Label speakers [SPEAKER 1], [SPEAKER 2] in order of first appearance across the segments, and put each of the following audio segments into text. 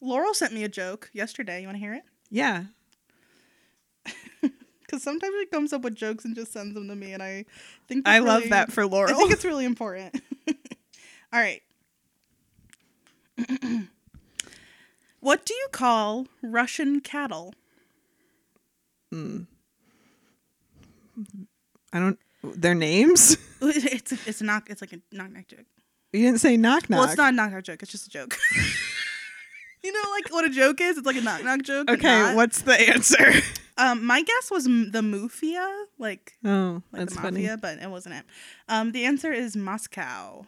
[SPEAKER 1] Michelle sent me a joke yesterday. You want to hear it?
[SPEAKER 2] Yeah.
[SPEAKER 1] Because sometimes she comes up with jokes and just sends them to me, and I think
[SPEAKER 2] I
[SPEAKER 1] that's
[SPEAKER 2] love
[SPEAKER 1] really-
[SPEAKER 2] that for
[SPEAKER 1] I
[SPEAKER 2] Laurel.
[SPEAKER 1] think it's really important. All right. what do you call Russian cattle?
[SPEAKER 2] I don't their names?
[SPEAKER 1] It's it's a knock. It's like a knock knock joke.
[SPEAKER 2] you didn't say knock knock.
[SPEAKER 1] Well, it's not a knock knock joke. It's just a joke. you know, like what a joke is. It's like a knock knock joke. but
[SPEAKER 2] okay,
[SPEAKER 1] not.
[SPEAKER 2] what's the answer?
[SPEAKER 1] Um, my guess was m- the mafia, like
[SPEAKER 2] Oh,
[SPEAKER 1] like
[SPEAKER 2] that's
[SPEAKER 1] the
[SPEAKER 2] funny.
[SPEAKER 1] mafia, but it wasn't it. Um, the answer is Moscow.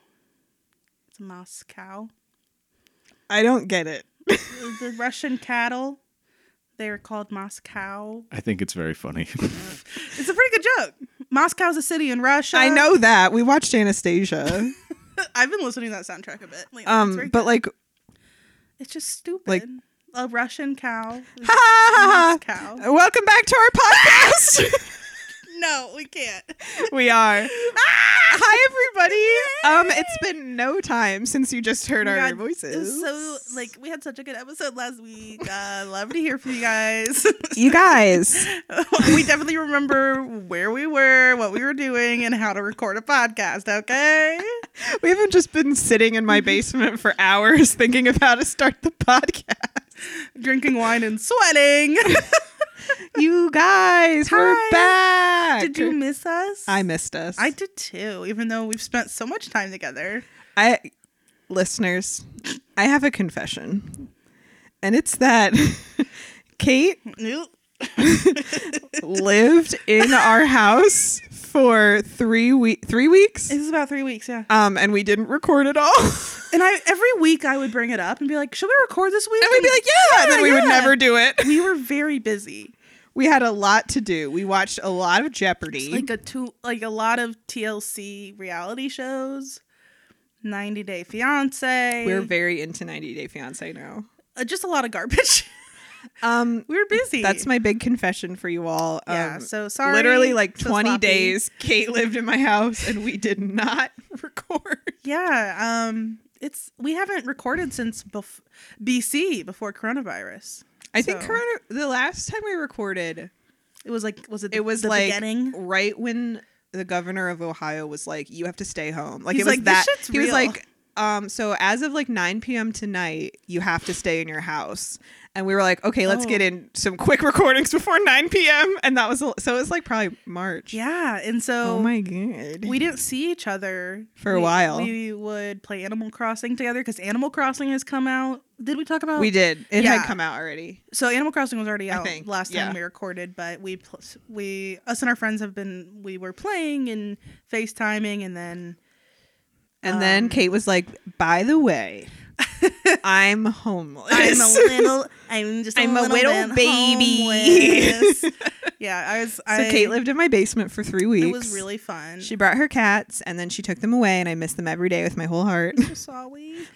[SPEAKER 1] It's Moscow.
[SPEAKER 2] I don't get it.
[SPEAKER 1] The- the Russian cattle, they are called Moscow.
[SPEAKER 3] I think it's very funny.
[SPEAKER 1] It's a pretty good joke. Moscow's a city in Russia.
[SPEAKER 2] I know that. We watched Anastasia.
[SPEAKER 1] I've been listening to that soundtrack a bit. Lately. it's very
[SPEAKER 2] um, but
[SPEAKER 1] good.
[SPEAKER 2] like
[SPEAKER 1] it's just stupid.
[SPEAKER 2] like-
[SPEAKER 1] a Russian cow. is
[SPEAKER 2] ha, ha,
[SPEAKER 1] Moscow.
[SPEAKER 2] ha. Welcome back to our podcast.
[SPEAKER 1] No, we can't.
[SPEAKER 2] we are. Ah! Hi everybody. Um it's been no time since you just heard
[SPEAKER 1] Oh my
[SPEAKER 2] our
[SPEAKER 1] God,
[SPEAKER 2] voices.
[SPEAKER 1] It was so like we had such a good episode last week. Uh, love to hear from you guys.
[SPEAKER 2] you guys.
[SPEAKER 1] we definitely remember where we were, what we were doing, and how to record a podcast. Okay.
[SPEAKER 2] We haven't just been sitting in
[SPEAKER 1] Mm-hmm.
[SPEAKER 2] my basement for hours thinking of how to start the podcast.
[SPEAKER 1] Drinking wine and sweating.
[SPEAKER 2] You guys,
[SPEAKER 1] Hi.
[SPEAKER 2] we're back.
[SPEAKER 1] Did you miss us?
[SPEAKER 2] I missed us.
[SPEAKER 1] I did too. Even though we've spent so much time together.
[SPEAKER 2] I listeners, I have a confession. And it's that Kate
[SPEAKER 1] Nope.
[SPEAKER 2] lived in our house for 3 week 3 weeks.
[SPEAKER 1] This is about three weeks, yeah.
[SPEAKER 2] Um and we didn't record at all.
[SPEAKER 1] And I every week I would bring it up and be like, "Should we record this week?"
[SPEAKER 2] and we'd be like, yeah, and then we would
[SPEAKER 1] yeah.
[SPEAKER 2] never do it.
[SPEAKER 1] "We were very busy,
[SPEAKER 2] We had a lot to do. We watched a lot of Jeopardy.
[SPEAKER 1] like a two, like a lot of TLC reality shows, 90 Day Fiance,
[SPEAKER 2] we're very into 90 Day Fiancé now.
[SPEAKER 1] uh, just a lot of garbage.
[SPEAKER 2] Um
[SPEAKER 1] we were busy.
[SPEAKER 2] That's my big confession for you all.
[SPEAKER 1] yeah.
[SPEAKER 2] Um,
[SPEAKER 1] so sorry.
[SPEAKER 2] literally like
[SPEAKER 1] So
[SPEAKER 2] 20
[SPEAKER 1] sloppy.
[SPEAKER 2] days, Kate lived in my house and we did not record.
[SPEAKER 1] Yeah. Um. It's we haven't recorded since bef- BC before coronavirus.
[SPEAKER 2] I think
[SPEAKER 1] So-
[SPEAKER 2] corona, the last time we recorded,
[SPEAKER 1] It was like was it? the-
[SPEAKER 2] it was
[SPEAKER 1] the
[SPEAKER 2] like
[SPEAKER 1] beginning.
[SPEAKER 2] right when the governor of Ohio was like, "You have to stay home." Like
[SPEAKER 1] He's
[SPEAKER 2] it was
[SPEAKER 1] like, "This
[SPEAKER 2] that.
[SPEAKER 1] shit's
[SPEAKER 2] he was
[SPEAKER 1] real."
[SPEAKER 2] like, um, "So as of like 9 p.m. tonight, you have to stay in your house." And we were like, "Okay, let's
[SPEAKER 1] Oh.
[SPEAKER 2] get in some quick recordings before 9 p.m." And that was a- so it was like probably March.
[SPEAKER 1] Yeah. And so
[SPEAKER 2] Oh my god.
[SPEAKER 1] we didn't see each other
[SPEAKER 2] For a
[SPEAKER 1] We-
[SPEAKER 2] while.
[SPEAKER 1] We would play Animal Crossing together because Animal Crossing has come out. Did we talk about?
[SPEAKER 2] we did. It had
[SPEAKER 1] Yeah.
[SPEAKER 2] come out already.
[SPEAKER 1] So Animal Crossing was already out
[SPEAKER 2] think,
[SPEAKER 1] last time
[SPEAKER 2] yeah.
[SPEAKER 1] we recorded, but we pl- we us and our friends have been we were playing and FaceTiming, and then
[SPEAKER 2] And
[SPEAKER 1] Um,
[SPEAKER 2] then Kate was like, "By the way, I'm homeless.
[SPEAKER 1] I'm a little, I'm just, a
[SPEAKER 2] I'm a
[SPEAKER 1] little,
[SPEAKER 2] little
[SPEAKER 1] bit
[SPEAKER 2] baby.
[SPEAKER 1] homeless. yeah, I was.
[SPEAKER 2] so
[SPEAKER 1] I,
[SPEAKER 2] Kate lived in my basement for three weeks.
[SPEAKER 1] It was really fun.
[SPEAKER 2] She brought her cats, and then she took them away, and I miss them every day with my whole heart.
[SPEAKER 1] saw we.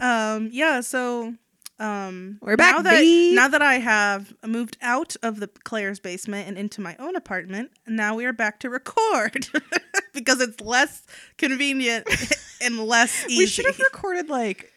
[SPEAKER 1] Um, yeah, so um
[SPEAKER 2] We're back,
[SPEAKER 1] now that
[SPEAKER 2] B.
[SPEAKER 1] now that I have moved out of the Claire's basement and into my own apartment, now we are back to record because it's less convenient and less easy.
[SPEAKER 2] we should have recorded like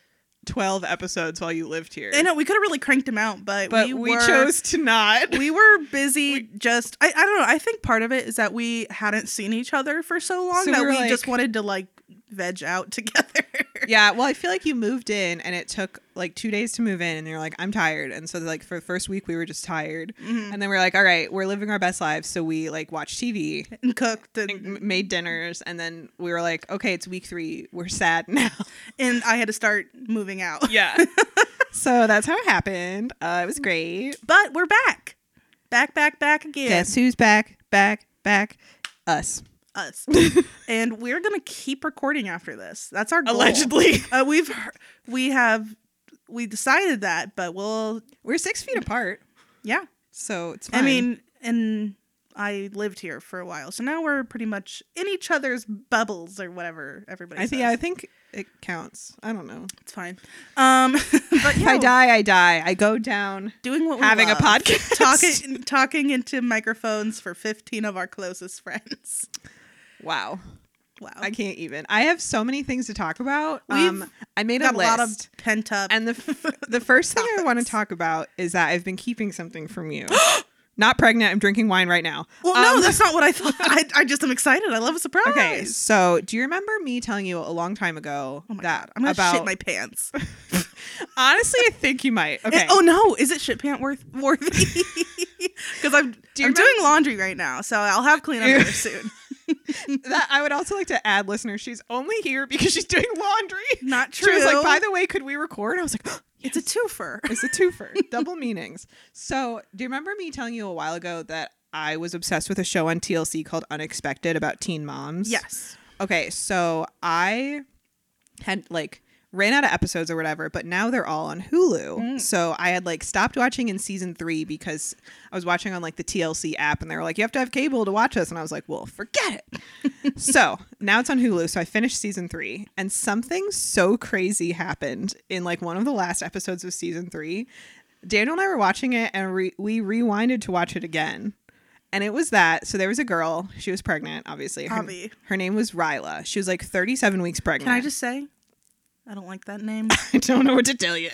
[SPEAKER 2] twelve episodes while you lived here,
[SPEAKER 1] I know we could have really cranked them out, but,
[SPEAKER 2] but
[SPEAKER 1] we,
[SPEAKER 2] we,
[SPEAKER 1] were-
[SPEAKER 2] chose to not.
[SPEAKER 1] we were busy just I, I don't know, I think part of it is that we hadn't seen each other for so long
[SPEAKER 2] So we
[SPEAKER 1] that
[SPEAKER 2] were
[SPEAKER 1] we
[SPEAKER 2] like-
[SPEAKER 1] just wanted to like veg out together.
[SPEAKER 2] yeah, well, I feel like you moved in, and it took like two days to move in, and you're like, "I'm tired," and so like for the first week we were just tired,
[SPEAKER 1] Mm-hmm.
[SPEAKER 2] and then we're like, "All right, we're living our best lives," so we like watched TV.
[SPEAKER 1] And cooked and
[SPEAKER 2] m- Made dinners, and then we were like, "Okay, it's week three. We're sad now."
[SPEAKER 1] and I had to start moving out.
[SPEAKER 2] Yeah. so that's how it happened. Uh, it was great.
[SPEAKER 1] But we're back. Back, back, back again.
[SPEAKER 2] Guess who's back? Back, back. Us.
[SPEAKER 1] Us. and we're going to keep recording after this. That's our goal. Uh, we've, hear- we have, we decided that, but we'll,
[SPEAKER 2] We're six feet apart,
[SPEAKER 1] yeah.
[SPEAKER 2] so it's fine.
[SPEAKER 1] I mean, and I lived here for a while. So now we're pretty much in each other's bubbles or whatever everybody
[SPEAKER 2] I think
[SPEAKER 1] says.
[SPEAKER 2] I think it counts. I don't know.
[SPEAKER 1] it's fine. Um, but
[SPEAKER 2] If
[SPEAKER 1] yeah,
[SPEAKER 2] I die, I die. I go down.
[SPEAKER 1] doing what we
[SPEAKER 2] having a
[SPEAKER 1] love.
[SPEAKER 2] podcast.
[SPEAKER 1] Talking, talking into microphones for 15 of our closest friends.
[SPEAKER 2] Wow.
[SPEAKER 1] Wow.
[SPEAKER 2] I can't even. I have so many things to talk about.
[SPEAKER 1] Um, We've
[SPEAKER 2] um, I made
[SPEAKER 1] got
[SPEAKER 2] a
[SPEAKER 1] a
[SPEAKER 2] list.
[SPEAKER 1] lot of pent up.
[SPEAKER 2] and the f- the first thing I want to
[SPEAKER 1] Topics.
[SPEAKER 2] talk about is that I've been keeping something from you. Not pregnant. I'm drinking wine right now.
[SPEAKER 1] well,
[SPEAKER 2] Um,
[SPEAKER 1] no, that's not what I thought. I, I just am excited. I love a surprise.
[SPEAKER 2] Okay, so do you remember me telling you a long time ago
[SPEAKER 1] Oh my
[SPEAKER 2] that
[SPEAKER 1] god! I'm gonna
[SPEAKER 2] about
[SPEAKER 1] shit my pants.
[SPEAKER 2] honestly I think you might. Okay.
[SPEAKER 1] oh no! Is it shit pant worth worthy? Because I'm
[SPEAKER 2] Do you
[SPEAKER 1] I'm
[SPEAKER 2] remember-
[SPEAKER 1] doing laundry right now, so I'll have cleanup
[SPEAKER 2] Ew.
[SPEAKER 1] here soon.
[SPEAKER 2] that I would also like to add listeners, she's only here because she's doing laundry.
[SPEAKER 1] Not
[SPEAKER 2] She
[SPEAKER 1] true.
[SPEAKER 2] was like, by the way, could we record? I was like,
[SPEAKER 1] it's a twofer.
[SPEAKER 2] it's a twofer. Double meanings. So do you remember me telling you a while ago that I was obsessed with a show on TLC called Unexpected about teen moms?
[SPEAKER 1] Yes.
[SPEAKER 2] Okay, so I had like ran out of episodes or whatever, but now they're all on Hulu. So I had like stopped watching in season three because I was watching on like the TLC app and they were like, you have to have cable to watch us. And I was like, well, forget it. so now it's on Hulu. So I finished season three and something so crazy happened in like one of the last episodes of season three. Daniel and I were watching it and re- we rewinded to watch it again. And it was that. So there was a girl. She was pregnant, obviously. Her,
[SPEAKER 1] Obvi.
[SPEAKER 2] her name was Ryla. She was like 37 weeks pregnant.
[SPEAKER 1] Can I just say, I don't like that name.
[SPEAKER 2] I don't know what to tell you.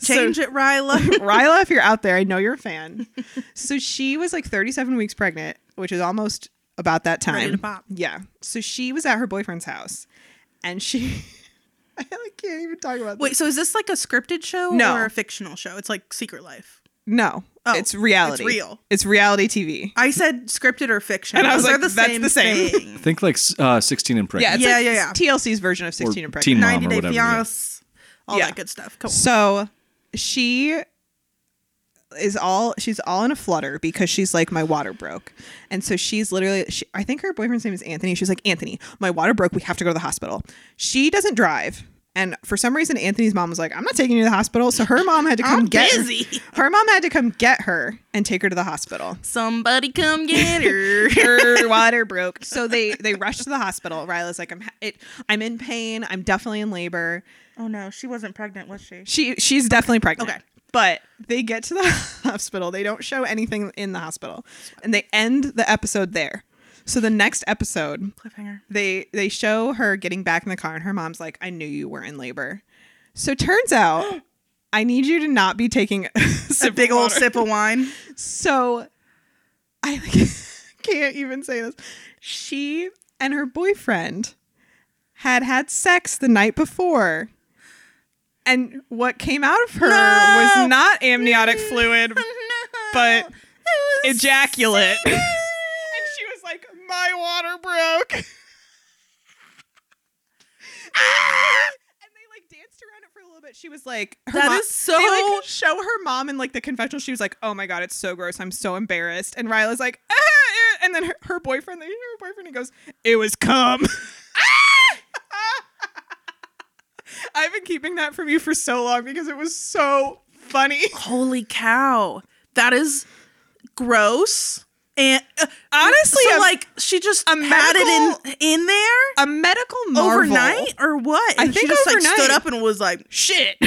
[SPEAKER 1] Change it, Ryla.
[SPEAKER 2] So, Ryla, if you're out there, I know you're a fan. so she was like 37 weeks pregnant, which is almost about that time.
[SPEAKER 1] Ready to pop.
[SPEAKER 2] Yeah. So she was at her boyfriend's house, and she. I like, can't even talk about.
[SPEAKER 1] Wait,
[SPEAKER 2] this.
[SPEAKER 1] so is this like a scripted show
[SPEAKER 2] No.
[SPEAKER 1] or a fictional show? It's like Secret Life.
[SPEAKER 2] No,
[SPEAKER 1] Oh,
[SPEAKER 2] it's reality.
[SPEAKER 1] it's real.
[SPEAKER 2] It's reality TV.
[SPEAKER 1] I said scripted or fiction,
[SPEAKER 2] And I was
[SPEAKER 1] Those are
[SPEAKER 2] like,
[SPEAKER 1] the
[SPEAKER 2] that's
[SPEAKER 1] same
[SPEAKER 2] the same.
[SPEAKER 1] thing.
[SPEAKER 3] Think like uh, 16 and
[SPEAKER 2] Yeah.
[SPEAKER 3] pregnant.
[SPEAKER 2] It's
[SPEAKER 1] Yeah,
[SPEAKER 2] like
[SPEAKER 1] yeah, yeah.
[SPEAKER 2] TLC's version of 16 and
[SPEAKER 3] Teen
[SPEAKER 2] pregnant.
[SPEAKER 3] Mom or
[SPEAKER 1] 90 Day
[SPEAKER 3] whatever, yeah.
[SPEAKER 1] Fiance, all
[SPEAKER 2] Yeah.
[SPEAKER 1] that good stuff. Come on.
[SPEAKER 2] So she is all she's all in a flutter because she's like my water broke and so she's literally she, i think her boyfriend's name is anthony she's like anthony my water broke we have to go to the hospital she doesn't drive and for some reason anthony's mom was like i'm not taking you to the hospital so her mom had to come
[SPEAKER 1] I'm
[SPEAKER 2] get her-
[SPEAKER 1] busy.
[SPEAKER 2] Her. mom had to come get her and take her to the hospital
[SPEAKER 1] Somebody come get her.
[SPEAKER 2] her water broke so they they rushed to the hospital ryla's like i'm ha- it, i'm in pain i'm definitely in labor
[SPEAKER 1] oh no, she wasn't pregnant, was she?
[SPEAKER 2] She she's definitely pregnant.
[SPEAKER 1] Okay.
[SPEAKER 2] But they get to the hospital. They don't show anything in the hospital. And they end the episode there. So the next episode,
[SPEAKER 1] Cliffhanger.
[SPEAKER 2] they they show her getting back in the car and her mom's like, "I knew you were in labor." So turns out I need you to not be taking a,
[SPEAKER 1] A
[SPEAKER 2] sip of
[SPEAKER 1] big old
[SPEAKER 2] water.
[SPEAKER 1] sip of wine.
[SPEAKER 2] So I like, can't even say this. She and her boyfriend had had sex the night before. And what came out of her
[SPEAKER 1] No.
[SPEAKER 2] was not amniotic fluid, but ejaculate. and she was like, My water broke. and they like danced around it for a little bit. She was like, her
[SPEAKER 1] That
[SPEAKER 2] mom-
[SPEAKER 1] is
[SPEAKER 2] They
[SPEAKER 1] so-
[SPEAKER 2] like show her mom in like the confessional. She was like, Oh my god, it's so gross. I'm so embarrassed. And Ryla's like, "Ah, eh." And then her, her boyfriend, they hear her boyfriend, he goes, It was cum. I've been keeping that from you for so long because it was so funny.
[SPEAKER 1] Holy cow. That is gross. And uh,
[SPEAKER 2] Honestly,
[SPEAKER 1] so
[SPEAKER 2] I'm-
[SPEAKER 1] like she just had it in in there
[SPEAKER 2] a medical marvel.
[SPEAKER 1] overnight or what?
[SPEAKER 2] I
[SPEAKER 1] And she
[SPEAKER 2] think
[SPEAKER 1] just like stood
[SPEAKER 2] overnight.
[SPEAKER 1] up and was like,
[SPEAKER 2] Shit.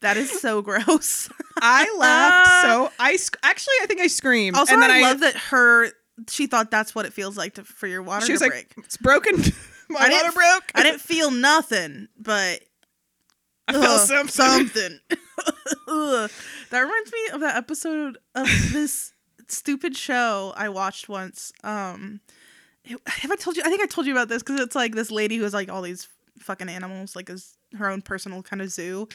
[SPEAKER 1] "That is so gross."
[SPEAKER 2] I laughed so I sc- actually I think I screamed.
[SPEAKER 1] also,
[SPEAKER 2] and then
[SPEAKER 1] I, love that her. She thought that's what it feels like to, for your water
[SPEAKER 2] she
[SPEAKER 1] to
[SPEAKER 2] was like,
[SPEAKER 1] break.
[SPEAKER 2] "It's broken.
[SPEAKER 1] I
[SPEAKER 2] My
[SPEAKER 1] didn't-
[SPEAKER 2] water broke.
[SPEAKER 1] I didn't feel nothing, but
[SPEAKER 2] I felt
[SPEAKER 1] Ugh,
[SPEAKER 2] something.
[SPEAKER 1] something. Ugh. that reminds me of that episode of this stupid show I watched once. Um, it- have I told you? I think I told you about this because it's like this lady who has like all these fucking animals, like is her own personal kind of zoo.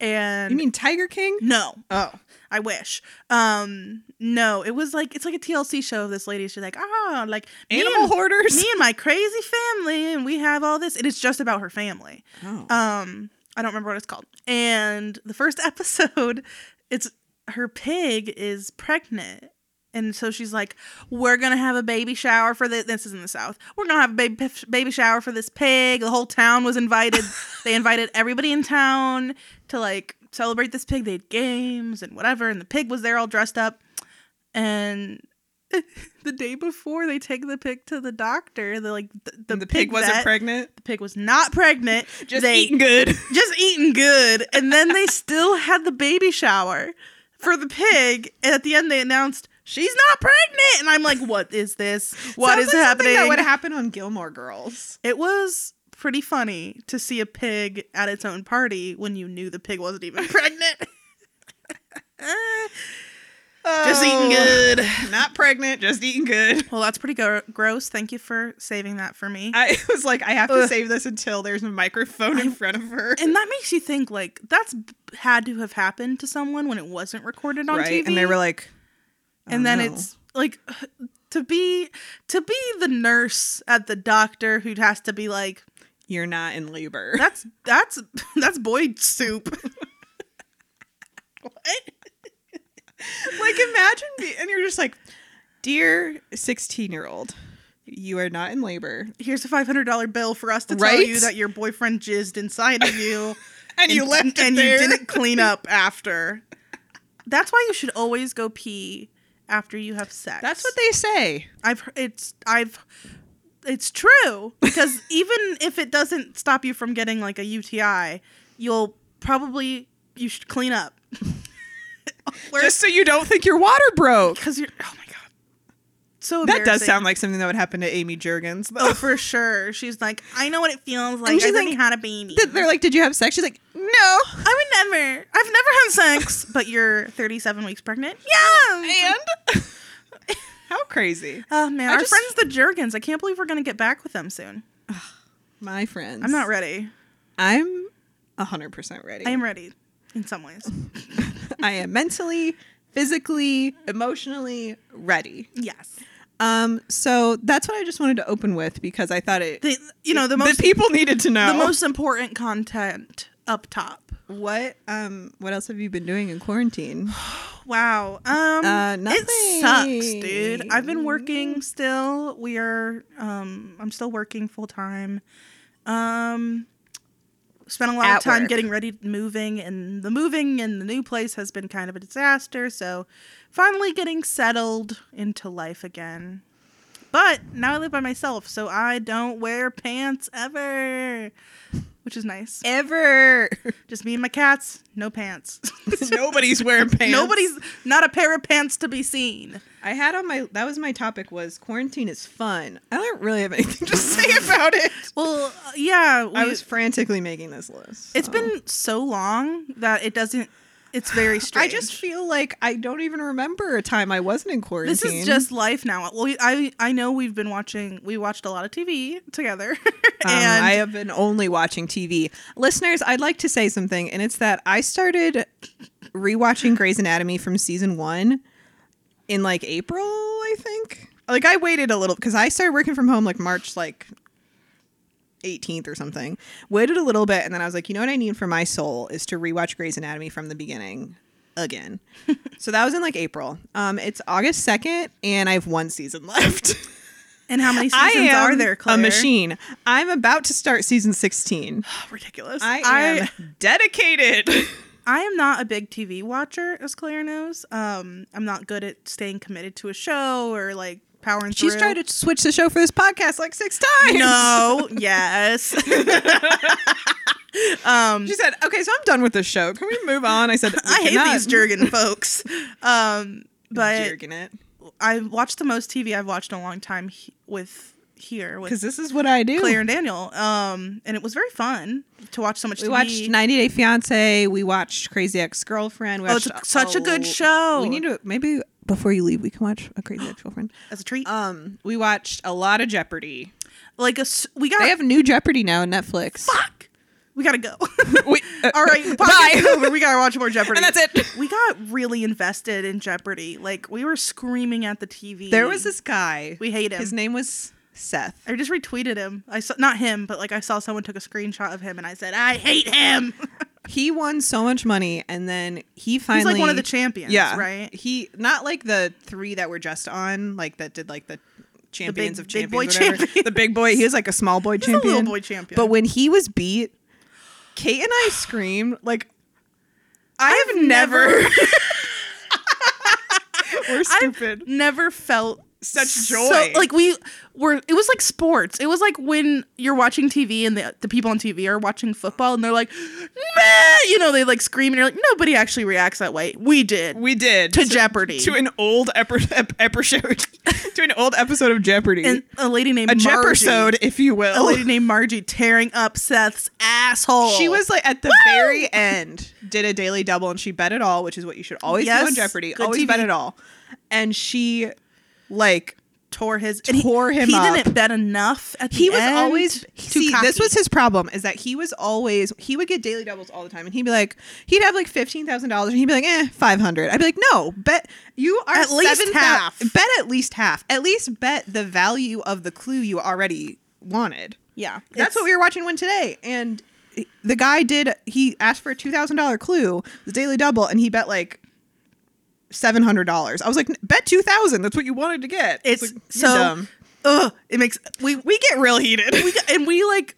[SPEAKER 1] And
[SPEAKER 2] You mean Tiger King?
[SPEAKER 1] no,
[SPEAKER 2] Oh,
[SPEAKER 1] I wish. Um, no, it was like it's like a TLC show of this lady. She's like, ah, like me
[SPEAKER 2] animal
[SPEAKER 1] and-
[SPEAKER 2] hoarders.
[SPEAKER 1] me and my crazy family, and we have all this, and it's just about her family
[SPEAKER 2] oh.
[SPEAKER 1] um i don't remember what it's called and the first episode it's her pig is pregnant and so she's like we're gonna have a baby shower for this this is in the south we're gonna have a baby baby shower for this pig the whole town was invited they invited everybody in town to like celebrate this pig they had games and whatever and the pig was there all dressed up and the day before they take the pig to the doctor the like the,
[SPEAKER 2] the, pig, wasn't
[SPEAKER 1] vet-
[SPEAKER 2] pregnant.
[SPEAKER 1] the pig was not pregnant
[SPEAKER 2] Just
[SPEAKER 1] they
[SPEAKER 2] eating good.
[SPEAKER 1] just eating good and then they still had the baby shower for the pig and at the end they announced she's not pregnant. And I'm like, what is this? What
[SPEAKER 2] Sounds
[SPEAKER 1] is
[SPEAKER 2] like something
[SPEAKER 1] happening?
[SPEAKER 2] That would happen on Gilmore Girls.
[SPEAKER 1] it was pretty funny to see a pig at its own party when you knew the pig wasn't even pregnant. Just eating good.
[SPEAKER 2] Oh. Not pregnant, just eating good.
[SPEAKER 1] Well, that's pretty gro- gross. Thank you for saving that for me.
[SPEAKER 2] I was like, I have to
[SPEAKER 1] Ugh.
[SPEAKER 2] save this until there's a microphone in front of her.
[SPEAKER 1] and that makes you think like that's b- had to have happened to someone when it wasn't recorded on TV.
[SPEAKER 2] And they were like,
[SPEAKER 1] and then it's like to be to be the nurse at the doctor who has to be like
[SPEAKER 2] you're not in labor.
[SPEAKER 1] that's that's that's boy soup. what?
[SPEAKER 2] like imagine be- and you're just like dear 16 year old you are not in labor
[SPEAKER 1] Here's a five hundred dollar bill for us to tell
[SPEAKER 2] Right?
[SPEAKER 1] you that your boyfriend jizzed inside of you,
[SPEAKER 2] and, you left it
[SPEAKER 1] and
[SPEAKER 2] there.
[SPEAKER 1] you didn't clean up after. That's why you should always go pee after you have sex.
[SPEAKER 2] that's what they say
[SPEAKER 1] I've he- it's I've it's true because even if it doesn't stop you from getting like a UTI, you'll probably you should clean up.
[SPEAKER 2] just so you don't think your water broke
[SPEAKER 1] Because you're oh my god, so
[SPEAKER 2] that does
[SPEAKER 1] embarrassing.
[SPEAKER 2] sound like something that would happen to amy jurgens though
[SPEAKER 1] Oh, for sure. She's like, I know what it feels like.
[SPEAKER 2] And she's
[SPEAKER 1] I've already
[SPEAKER 2] like-
[SPEAKER 1] had a baby.
[SPEAKER 2] Th- they're like did you have sex she's like no
[SPEAKER 1] I would never. I've never had sex, but you're 37 weeks pregnant. Yeah.
[SPEAKER 2] and how crazy
[SPEAKER 1] Oh man,
[SPEAKER 2] I
[SPEAKER 1] our
[SPEAKER 2] just-
[SPEAKER 1] friends the Jurgens. I can't believe we're gonna get back with them soon.
[SPEAKER 2] my friends
[SPEAKER 1] I'm not ready.
[SPEAKER 2] i'm 100% ready
[SPEAKER 1] I am ready, in some ways.
[SPEAKER 2] I am mentally physically emotionally ready
[SPEAKER 1] Yes.
[SPEAKER 2] um so that's what i just wanted to open with because i thought it
[SPEAKER 1] the you know the most
[SPEAKER 2] the people needed to know
[SPEAKER 1] the most important content up top.
[SPEAKER 2] What um what else have you been doing in quarantine?
[SPEAKER 1] Wow. Um
[SPEAKER 2] Uh,
[SPEAKER 1] it sucks, dude. I've been
[SPEAKER 2] nothing.
[SPEAKER 1] working still. We are um I'm still working full time. Um spent a lot
[SPEAKER 2] At
[SPEAKER 1] of time
[SPEAKER 2] work.
[SPEAKER 1] getting ready moving and the moving and the new place has been kind of a disaster, so finally getting settled into life again. But now I live by myself, so I don't wear pants ever, which is nice.
[SPEAKER 2] Ever.
[SPEAKER 1] Just me and my cats, no pants.
[SPEAKER 2] Nobody's wearing pants.
[SPEAKER 1] Nobody's not a pair of pants to be seen.
[SPEAKER 2] I had on my that was my topic was quarantine is fun. I don't really have anything to say about it.
[SPEAKER 1] Well, uh, yeah, we,
[SPEAKER 2] I was Oh. frantically making this list.
[SPEAKER 1] it's
[SPEAKER 2] so.
[SPEAKER 1] been so long that it doesn't. It's very strange.
[SPEAKER 2] I just feel like I don't even remember a time I wasn't in quarantine.
[SPEAKER 1] this is just life now. Well, I I know we've been watching. We watched a lot of TV together,
[SPEAKER 2] Um,
[SPEAKER 1] and
[SPEAKER 2] I have been only watching TV. Listeners, I'd like to say something, and it's that I started rewatching Grey's Anatomy from season one in like April, I think. Like I waited a little because I started working from home like March like 18th or something. Waited a little bit, and then I was like, you know what I need for my soul is to rewatch Grey's Anatomy from the beginning again. so that was in like April. Um, it's August 2nd, and I have one season left.
[SPEAKER 1] and how many
[SPEAKER 2] I
[SPEAKER 1] seasons
[SPEAKER 2] am
[SPEAKER 1] are there? Claire?
[SPEAKER 2] a machine. I'm about to start season 16.
[SPEAKER 1] Ridiculous.
[SPEAKER 2] I
[SPEAKER 1] I
[SPEAKER 2] am dedicated.
[SPEAKER 1] I am not a big TV watcher, as Claire knows. Um, I'm not good at staying committed to a show or like powering
[SPEAKER 2] She's
[SPEAKER 1] through.
[SPEAKER 2] tried to switch the show for this podcast like six times.
[SPEAKER 1] No. yes. um,
[SPEAKER 2] She said, okay, so I'm done with this show. Can we move on? I said,
[SPEAKER 1] I hate these Jurgen folks. Um, but
[SPEAKER 2] it.
[SPEAKER 1] I've watched the most TV I've watched in a long time he- with here with
[SPEAKER 2] Because this is what I do.
[SPEAKER 1] Claire and Daniel. Um, and it was very fun to watch so much
[SPEAKER 2] We
[SPEAKER 1] TV.
[SPEAKER 2] watched 90 Day Fiance. We watched Crazy Ex Girlfriend.
[SPEAKER 1] Oh, it's such a good show.
[SPEAKER 2] We need to, maybe before you leave, we can watch a Crazy Ex Girlfriend.
[SPEAKER 1] as a treat.
[SPEAKER 2] Um, we watched a lot of Jeopardy.
[SPEAKER 1] like a s- we got
[SPEAKER 2] They have new Jeopardy now on Netflix.
[SPEAKER 1] fuck. We gotta go.
[SPEAKER 2] We- uh,
[SPEAKER 1] All right, the podcast is over. We gotta watch more Jeopardy.
[SPEAKER 2] And that's it.
[SPEAKER 1] We got really invested in Jeopardy. Like we were screaming at the TV.
[SPEAKER 2] There was this guy.
[SPEAKER 1] We hate him.
[SPEAKER 2] His name was Seth.
[SPEAKER 1] I just retweeted him. I saw not him, but like I saw someone took a screenshot of him, and I said, "I hate him."
[SPEAKER 2] He won so much money, and then he
[SPEAKER 1] He's
[SPEAKER 2] finally
[SPEAKER 1] like one of the champions,
[SPEAKER 2] yeah,
[SPEAKER 1] right?
[SPEAKER 2] He not like the three that were just on, like that did like the champions of
[SPEAKER 1] big
[SPEAKER 2] champions,
[SPEAKER 1] boy
[SPEAKER 2] whatever.
[SPEAKER 1] champions.
[SPEAKER 2] the big boy. He was like a small boy
[SPEAKER 1] a little
[SPEAKER 2] champion,
[SPEAKER 1] boy champion.
[SPEAKER 2] But when he was beat, Kate and I screamed like, "I have never." we're
[SPEAKER 1] I've
[SPEAKER 2] stupid.
[SPEAKER 1] never felt
[SPEAKER 2] such joy.
[SPEAKER 1] So like we were it was like sports. It was like when you're watching TV and the, the people on TV are watching football and they're like, Meh! you know, they like scream and you're like, nobody actually reacts that way. We did.
[SPEAKER 2] we did
[SPEAKER 1] to Jeopardy.
[SPEAKER 2] to an old episode ep- episode to an old episode of Jeopardy.
[SPEAKER 1] and a lady named
[SPEAKER 2] a Oh.
[SPEAKER 1] Margie. Oh,
[SPEAKER 2] Jeoparsode, if you will.
[SPEAKER 1] A lady named Margie tearing up Seth's asshole.
[SPEAKER 2] She was like at the very end, did a daily double, and she bet it all, which is what you should always do
[SPEAKER 1] Yes,
[SPEAKER 2] on Jeopardy.
[SPEAKER 1] good
[SPEAKER 2] Always
[SPEAKER 1] TV.
[SPEAKER 2] bet it all, and she like
[SPEAKER 1] tore his
[SPEAKER 2] tore
[SPEAKER 1] he,
[SPEAKER 2] him
[SPEAKER 1] He
[SPEAKER 2] up.
[SPEAKER 1] didn't bet enough at the
[SPEAKER 2] he was
[SPEAKER 1] end.
[SPEAKER 2] always
[SPEAKER 1] Too
[SPEAKER 2] see this
[SPEAKER 1] cocky.
[SPEAKER 2] was his problem is that he was always he would get daily doubles all the time and he'd be like he'd have like fifteen thousand dollars and he'd be like eh five hundred I'd be like no bet you are
[SPEAKER 1] At least
[SPEAKER 2] 7,000
[SPEAKER 1] half.
[SPEAKER 2] bet at least half at least bet the value of the clue you already wanted
[SPEAKER 1] yeah.
[SPEAKER 2] that's what we were watching one today and the guy did he asked for a two thousand dollar clue the daily double and he bet like. Seven hundred dollars. I was like, bet two thousand. That's what you wanted to get.
[SPEAKER 1] It's
[SPEAKER 2] like, you're
[SPEAKER 1] so.
[SPEAKER 2] dumb.
[SPEAKER 1] Ugh, it makes we we
[SPEAKER 2] We get real heated.
[SPEAKER 1] we got, and we like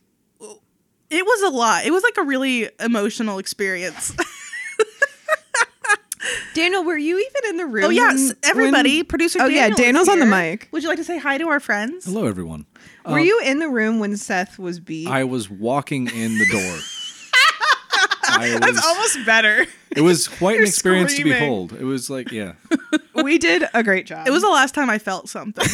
[SPEAKER 1] it was a lot. It was like a really emotional experience.
[SPEAKER 2] Daniel, were you even in the room?
[SPEAKER 1] oh yes,
[SPEAKER 2] when-
[SPEAKER 1] everybody, producer.
[SPEAKER 2] Oh, yeah,
[SPEAKER 1] Daniel is
[SPEAKER 2] Daniel's on the
[SPEAKER 1] here.
[SPEAKER 2] mic.
[SPEAKER 1] Would you like to say hi to our friends?
[SPEAKER 3] Hello, everyone.
[SPEAKER 2] when- were
[SPEAKER 3] Um,
[SPEAKER 2] you in the room when Seth was beat?
[SPEAKER 3] I was walking in the door. I was,
[SPEAKER 2] That's almost better.
[SPEAKER 3] it was quite an
[SPEAKER 2] you're
[SPEAKER 3] experience
[SPEAKER 2] screaming.
[SPEAKER 3] to behold. It was like, yeah,
[SPEAKER 2] we did a great job.
[SPEAKER 1] It was the last time I felt something.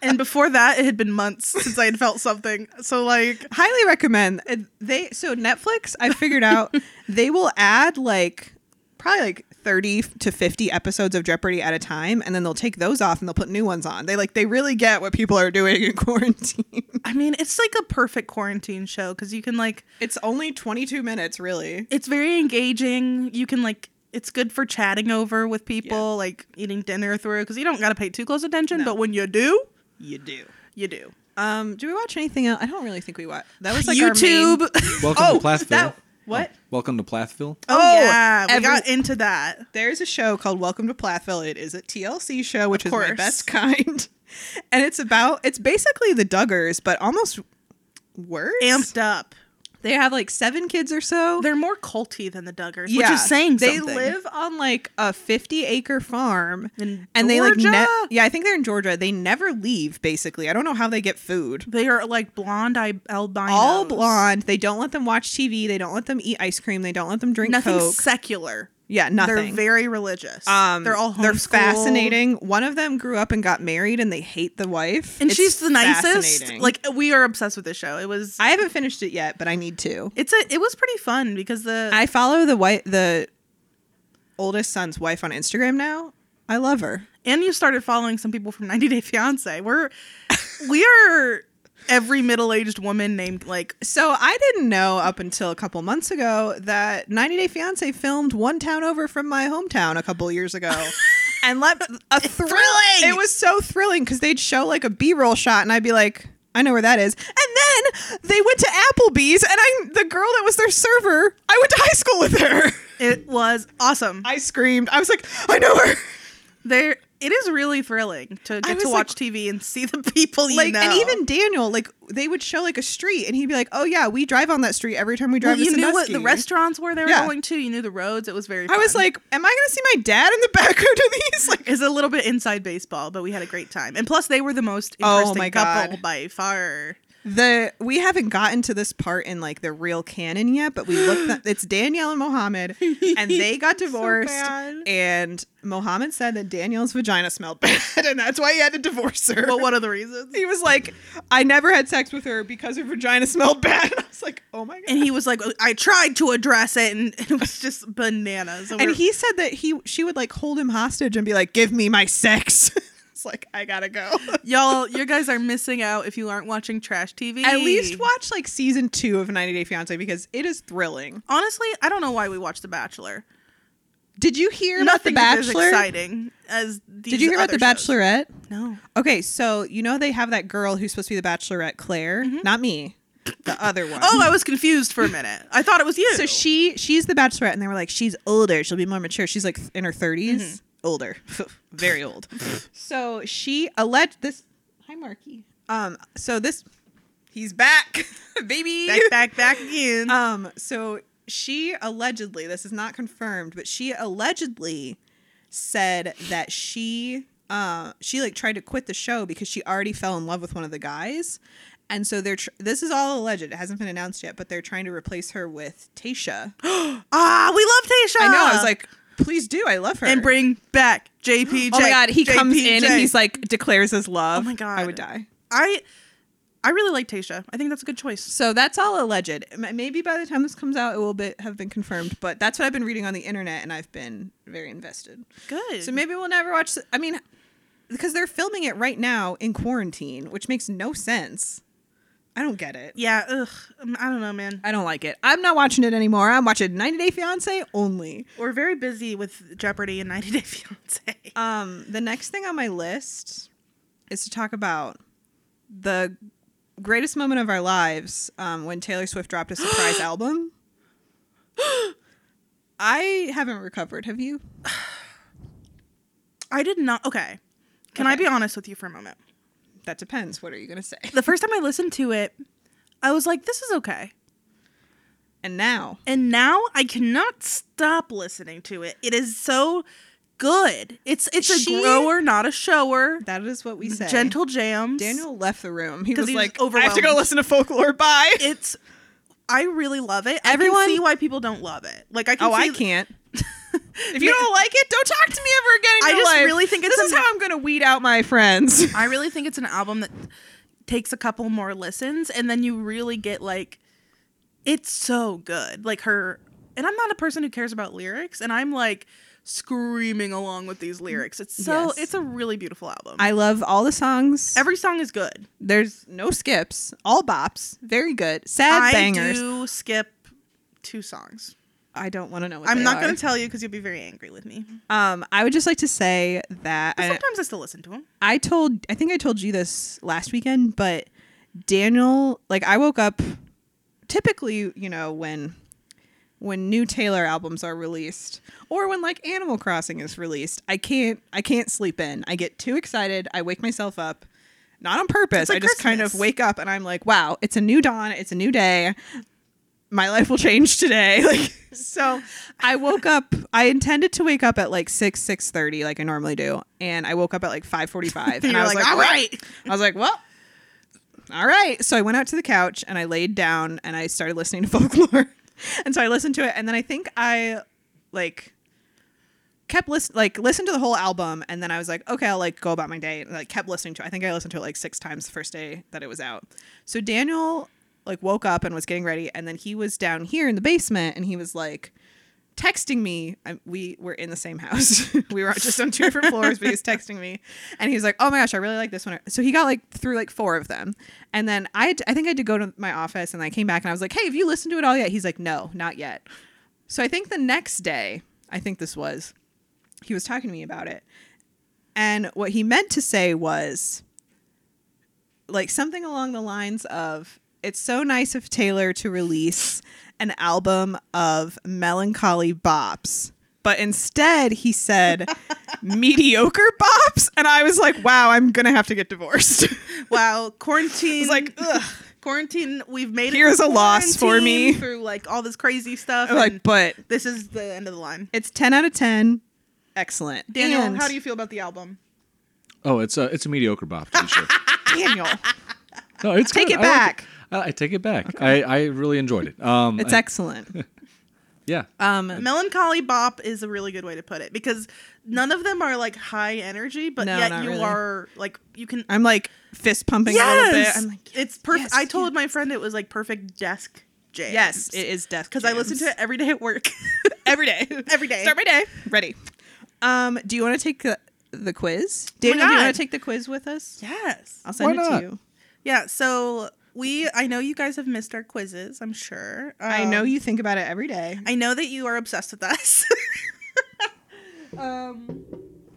[SPEAKER 1] and before that, it had been months since I had felt something. So like,
[SPEAKER 2] highly recommend. Uh, They so Netflix. I figured out they will add like probably like thirty to fifty episodes of Jeopardy at a time, and then they'll take those off and they'll put new ones on. They like they really get what people are doing in quarantine.
[SPEAKER 1] I mean, it's like a perfect quarantine show because you can like,
[SPEAKER 2] It's only twenty two minutes, really.
[SPEAKER 1] it's very engaging. You can like. It's good for chatting over with people,
[SPEAKER 2] Yeah.
[SPEAKER 1] like eating dinner through, because you don't got to pay too close attention. But when you do,
[SPEAKER 2] You do.
[SPEAKER 1] you do.
[SPEAKER 2] Um, do we watch anything else? I don't really think we watch. That was like our main-
[SPEAKER 1] YouTube.
[SPEAKER 3] welcome
[SPEAKER 2] Oh,
[SPEAKER 3] to Plathville.
[SPEAKER 2] that- what?
[SPEAKER 3] Welcome to Plathville.
[SPEAKER 1] Oh,
[SPEAKER 2] Oh,
[SPEAKER 1] yeah, we
[SPEAKER 2] every-
[SPEAKER 1] got into that.
[SPEAKER 2] There's a show called Welcome to Plathville. It is a TLC show, which
[SPEAKER 1] Of
[SPEAKER 2] is my
[SPEAKER 1] course.
[SPEAKER 2] best kind. And it's about it's basically the Duggars, but almost worse.
[SPEAKER 1] Amped up.
[SPEAKER 2] They have like seven kids or so.
[SPEAKER 1] They're more culty than the Duggars, which is saying
[SPEAKER 2] they
[SPEAKER 1] something.
[SPEAKER 2] live on like a 50 acre farm
[SPEAKER 1] In
[SPEAKER 2] and they like
[SPEAKER 1] Georgia?
[SPEAKER 2] yeah i think they're in georgia they never leave basically i don't know how they get food
[SPEAKER 1] They are like blonde I- albinos.
[SPEAKER 2] all blonde they don't let them watch tv they don't let them eat ice cream they don't let them drink
[SPEAKER 1] Nothing
[SPEAKER 2] coke
[SPEAKER 1] secular.
[SPEAKER 2] yeah nothing
[SPEAKER 1] They're very religious.
[SPEAKER 2] Um,
[SPEAKER 1] they're all
[SPEAKER 2] they're
[SPEAKER 1] homeschooled.
[SPEAKER 2] fascinating. One of them grew up and got married, and they hate the wife.
[SPEAKER 1] And
[SPEAKER 2] It's
[SPEAKER 1] she's the nicest.
[SPEAKER 2] fascinating.
[SPEAKER 1] Like we are obsessed with this show. It was
[SPEAKER 2] I haven't finished it yet, but I need to.
[SPEAKER 1] it's a it was pretty fun because the
[SPEAKER 2] I follow the white the oldest son's wife on Instagram now. I love her.
[SPEAKER 1] and you started following some people from 90 Day Fiance. We're we are every middle-aged woman named like
[SPEAKER 2] So I didn't know up until a couple months ago that 90 Day Fiance filmed one town over from my hometown a couple years ago. And left a thrill.
[SPEAKER 1] Thrilling!
[SPEAKER 2] It was so thrilling because they'd show like a B-roll shot, and I'd be like, "I know where that is." And then they went to Applebee's, and I, the girl that was their server, I went to high school with her.
[SPEAKER 1] it was awesome.
[SPEAKER 2] I screamed. I was like, "I know her!"
[SPEAKER 1] There, it is really thrilling to get
[SPEAKER 2] was
[SPEAKER 1] to
[SPEAKER 2] like-
[SPEAKER 1] watch TV and see the people you
[SPEAKER 2] Like,
[SPEAKER 1] know.
[SPEAKER 2] and even Daniel, like, they would show like a street, and he'd be like, "Oh yeah, we drive on that street every time we
[SPEAKER 1] well,
[SPEAKER 2] drive." to
[SPEAKER 1] you knew what the
[SPEAKER 2] Sandusky."
[SPEAKER 1] restaurants were they were
[SPEAKER 2] Yeah.
[SPEAKER 1] going to. You knew the roads. It was very.
[SPEAKER 2] I was
[SPEAKER 1] fun.
[SPEAKER 2] like, "Am I going to see my dad in the background of these?" Like,
[SPEAKER 1] it's a little bit inside baseball, but we had a great time. And plus, they were the most
[SPEAKER 2] Oh
[SPEAKER 1] interesting
[SPEAKER 2] my
[SPEAKER 1] couple
[SPEAKER 2] God.
[SPEAKER 1] by far.
[SPEAKER 2] The we haven't gotten to this part in like the real canon yet, but we looked. At, it's Danielle and Mohammed, and they got divorced.
[SPEAKER 1] bad.
[SPEAKER 2] and Mohammed said that Danielle's vagina smelled bad, and that's why he had to divorce her.
[SPEAKER 1] But one of the reasons.
[SPEAKER 2] he was like, "I never had sex with her because her vagina smelled bad." And I was like, "Oh my god!"
[SPEAKER 1] And he was like, I tried to address it, and it was just bananas. And,
[SPEAKER 2] And
[SPEAKER 1] we're-
[SPEAKER 2] he said that he she would like hold him hostage and be like, "Give me my sex." it's like I gotta go.
[SPEAKER 1] y'all, you guys are missing out if you aren't watching trash TV.
[SPEAKER 2] At least watch like season two of 90 Day Fiance because it is thrilling.
[SPEAKER 1] Honestly, I don't know why we watched The Bachelor.
[SPEAKER 2] Did you hear
[SPEAKER 1] Nothing
[SPEAKER 2] about The
[SPEAKER 1] is
[SPEAKER 2] Bachelor?
[SPEAKER 1] exciting as these
[SPEAKER 2] Did you hear about
[SPEAKER 1] other
[SPEAKER 2] The
[SPEAKER 1] shows.
[SPEAKER 2] Bachelorette?
[SPEAKER 1] No.
[SPEAKER 2] Okay, so you know they have that girl who's supposed to be the Bachelorette, Claire, not me, the other one.
[SPEAKER 1] Oh, I was confused for a minute. I thought it was you.
[SPEAKER 2] so she she's the Bachelorette, and they were like, she's older, she'll be more mature. She's like in her 30s older, very old. so she alleged this. Hi, Marky. Um, so this, he's back, baby.
[SPEAKER 1] back, back, back again.
[SPEAKER 2] Um, so she allegedly, this is not confirmed, but she allegedly said that she uh, she like tried to quit the show because she already fell in love with one of the guys, and so they're tr- this is all alleged. It hasn't been announced yet, but they're trying to replace her with Tasha.
[SPEAKER 1] Ah, we love Tasha.
[SPEAKER 2] I know. I was like, please do. I love her.
[SPEAKER 1] and bring back JPJ.
[SPEAKER 2] oh my god, he comes in and
[SPEAKER 1] JPJ.
[SPEAKER 2] he's like declares his love.
[SPEAKER 1] Oh my God.
[SPEAKER 2] I would die.
[SPEAKER 1] I, I really like Tasha. I think that's a good choice.
[SPEAKER 2] So that's all alleged. M- Maybe by the time this comes out, it will be, have been confirmed. But that's what I've been reading on the internet, and I've been very invested.
[SPEAKER 1] Good.
[SPEAKER 2] So maybe we'll never watch. I mean, because they're filming it right now in quarantine, which makes no sense. I don't get it.
[SPEAKER 1] yeah. Ugh. Um, I don't know, man.
[SPEAKER 2] I don't like it. I'm not watching it anymore. I'm watching 90 Day Fiance only.
[SPEAKER 1] We're very busy with Jeopardy and 90 Day Fiance.
[SPEAKER 2] Um, the next thing on my list is to talk about the greatest moment of our lives um, when Taylor Swift dropped a surprise album. I haven't recovered. Have you?
[SPEAKER 1] I did not. Okay. Can I
[SPEAKER 2] Okay.
[SPEAKER 1] be honest with you for a moment?
[SPEAKER 2] That depends. What are you gonna say?
[SPEAKER 1] The first time I listened to it, I was like, this is okay.
[SPEAKER 2] And now,
[SPEAKER 1] And now I cannot stop listening to it. It is so good. It's it's a
[SPEAKER 2] She-
[SPEAKER 1] grower, not a shower.
[SPEAKER 2] that is what we say.
[SPEAKER 1] Gentle jams.
[SPEAKER 2] Daniel left the room. He
[SPEAKER 1] 'Cause
[SPEAKER 2] was
[SPEAKER 1] he was
[SPEAKER 2] like, "I have to go
[SPEAKER 1] overwhelmed.
[SPEAKER 2] listen to folklore." Bye.
[SPEAKER 1] It's I really love it. I
[SPEAKER 2] Everyone-
[SPEAKER 1] can see why people don't love it. Like I can
[SPEAKER 2] oh, I
[SPEAKER 1] see-
[SPEAKER 2] can't. If you don't like it, don't talk to me ever again. In
[SPEAKER 1] I
[SPEAKER 2] your
[SPEAKER 1] just
[SPEAKER 2] life.
[SPEAKER 1] really think it's
[SPEAKER 2] this is
[SPEAKER 1] a-
[SPEAKER 2] how I'm gonna weed out my friends.
[SPEAKER 1] I really think it's an album that takes a couple more listens and then you really get like it's so good. Like her and I'm not a person who cares about lyrics and I'm like screaming along with these lyrics. It's so
[SPEAKER 2] Yes.
[SPEAKER 1] it's a really beautiful album.
[SPEAKER 2] I love all the songs.
[SPEAKER 1] Every song is good.
[SPEAKER 2] There's no skips, all bops. Very good. Sad
[SPEAKER 1] I
[SPEAKER 2] bangers.
[SPEAKER 1] do skip two songs.
[SPEAKER 2] I don't want to know what
[SPEAKER 1] I'm
[SPEAKER 2] they
[SPEAKER 1] not
[SPEAKER 2] are.
[SPEAKER 1] going to tell you because you'll be very angry with me.
[SPEAKER 2] um, I would just like to say that
[SPEAKER 1] But
[SPEAKER 2] I,
[SPEAKER 1] sometimes I still listen to them.
[SPEAKER 2] I told, I think I told you this last weekend, but Daniel, like I woke up typically, you know, when when new Taylor albums are released or when like Animal Crossing is released, I can't I can't sleep in. I get too excited. I wake myself up. Not on purpose.
[SPEAKER 1] It's like
[SPEAKER 2] I just kind of
[SPEAKER 1] Christmas.
[SPEAKER 2] wake up and I'm like, wow, it's a new dawn, it's a new day. My life will change today. Like so I woke up I intended to wake up at like 6 6:30 like I normally do and I woke up at like 5:45 and
[SPEAKER 1] You're
[SPEAKER 2] I was
[SPEAKER 1] like,
[SPEAKER 2] like,
[SPEAKER 1] "All
[SPEAKER 2] "Well,
[SPEAKER 1] right."
[SPEAKER 2] I was like, well, all right. So I went out to the couch and I laid down and I started listening to folklore. and so I listened to it and then I think I like kept listen like listened to the whole album and then I was like, okay, I'll like go about my day. And like kept listening to it. I think I listened to it like six times the first day that it was out. So Daniel like woke up and was getting ready and then he was down here in the basement and he was like texting me. I, we were in the same house. we were just on two different floors, but he was texting me, and he was like, "Oh my gosh, I really like this one." So he got like through like four of them, and then I had to- I think I had to go to my office, and I came back and I was like, "Hey, have you listened to it all yet?" He's like, "No, not yet." So I think the next day, I think this was, he was talking to me about it, and what he meant to say was like something along the lines of it's so nice of Taylor to release an album of melancholy bops. But instead, he said mediocre bops. And I was like, wow, I'm going to have to get divorced.
[SPEAKER 1] Wow, quarantine.
[SPEAKER 2] It's like, ugh.
[SPEAKER 1] quarantine. We've made
[SPEAKER 2] Here's
[SPEAKER 1] it.
[SPEAKER 2] a loss for
[SPEAKER 1] quarantine
[SPEAKER 2] me.
[SPEAKER 1] through like all this crazy stuff.
[SPEAKER 2] I'm like,
[SPEAKER 1] and
[SPEAKER 2] but
[SPEAKER 1] this is the end of the line.
[SPEAKER 2] it's 10 out of 10. Excellent.
[SPEAKER 1] Daniel,
[SPEAKER 2] And-
[SPEAKER 1] how do you feel about the album?
[SPEAKER 3] Oh, it's a it's a mediocre bop. To be sure.
[SPEAKER 2] Daniel,
[SPEAKER 3] No, it's
[SPEAKER 2] Take
[SPEAKER 3] good.
[SPEAKER 2] it
[SPEAKER 3] I like
[SPEAKER 2] back.
[SPEAKER 3] I, I take it back. I, I really enjoyed it. Um,
[SPEAKER 2] it's
[SPEAKER 3] I-
[SPEAKER 2] excellent.
[SPEAKER 3] yeah.
[SPEAKER 2] Um,
[SPEAKER 1] Melancholy bop is a really good way to put it because none of them are like high energy, but
[SPEAKER 2] No,
[SPEAKER 1] yet
[SPEAKER 2] not
[SPEAKER 1] you
[SPEAKER 2] really.
[SPEAKER 1] are like you can.
[SPEAKER 2] I'm like fist pumping a little bit.
[SPEAKER 1] yes,
[SPEAKER 2] I'm like,
[SPEAKER 1] it's perfect.
[SPEAKER 2] yes,
[SPEAKER 1] I told my friend it was like perfect desk jam.
[SPEAKER 2] yes, it is death.
[SPEAKER 1] because I listen to it every day at work.
[SPEAKER 2] every day.
[SPEAKER 1] Every day.
[SPEAKER 2] Start my day. Ready. Um, do you want to take the, the quiz? Daniel, do you
[SPEAKER 1] God.
[SPEAKER 2] want to take the quiz with us?
[SPEAKER 1] yes.
[SPEAKER 2] I'll send
[SPEAKER 3] Why
[SPEAKER 2] it
[SPEAKER 3] not?
[SPEAKER 2] to you.
[SPEAKER 1] Yeah. So we, I know you guys have missed our quizzes. I'm sure.
[SPEAKER 2] I know
[SPEAKER 1] Um,
[SPEAKER 2] you think about it every day.
[SPEAKER 1] I know that you are obsessed with us. um,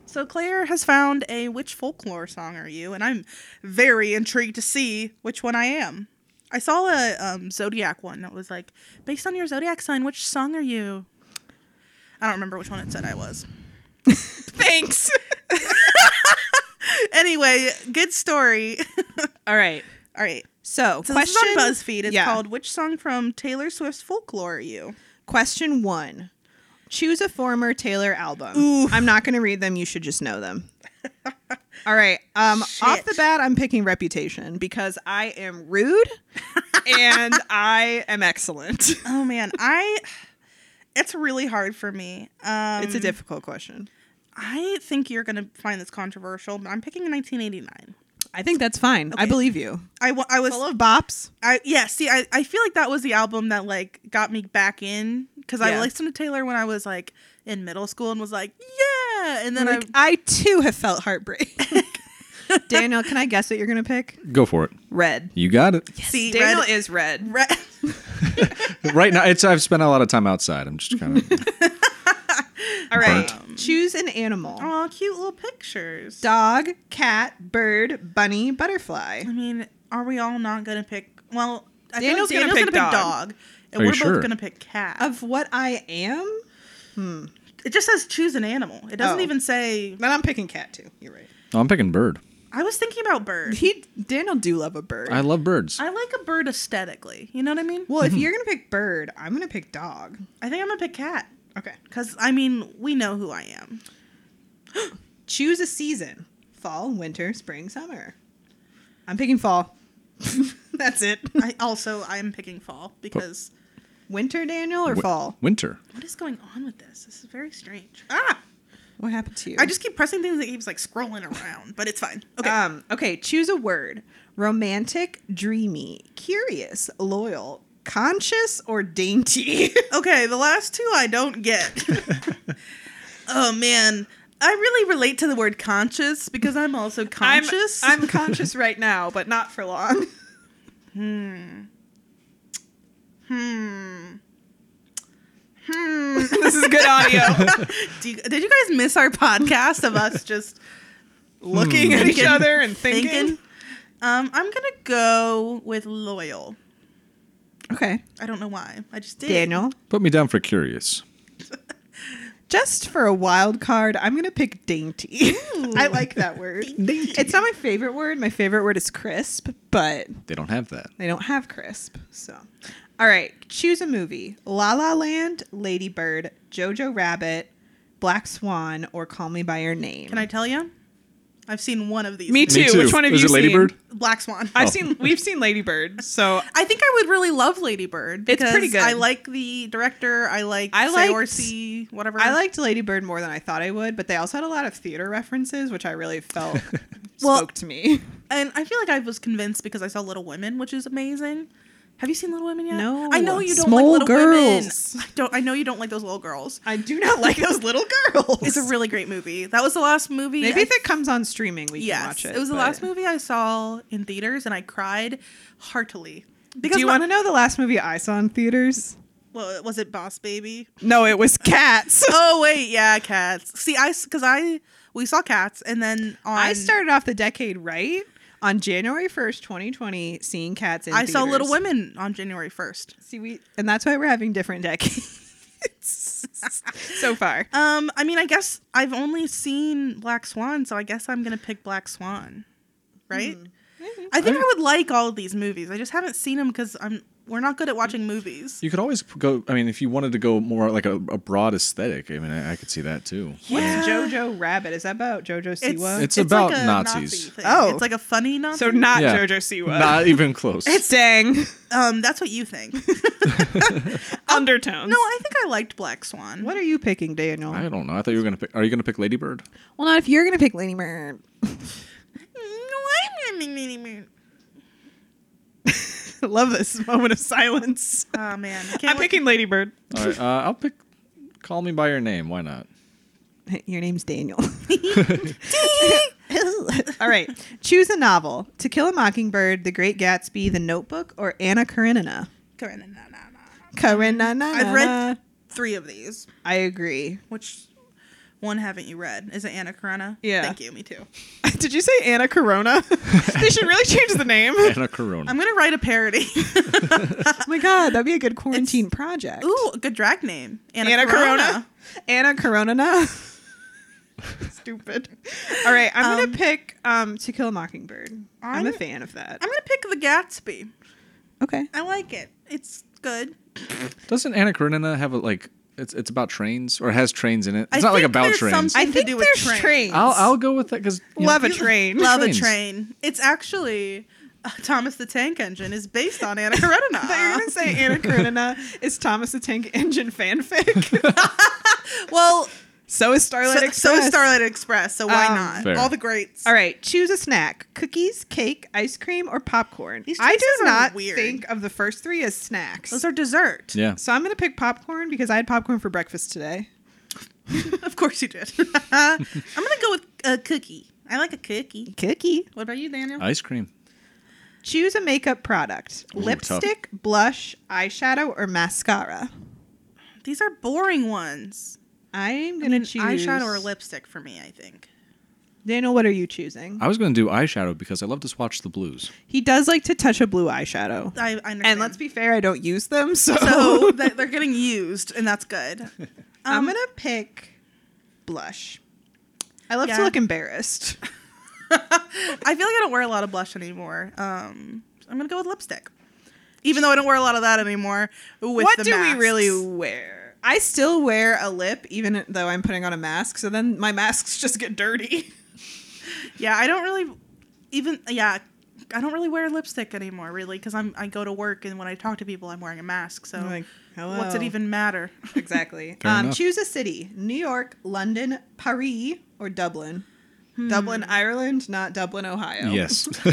[SPEAKER 1] so Claire has found a which folklore song are you? And I'm very intrigued to see which one I am. I saw a um, zodiac one that was like, based on your zodiac sign, which song are you? I don't remember which one it said I was.
[SPEAKER 2] Thanks.
[SPEAKER 1] Anyway, good story.
[SPEAKER 2] All right.
[SPEAKER 1] All right.
[SPEAKER 2] So,
[SPEAKER 1] So
[SPEAKER 2] question
[SPEAKER 1] this is on BuzzFeed. It's
[SPEAKER 2] yeah.
[SPEAKER 1] called "Which song from Taylor Swift's Folklore Are You?"
[SPEAKER 2] question one. Choose a former Taylor album.
[SPEAKER 1] Ooh.
[SPEAKER 2] I'm not going to read them. You should just know them. All right. Um, off
[SPEAKER 1] Shit.
[SPEAKER 2] the bat, I'm picking reputation because I am rude and I am excellent.
[SPEAKER 1] Oh man, I it's really hard for me. Um
[SPEAKER 2] it's a difficult question.
[SPEAKER 1] I think you're going to find this controversial, but I'm picking 1989.
[SPEAKER 2] I think that's fine. I
[SPEAKER 1] Okay.
[SPEAKER 2] believe you.
[SPEAKER 1] I wa- I was
[SPEAKER 2] Full of bops.
[SPEAKER 1] I yeah, see I I feel like that was the album that like got me back in cuz I
[SPEAKER 2] Yeah.
[SPEAKER 1] listened to Taylor when I was like in middle school and was like, "Yeah." And then
[SPEAKER 2] Like,
[SPEAKER 1] I
[SPEAKER 2] I too have felt heartbreak. Daniel, can I guess what you're gonna pick?
[SPEAKER 3] Go for it.
[SPEAKER 2] Red.
[SPEAKER 3] You got it.
[SPEAKER 1] see
[SPEAKER 2] Daniel
[SPEAKER 1] red,
[SPEAKER 2] is red.
[SPEAKER 1] red
[SPEAKER 3] Right now, it's I've spent a lot of time outside. I'm just kind of
[SPEAKER 2] All right.
[SPEAKER 3] Burnt.
[SPEAKER 2] Choose an animal.
[SPEAKER 1] Aw, cute little pictures.
[SPEAKER 2] Dog, cat, bird, bunny, butterfly.
[SPEAKER 1] I mean, are we all not going to pick well, I feel
[SPEAKER 2] Daniel's
[SPEAKER 1] like Daniel's
[SPEAKER 2] gonna pick
[SPEAKER 1] going to pick
[SPEAKER 2] dog.
[SPEAKER 1] dog. And
[SPEAKER 3] Are you
[SPEAKER 1] we're
[SPEAKER 3] sure?
[SPEAKER 1] both going to pick cat.
[SPEAKER 2] Of what I am,
[SPEAKER 1] it just says choose an animal. It doesn't
[SPEAKER 2] Oh.
[SPEAKER 1] even say
[SPEAKER 2] then I'm picking cat too. You're right.
[SPEAKER 3] No, I'm picking bird.
[SPEAKER 1] I was thinking about bird.
[SPEAKER 2] He Daniel do love a bird.
[SPEAKER 3] I love birds.
[SPEAKER 1] I like a bird aesthetically. You know what I mean?
[SPEAKER 2] well, if
[SPEAKER 3] mm-hmm.
[SPEAKER 2] you're gonna pick bird, I'm gonna pick dog.
[SPEAKER 1] I think I'm gonna pick cat
[SPEAKER 2] Okay.
[SPEAKER 1] because I mean we know who I am.
[SPEAKER 2] Choose a season: fall, winter, spring, summer. I'm picking fall. That's it.
[SPEAKER 1] I also I'm picking fall because
[SPEAKER 2] Winter, Daniel, or
[SPEAKER 3] Wi-
[SPEAKER 2] fall?
[SPEAKER 3] Winter.
[SPEAKER 1] what is going on with this? This is very strange.
[SPEAKER 2] Ah, what happened to you?
[SPEAKER 1] I just keep pressing things that keeps like scrolling around, but it's fine. Okay,
[SPEAKER 2] Um, okay, choose a word. Romantic, dreamy, curious, loyal, conscious, or dainty.
[SPEAKER 1] okay. The last two I don't get. oh man, I really relate to the word conscious because I'm also conscious.
[SPEAKER 2] I'm, I'm conscious right now, but not for long.
[SPEAKER 1] Hmm.
[SPEAKER 2] Hmm. this is good audio.
[SPEAKER 1] Do you, did you guys miss our podcast of us just
[SPEAKER 2] Looking at each other and Hmm. thinking.
[SPEAKER 1] thinking? Um, I'm gonna go with loyal.
[SPEAKER 2] Okay,
[SPEAKER 1] I don't know why. I just did.
[SPEAKER 2] Daniel.
[SPEAKER 3] Put me down for curious.
[SPEAKER 2] Just for a wild card, I'm gonna pick dainty. I like that word. It's not my favorite word. My favorite word is crisp, but
[SPEAKER 3] They don't have that.
[SPEAKER 2] They don't have crisp. So, all right, choose a movie: La La Land, Lady Bird, Jojo Rabbit, Black Swan, or Call Me by Your Name.
[SPEAKER 1] Can I tell you? I've seen one of these.
[SPEAKER 2] Me Two. Which one have
[SPEAKER 3] Is
[SPEAKER 2] you
[SPEAKER 3] it Lady
[SPEAKER 2] seen?
[SPEAKER 3] Bird?
[SPEAKER 1] Black Swan. I,
[SPEAKER 2] I've seen we've seen Lady Bird, so
[SPEAKER 1] think I would really love Lady Bird.
[SPEAKER 2] It's pretty good.
[SPEAKER 1] I like the director. I like
[SPEAKER 2] I
[SPEAKER 1] I
[SPEAKER 2] liked-
[SPEAKER 1] Saoirse, whatever.
[SPEAKER 2] I liked Lady Bird more than I thought I would. But they also had a lot of theater references, which I really felt spoke
[SPEAKER 1] Well-
[SPEAKER 2] to me.
[SPEAKER 1] and I feel like I was convinced because I saw Little Women, which is amazing. Have you seen Little Women yet?
[SPEAKER 2] No.
[SPEAKER 1] I know you don't
[SPEAKER 2] Small
[SPEAKER 1] like Little
[SPEAKER 2] girls.
[SPEAKER 1] Women. I don't. I know you don't like those little girls.
[SPEAKER 2] I do not like those little girls.
[SPEAKER 1] It's a really great movie. That was the last movie.
[SPEAKER 2] maybe
[SPEAKER 1] I
[SPEAKER 2] if it comes on streaming, we
[SPEAKER 1] Yes,
[SPEAKER 2] can watch it.
[SPEAKER 1] was the
[SPEAKER 2] but-
[SPEAKER 1] last movie I saw in theaters, and I cried heartily. Because
[SPEAKER 2] Do you
[SPEAKER 1] my-
[SPEAKER 2] want to know the last movie I saw in theaters?
[SPEAKER 1] well, was it Boss Baby?
[SPEAKER 2] No, it was Cats.
[SPEAKER 1] oh wait, yeah, Cats. See, I because I we saw Cats, and then on
[SPEAKER 2] I started off the decade right on January 1st, 2020, seeing cats in
[SPEAKER 1] I saw Little
[SPEAKER 2] theaters.
[SPEAKER 1] Women on January first.
[SPEAKER 2] See, we, and that's why we're having different decades so far.
[SPEAKER 1] Um, I mean, I guess I've only seen Black Swan, so I guess I'm gonna pick Black Swan, right?
[SPEAKER 2] Hmm.
[SPEAKER 1] I think I would like all of these movies. I just haven't seen them because I'm we're not good at watching movies.
[SPEAKER 3] You could always go. I mean, if you wanted to go more like a, a broad aesthetic, I mean, I, I could see that too.
[SPEAKER 2] What's Jojo Rabbit? Is that about Jojo Siwa?
[SPEAKER 3] It's about Nazis.
[SPEAKER 1] thing.
[SPEAKER 2] Oh.
[SPEAKER 1] it's like a funny Nazi.
[SPEAKER 2] so not
[SPEAKER 3] Yeah.
[SPEAKER 2] Jojo Siwa.
[SPEAKER 3] Not even close.
[SPEAKER 2] uh, it's dang
[SPEAKER 1] um, that's what you think. no,
[SPEAKER 2] undertones.
[SPEAKER 1] I think I liked Black Swan.
[SPEAKER 2] what are you picking, Daniel?
[SPEAKER 3] I don't know. I thought you were gonna pick. Are you gonna pick Lady Bird?
[SPEAKER 2] well, not if you're gonna pick Lady Bird.
[SPEAKER 1] No, I'm gonna-
[SPEAKER 2] Love this moment of silence.
[SPEAKER 1] Oh man, I can't
[SPEAKER 2] I'm
[SPEAKER 1] wait-
[SPEAKER 2] picking Lady Bird.
[SPEAKER 3] All right. Uh, I'll pick. Call me by your name. Why not?
[SPEAKER 2] Your name's Daniel. All right. Choose a novel To Kill a Mockingbird, The Great Gatsby, The Notebook, or Anna Karenina.
[SPEAKER 1] Karenina.
[SPEAKER 2] Karenina.
[SPEAKER 1] I've read three of these.
[SPEAKER 2] I agree.
[SPEAKER 1] Which one haven't you read? Is it Anna Karenina?
[SPEAKER 2] Yeah.
[SPEAKER 1] Thank you. Me too.
[SPEAKER 2] Did you say Anna Corona? they should really change the name. oh
[SPEAKER 3] Anna Corona.
[SPEAKER 1] I'm gonna write a parody.
[SPEAKER 2] my God. That'd be a good quarantine project.
[SPEAKER 1] Ooh, a good drag name. Anna,
[SPEAKER 2] Anna
[SPEAKER 1] Corona.
[SPEAKER 2] Corona. Anna Karenina. Stupid. All right. I'm going
[SPEAKER 1] Um,
[SPEAKER 2] to pick um, To Kill a Mockingbird. I'm, a
[SPEAKER 1] I'm-
[SPEAKER 2] fan of that.
[SPEAKER 1] I'm gonna pick The Gatsby.
[SPEAKER 2] okay.
[SPEAKER 1] I like it. It's good.
[SPEAKER 3] Doesn't Anna Karenina have a like It's it's about trains or it has trains in it. It's
[SPEAKER 1] I
[SPEAKER 3] not like
[SPEAKER 1] think
[SPEAKER 3] about
[SPEAKER 1] there's
[SPEAKER 3] trains.
[SPEAKER 1] something
[SPEAKER 2] I
[SPEAKER 1] to
[SPEAKER 2] think
[SPEAKER 1] do with
[SPEAKER 2] there's
[SPEAKER 1] trains.
[SPEAKER 2] trains.
[SPEAKER 3] I'll I'll go with that because
[SPEAKER 2] love a train.
[SPEAKER 1] Love
[SPEAKER 3] Trains.
[SPEAKER 1] a train. It's actually uh, Thomas the Tank Engine is based on Anna Karenina.
[SPEAKER 2] But you're gonna say Anna Karenina is Thomas the Tank Engine fanfic.
[SPEAKER 1] well,
[SPEAKER 2] so is Starlight
[SPEAKER 1] so, so
[SPEAKER 2] Express.
[SPEAKER 1] is Starlight Express, so why
[SPEAKER 2] Um,
[SPEAKER 1] not?
[SPEAKER 3] Fair.
[SPEAKER 1] All the greats.
[SPEAKER 2] All right, choose a snack: cookies, cake, ice cream, or popcorn.
[SPEAKER 1] These
[SPEAKER 2] I
[SPEAKER 1] choices
[SPEAKER 2] do
[SPEAKER 1] are
[SPEAKER 2] not
[SPEAKER 1] weird.
[SPEAKER 2] think of the first three as snacks.
[SPEAKER 1] Those are dessert.
[SPEAKER 3] Yeah.
[SPEAKER 2] so I'm gonna pick popcorn because I had popcorn for breakfast today.
[SPEAKER 1] Of course you did. I'm gonna go with a cookie. I like a cookie.
[SPEAKER 2] Cookie.
[SPEAKER 1] What about you, Daniel?
[SPEAKER 3] Ice cream.
[SPEAKER 2] Choose a makeup product:
[SPEAKER 3] Ooh,
[SPEAKER 2] lipstick, blush, eyeshadow, or mascara.
[SPEAKER 1] These are boring ones.
[SPEAKER 2] I'm
[SPEAKER 1] I
[SPEAKER 2] gonna
[SPEAKER 1] mean,
[SPEAKER 2] choose
[SPEAKER 1] eyeshadow or lipstick for me. I think.
[SPEAKER 2] Daniel, what are you choosing?
[SPEAKER 3] I was going to do eyeshadow because I love to swatch the blues.
[SPEAKER 2] He does like to touch a blue eyeshadow.
[SPEAKER 1] I, I understand.
[SPEAKER 2] And let's be fair, I don't use them, so,
[SPEAKER 1] so th- they're getting used, and that's good. Um,
[SPEAKER 2] I'm gonna pick blush. I love
[SPEAKER 1] Yeah.
[SPEAKER 2] to look embarrassed.
[SPEAKER 1] I feel like I don't wear a lot of blush anymore. Um, so I'm gonna go with lipstick, even though I don't wear a lot of that anymore. With
[SPEAKER 2] what
[SPEAKER 1] the
[SPEAKER 2] do
[SPEAKER 1] masks.
[SPEAKER 2] we really wear? I still wear a lip, even though I'm putting on a mask. So then my masks just get dirty.
[SPEAKER 1] Yeah, I don't really even. Yeah, I don't really wear lipstick anymore, really, because I'm I go to work and when I talk to people, I'm wearing a mask. So
[SPEAKER 2] Like, hello.
[SPEAKER 1] what's it even matter?
[SPEAKER 2] Exactly.
[SPEAKER 3] Fair
[SPEAKER 2] um,
[SPEAKER 3] enough.
[SPEAKER 2] choose a city: New York, London, Paris, or Dublin. Dublin, Ireland, not Dublin, Ohio.
[SPEAKER 3] Yes.
[SPEAKER 2] Just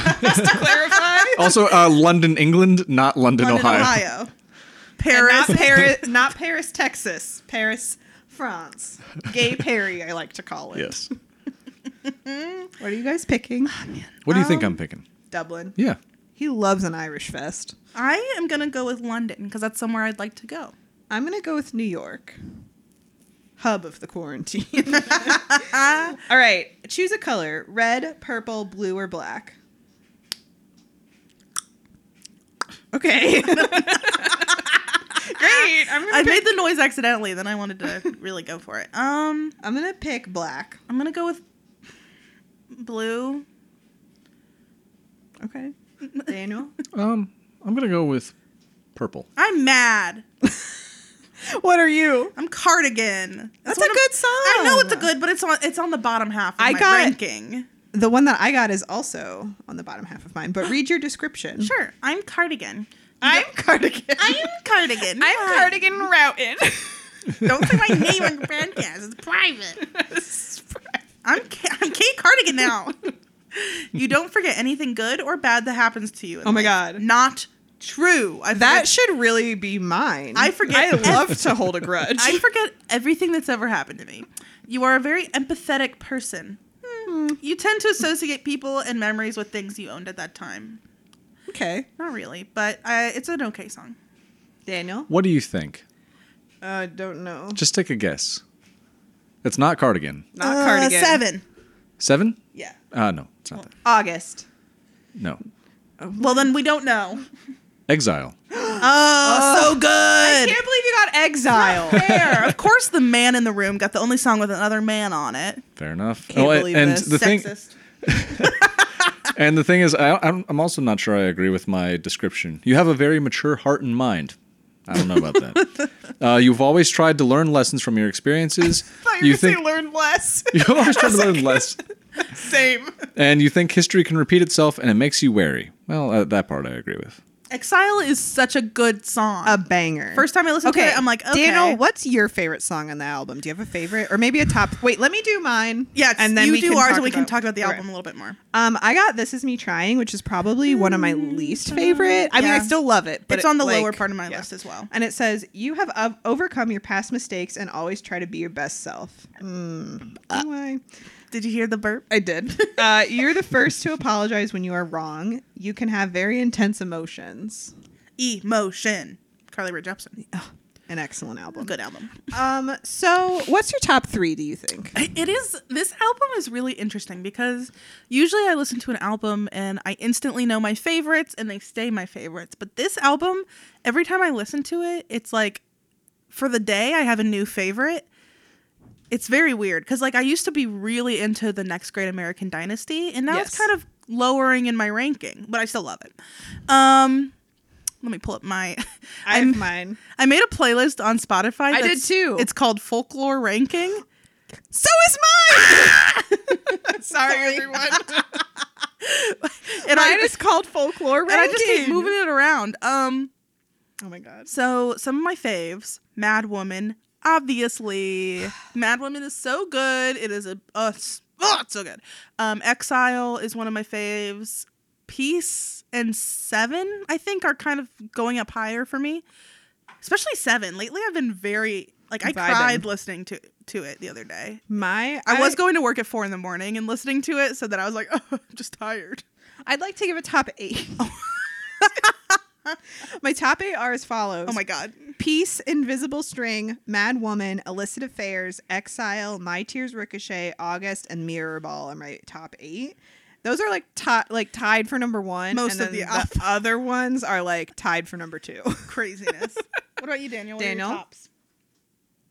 [SPEAKER 2] to clarify.
[SPEAKER 3] also, uh, London, England, not London,
[SPEAKER 2] London,
[SPEAKER 3] Ohio.
[SPEAKER 2] Ohio. And
[SPEAKER 1] Paris.
[SPEAKER 2] Not Paris, not Paris, Texas. Paris, France. Gay Perry, I like to call it.
[SPEAKER 3] Yes.
[SPEAKER 2] What are you guys picking?
[SPEAKER 3] What do
[SPEAKER 2] Um,
[SPEAKER 3] you think I'm picking?
[SPEAKER 2] Dublin.
[SPEAKER 3] Yeah.
[SPEAKER 2] He loves an Irish fest.
[SPEAKER 1] I am gonna go with London because that's somewhere I'd like to go.
[SPEAKER 2] I'm gonna go with New York. Hub of the quarantine. All right, choose a color: red, purple, blue, or black. Okay. Great. I'm gonna
[SPEAKER 1] I
[SPEAKER 2] pick-
[SPEAKER 1] made the noise accidentally, then I wanted to really go for it. Um,
[SPEAKER 2] I'm gonna pick black.
[SPEAKER 1] I'm gonna go with blue.
[SPEAKER 2] Okay. Daniel.
[SPEAKER 3] Um, I'm gonna go with purple.
[SPEAKER 1] I'm mad.
[SPEAKER 2] What are you?
[SPEAKER 1] I'm cardigan.
[SPEAKER 2] That's,
[SPEAKER 1] one
[SPEAKER 2] a
[SPEAKER 1] of-
[SPEAKER 2] good song.
[SPEAKER 1] I know it's a good, but it's on it's on the bottom half. Of
[SPEAKER 2] I
[SPEAKER 1] my
[SPEAKER 2] got-
[SPEAKER 1] ranking.
[SPEAKER 2] The one that I got is also on the bottom half of mine. But read your description.
[SPEAKER 1] Sure, I'm cardigan.
[SPEAKER 2] I'm cardigan.
[SPEAKER 1] I'm cardigan.
[SPEAKER 2] I'm cardigan routin.
[SPEAKER 1] Don't say my name on the podcast. It's private. I'm Ka- I'm Kate Cardigan now. you don't forget anything good or bad that happens to you. in
[SPEAKER 2] Oh my
[SPEAKER 1] life.
[SPEAKER 2] God.
[SPEAKER 1] Not true. I
[SPEAKER 2] That
[SPEAKER 1] forget-
[SPEAKER 2] should really be mine.
[SPEAKER 1] I forget-
[SPEAKER 2] I love to hold a grudge.
[SPEAKER 1] I forget everything that's ever happened to me. You are a very empathetic person. Hmm, You tend to associate people and memories with things you owned at that time.
[SPEAKER 2] okay,
[SPEAKER 1] Not really, but uh, it's an okay song.
[SPEAKER 2] Daniel.
[SPEAKER 3] What do you think?
[SPEAKER 2] Uh, I don't know.
[SPEAKER 3] Just take a guess. It's not cardigan.
[SPEAKER 2] Not
[SPEAKER 1] Uh,
[SPEAKER 2] cardigan.
[SPEAKER 1] Seven.
[SPEAKER 3] Seven?
[SPEAKER 1] Yeah.
[SPEAKER 3] Uh, no, it's not that.
[SPEAKER 2] August.
[SPEAKER 3] No.
[SPEAKER 1] Well, then we don't know.
[SPEAKER 3] Exile.
[SPEAKER 1] Oh, so good.
[SPEAKER 2] Can't believe you got exile.
[SPEAKER 1] Fair. of course, the man in the room got the only song with another man on it.
[SPEAKER 3] Fair enough.
[SPEAKER 2] Can't
[SPEAKER 3] and,
[SPEAKER 2] believe
[SPEAKER 3] Oh, and
[SPEAKER 2] this.
[SPEAKER 3] the thing,
[SPEAKER 1] Sexist.
[SPEAKER 3] and the thing is, I, I'm, I'm also not sure I agree with my description. You have a very mature heart and mind. I don't know about that. uh, you've always tried to learn lessons from your experiences.
[SPEAKER 2] thought you, were gonna say learn less.
[SPEAKER 3] you've always tried to learn less,
[SPEAKER 2] Same.
[SPEAKER 3] and you think history can repeat itself, and it makes you wary. Well, uh, that part I agree with.
[SPEAKER 1] Exile is such a good song.
[SPEAKER 2] A banger.
[SPEAKER 1] First time I listened to it, I'm like, okay.
[SPEAKER 2] Daniel, what's your favorite song on the album? Do you have a favorite, or maybe a top? Wait, let me do mine.
[SPEAKER 1] yeah,
[SPEAKER 2] and then
[SPEAKER 1] you
[SPEAKER 2] we
[SPEAKER 1] do
[SPEAKER 2] can
[SPEAKER 1] ours,
[SPEAKER 2] talk
[SPEAKER 1] and we can
[SPEAKER 2] about-
[SPEAKER 1] talk about the
[SPEAKER 2] Okay.
[SPEAKER 1] album a little bit more.
[SPEAKER 2] Um, I got "This Is Me Trying," which is probably one of my least favorite. I mean, I
[SPEAKER 1] Mm-hmm. Yeah.
[SPEAKER 2] still love it, but
[SPEAKER 1] it's
[SPEAKER 2] it,
[SPEAKER 1] on the
[SPEAKER 2] like-
[SPEAKER 1] lower part of my
[SPEAKER 2] yeah.
[SPEAKER 1] list as well.
[SPEAKER 2] And it says, "You have ov- overcome your past mistakes and always try to be your best self." Mm. Anyway,
[SPEAKER 1] Did you hear the burp?
[SPEAKER 2] I did. Uh, you're the first to apologize when you are wrong. You can have very intense emotions.
[SPEAKER 1] Emotion. Carly Rae Jepsen.
[SPEAKER 2] An excellent album.
[SPEAKER 1] Good album.
[SPEAKER 2] Um, so what's your top three? Do you think?
[SPEAKER 1] It is. This album is really interesting because usually I listen to an album and I instantly know my favorites and they stay my favorites. But this album, every time I listen to it, it's like for the day I have a new favorite. It's very weird because like I used to be really into the next Great American Dynasty and now it's
[SPEAKER 2] Yes.
[SPEAKER 1] kind of lowering in my ranking, but I still love it. Um, Let me pull up my.
[SPEAKER 2] I
[SPEAKER 1] I'm-
[SPEAKER 2] have mine.
[SPEAKER 1] I made a playlist on Spotify.
[SPEAKER 2] I did
[SPEAKER 1] that's-
[SPEAKER 2] too.
[SPEAKER 1] It's called Folklore Ranking.
[SPEAKER 2] So is mine. Sorry, everyone.
[SPEAKER 1] And I
[SPEAKER 2] mine
[SPEAKER 1] just
[SPEAKER 2] is called folklore
[SPEAKER 1] and I just keep
[SPEAKER 2] Ranking.
[SPEAKER 1] moving it around. Um,
[SPEAKER 2] Oh my god.
[SPEAKER 1] so some of my faves, Mad Woman, obviously. Mad Woman is so good. It is a uh, s- oh, it's so good. Um, Exile is one of my faves. Peace and Seven, I think, are kind of going up higher for me. Especially Seven. Lately, I've been very like I
[SPEAKER 2] Vibing.
[SPEAKER 1] cried listening to to it the other day.
[SPEAKER 2] My
[SPEAKER 1] I, was going to work at four in the morning and listening to it, so that I was like, oh, I'm just tired.
[SPEAKER 2] I'd like to give a top eight. Oh. my top eight are as follows:
[SPEAKER 1] Oh my god.
[SPEAKER 2] Peace, Invisible String, Mad Woman, Illicit Affairs, Exile, My Tears Ricochet, August, and Mirror Ball are my top eight. Those are like ti- like tied for number one.
[SPEAKER 1] Most
[SPEAKER 2] and
[SPEAKER 1] of
[SPEAKER 2] then
[SPEAKER 1] the up.
[SPEAKER 2] other ones are like tied for number two.
[SPEAKER 1] Craziness. what about you, Daniel? What are your
[SPEAKER 2] Daniel?
[SPEAKER 1] tops?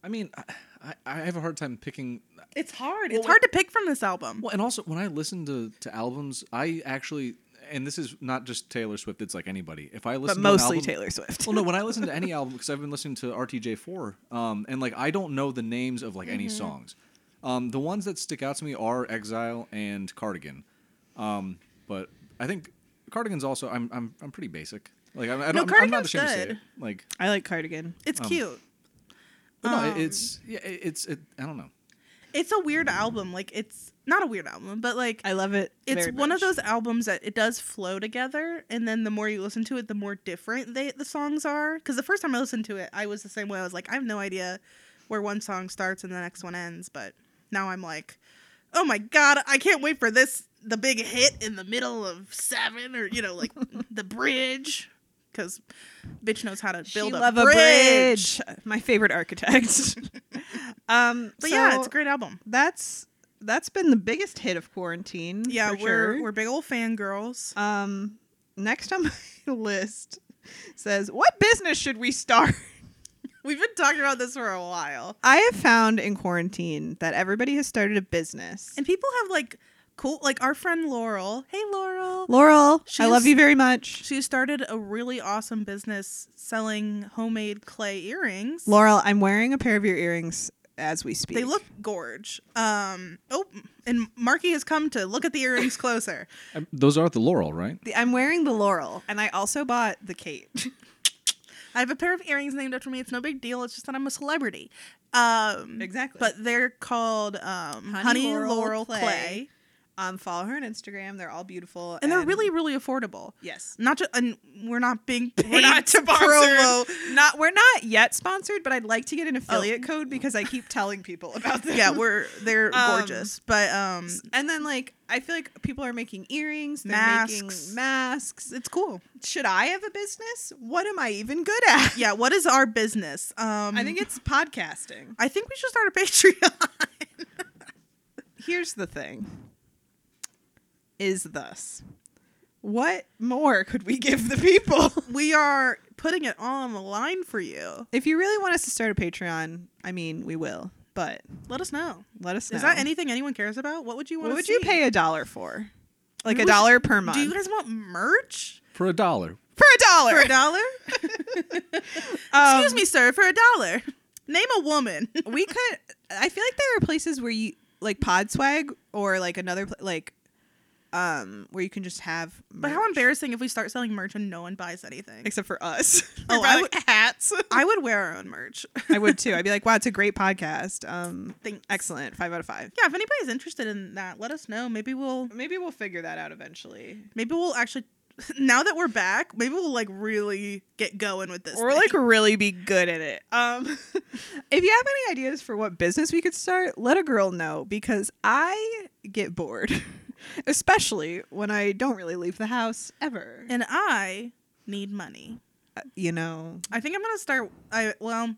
[SPEAKER 3] I mean, I- I, I have a hard time picking.
[SPEAKER 1] It's hard. It's hard to pick from this album.
[SPEAKER 3] Well, and also when I listen to, to albums, I actually, and this is not just Taylor Swift. It's like anybody. If I
[SPEAKER 2] but
[SPEAKER 3] listen,
[SPEAKER 2] mostly
[SPEAKER 3] to an album,
[SPEAKER 2] Taylor Swift.
[SPEAKER 3] Well, no, when I listen to any album, because I've been listening to RTJ4, um, and like I don't know the names of like any
[SPEAKER 2] Mm-hmm.
[SPEAKER 3] songs. Um, the ones that stick out to me are Exile and Cardigan. Um, but I think Cardigan's also I'm I'm, I'm pretty basic. Like I'm, I don't, I'm- I'm not
[SPEAKER 1] Cardigan's
[SPEAKER 3] ashamed to say
[SPEAKER 1] good.
[SPEAKER 3] it. Like,
[SPEAKER 2] I like Cardigan.
[SPEAKER 1] It's cute.
[SPEAKER 3] but no, it- it's yeah, it- it's it, I don't know.
[SPEAKER 1] It's a weird album. Like it's not a weird album, but like
[SPEAKER 2] I love it.
[SPEAKER 1] it's
[SPEAKER 2] very
[SPEAKER 1] one of
[SPEAKER 2] much.
[SPEAKER 1] those albums that it does flow together, and then the more you listen to it, the more different they the songs are. Because the first time I listened to it, I was the same way. I was like, I have no idea where one song starts and the next one ends. But now I'm like, oh my god, I can't wait for this the big hit in the middle of seven or you know like the bridge because bitch knows how to
[SPEAKER 2] She
[SPEAKER 1] build
[SPEAKER 2] love
[SPEAKER 1] a, bridge.
[SPEAKER 2] My favorite architect. um,
[SPEAKER 1] But yeah,
[SPEAKER 2] so
[SPEAKER 1] it's a great album.
[SPEAKER 2] That's that's been the biggest hit of quarantine.
[SPEAKER 1] Yeah,
[SPEAKER 2] for
[SPEAKER 1] we're
[SPEAKER 2] sure.
[SPEAKER 1] we're big old fangirls.
[SPEAKER 2] Um, next on my list says, "What business should we start?"
[SPEAKER 1] We've been talking about this for a while.
[SPEAKER 2] I have found in quarantine that everybody has started a business.
[SPEAKER 1] And people have like cool like our friend Laurel. Hey Laurel.
[SPEAKER 2] Laurel, I
[SPEAKER 1] She's-
[SPEAKER 2] love you very much.
[SPEAKER 1] She started a really awesome business selling homemade clay earrings.
[SPEAKER 2] Laurel, I'm wearing a pair of your earrings as we speak.
[SPEAKER 1] They look gorge. Um oh and Marky has come to look at the earrings closer.
[SPEAKER 3] Um, Those are the Laurel, right?
[SPEAKER 2] The- I'm wearing the Laurel, and I also bought the Kate.
[SPEAKER 1] I have a pair of earrings named after me. It's no big deal. It's just that I'm a celebrity. Um
[SPEAKER 2] Exactly.
[SPEAKER 1] But they're called um honey, laurel, clay.
[SPEAKER 2] um, follow her on Instagram. They're all beautiful,
[SPEAKER 1] And, they're really really affordable.
[SPEAKER 2] yes.
[SPEAKER 1] Not just and we're not being paid
[SPEAKER 2] We're not
[SPEAKER 1] to promo.
[SPEAKER 2] sponsored. Not we're not yet sponsored, but I'd like to get an affiliate code because I keep telling people about them.
[SPEAKER 1] Oh. yeah, we're they're
[SPEAKER 2] Um,
[SPEAKER 1] gorgeous, but um,
[SPEAKER 2] And then like I feel like people are making earrings, they're
[SPEAKER 1] Masks.
[SPEAKER 2] making masks.
[SPEAKER 1] it's cool.
[SPEAKER 2] Should I have a business? What am I even good at?
[SPEAKER 1] Yeah, what is our business? Um,
[SPEAKER 2] I think it's podcasting.
[SPEAKER 1] I think we should start a Patreon.
[SPEAKER 2] Here's the thing. Is thus. What more could we give the people?
[SPEAKER 1] we are putting it all on the line for you.
[SPEAKER 2] If you really want us to start a Patreon, I mean, we will. But
[SPEAKER 1] Let us know.
[SPEAKER 2] let us know.
[SPEAKER 1] Is that anything anyone cares about? What would you want?
[SPEAKER 2] What would you pay a dollar for? Like
[SPEAKER 1] Maybe we
[SPEAKER 2] a
[SPEAKER 1] should-
[SPEAKER 2] dollar per month.
[SPEAKER 1] Do you guys want merch
[SPEAKER 3] For a dollar.
[SPEAKER 2] for a dollar.
[SPEAKER 1] for a dollar?
[SPEAKER 2] Um,
[SPEAKER 1] Excuse me, sir, for a dollar. Name a woman.
[SPEAKER 2] we could i feel like there are places where you like pod swag or like another pla- like um where you can just have
[SPEAKER 1] But how
[SPEAKER 2] merch.
[SPEAKER 1] embarrassing if we start selling merch and no one buys anything.
[SPEAKER 2] except for us
[SPEAKER 1] Oh,
[SPEAKER 2] oh
[SPEAKER 1] I
[SPEAKER 2] I like hats
[SPEAKER 1] I would wear our own merch.
[SPEAKER 2] i would too i'd be like wow it's a great podcast um
[SPEAKER 1] Thanks.
[SPEAKER 2] excellent five out of five
[SPEAKER 1] Yeah, if anybody's interested in that, let us know. Maybe we'll
[SPEAKER 2] maybe we'll figure that out eventually
[SPEAKER 1] Maybe we'll actually now that we're back, maybe we'll like really get going with this.
[SPEAKER 2] or
[SPEAKER 1] thing.
[SPEAKER 2] like really be good at it um if you have any ideas for what business we could start let a girl know because i get bored especially when i don't really leave the house ever uh,
[SPEAKER 1] and I need money.
[SPEAKER 2] you know
[SPEAKER 1] I think I'm gonna start. I well,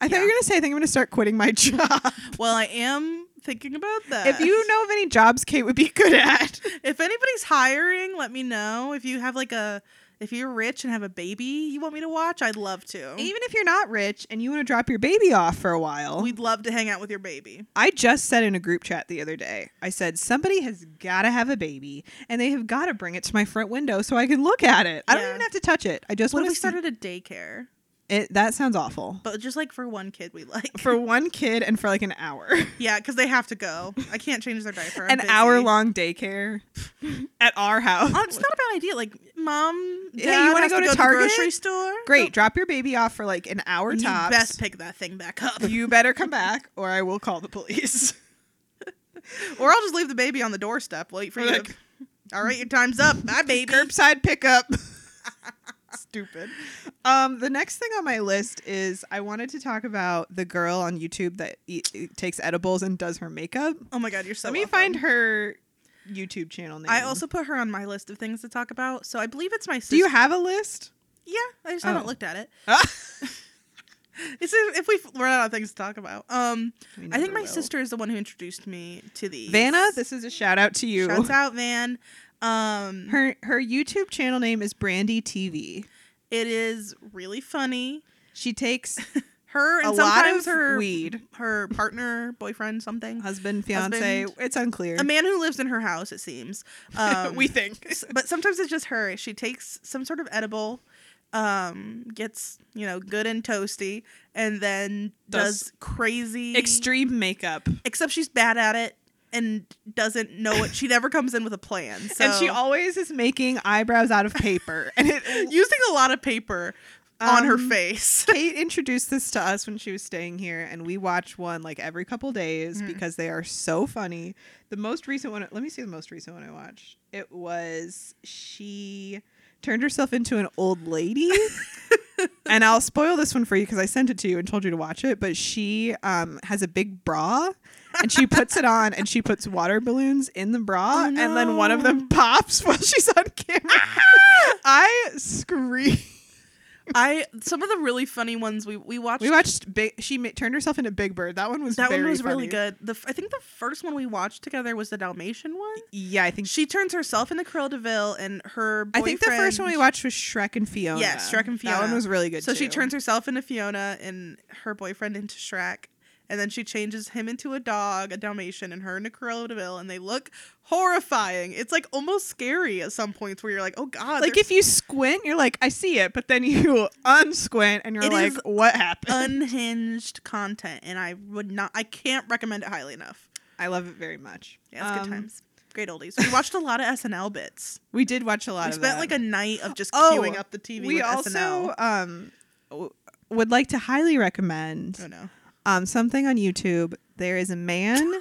[SPEAKER 2] I thought you
[SPEAKER 1] Yeah.
[SPEAKER 2] were gonna say I think I'm gonna start quitting my job.
[SPEAKER 1] well, I am thinking about that.
[SPEAKER 2] if you know of any jobs Kate would be good at,
[SPEAKER 1] if anybody's hiring, let me know. If you have like a If you're rich and have a baby you want me to watch, I'd love to.
[SPEAKER 2] Even if you're not rich and you want to drop your baby off for a while,
[SPEAKER 1] We'd love to hang out with your baby.
[SPEAKER 2] I just said in a group chat the other day, I said, somebody has got to have a baby and they have got to bring it to my front window so I can look at it. I don't
[SPEAKER 1] Yeah.
[SPEAKER 2] even have to touch it. I just
[SPEAKER 1] What
[SPEAKER 2] want
[SPEAKER 1] if
[SPEAKER 2] to
[SPEAKER 1] we
[SPEAKER 2] see
[SPEAKER 1] started a daycare?
[SPEAKER 2] it. That sounds awful.
[SPEAKER 1] But just like for one kid we like.
[SPEAKER 2] For one kid and for like an hour,
[SPEAKER 1] yeah, because they have to go. I can't change their diaper. I'm
[SPEAKER 2] an
[SPEAKER 1] busy.
[SPEAKER 2] hour long daycare at our house.
[SPEAKER 1] Oh, it's not a bad idea. Like, mom, dad
[SPEAKER 2] Yeah, you wanna
[SPEAKER 1] has
[SPEAKER 2] go to
[SPEAKER 1] to the
[SPEAKER 2] Target?
[SPEAKER 1] grocery store?
[SPEAKER 2] Great. Drop your baby off for like an hour
[SPEAKER 1] You
[SPEAKER 2] tops.
[SPEAKER 1] best pick that thing back up.
[SPEAKER 2] you better come back or I will call the police.
[SPEAKER 1] Or I'll just leave the baby on the doorstep. Wait for you.
[SPEAKER 2] Like-
[SPEAKER 1] All right, your time's up. Bye, baby.
[SPEAKER 2] Curbside pickup. Stupid. Um, the next thing on my list is I wanted to talk about the girl on YouTube that eat, takes edibles and does her makeup.
[SPEAKER 1] Oh my god, you're so.
[SPEAKER 2] Let me
[SPEAKER 1] welcome.
[SPEAKER 2] find her YouTube channel name.
[SPEAKER 1] I also put her on my list of things to talk about. So I believe it's my sister.
[SPEAKER 2] do you have a list?
[SPEAKER 1] yeah, I just
[SPEAKER 2] Oh.
[SPEAKER 1] haven't looked at it.
[SPEAKER 2] I
[SPEAKER 1] It's if if we f- run out of things to talk about. Um, I think my
[SPEAKER 2] will.
[SPEAKER 1] sister is the one who introduced me to these.
[SPEAKER 2] Vanna. This is a shout out to you.
[SPEAKER 1] Shouts out, Van. Um,
[SPEAKER 2] Her her YouTube channel name is Brandy TV.
[SPEAKER 1] it is really funny.
[SPEAKER 2] She takes
[SPEAKER 1] Her and
[SPEAKER 2] A lot of
[SPEAKER 1] sometimes her
[SPEAKER 2] weed.
[SPEAKER 1] her partner, boyfriend, something.
[SPEAKER 2] husband, fiance.
[SPEAKER 1] Husband.
[SPEAKER 2] It's unclear.
[SPEAKER 1] A man who lives in her house, it seems. Um,
[SPEAKER 2] we think.
[SPEAKER 1] s- but sometimes it's just her. She takes some sort of edible, um, gets you know good and toasty, and then does,
[SPEAKER 2] Does
[SPEAKER 1] crazy
[SPEAKER 2] Extreme makeup.
[SPEAKER 1] Except she's bad at it and doesn't know what. she never comes in with a plan. So.
[SPEAKER 2] And she always is making eyebrows out of paper. and it,
[SPEAKER 1] using a lot of paper on her
[SPEAKER 2] Um,
[SPEAKER 1] face.
[SPEAKER 2] Kate introduced this to us when she was staying here, and we watch one like every couple days
[SPEAKER 1] Mm.
[SPEAKER 2] because they are so funny. The most recent one, let me see the most recent one I watched. It was she turned herself into an old lady. and I'll spoil this one for you because I sent it to you and told you to watch it. But she um, has a big bra and she puts it on and she puts water balloons in the bra
[SPEAKER 1] Oh,
[SPEAKER 2] and then one of
[SPEAKER 1] no. Ah!
[SPEAKER 2] them pops while she's on camera. I scream.
[SPEAKER 1] I some of the really funny ones we we watched.
[SPEAKER 2] We watched Big. She ma- turned herself into Big Bird. That one was
[SPEAKER 1] that one
[SPEAKER 2] very
[SPEAKER 1] was really
[SPEAKER 2] funny.
[SPEAKER 1] good. The f- I think the first one we watched together was the Dalmatian one.
[SPEAKER 2] Yeah, I think.
[SPEAKER 1] She turns herself into Cruella Deville and her.
[SPEAKER 2] I
[SPEAKER 1] Boyfriend,
[SPEAKER 2] think the first one we watched was Shrek and Fiona.
[SPEAKER 1] Yeah, Shrek and
[SPEAKER 2] That one
[SPEAKER 1] Fiona.
[SPEAKER 2] was really good.
[SPEAKER 1] So she
[SPEAKER 2] too.
[SPEAKER 1] turns herself into Fiona and her boyfriend into Shrek. And then she changes him into a dog, a Dalmatian, and her into Cruella de Vil, and they look horrifying. It's like almost scary at some points where you're like, oh god,
[SPEAKER 2] Like if you squint, you're like, I see it, but then you unsquint and you're
[SPEAKER 1] It
[SPEAKER 2] like,
[SPEAKER 1] is
[SPEAKER 2] what happened?
[SPEAKER 1] unhinged content, and I would not, I can't recommend it highly enough.
[SPEAKER 2] I love it very much.
[SPEAKER 1] Yeah, it's
[SPEAKER 2] Um,
[SPEAKER 1] good times, great oldies. We watched a lot of SNL bits.
[SPEAKER 2] We did watch a lot
[SPEAKER 1] We
[SPEAKER 2] of.
[SPEAKER 1] spent
[SPEAKER 2] that.
[SPEAKER 1] like a night of just
[SPEAKER 2] Oh,
[SPEAKER 1] queuing up the TV.
[SPEAKER 2] We
[SPEAKER 1] with
[SPEAKER 2] also
[SPEAKER 1] SNL.
[SPEAKER 2] um w- would like to highly recommend
[SPEAKER 1] oh no,
[SPEAKER 2] um, something on YouTube. There is a man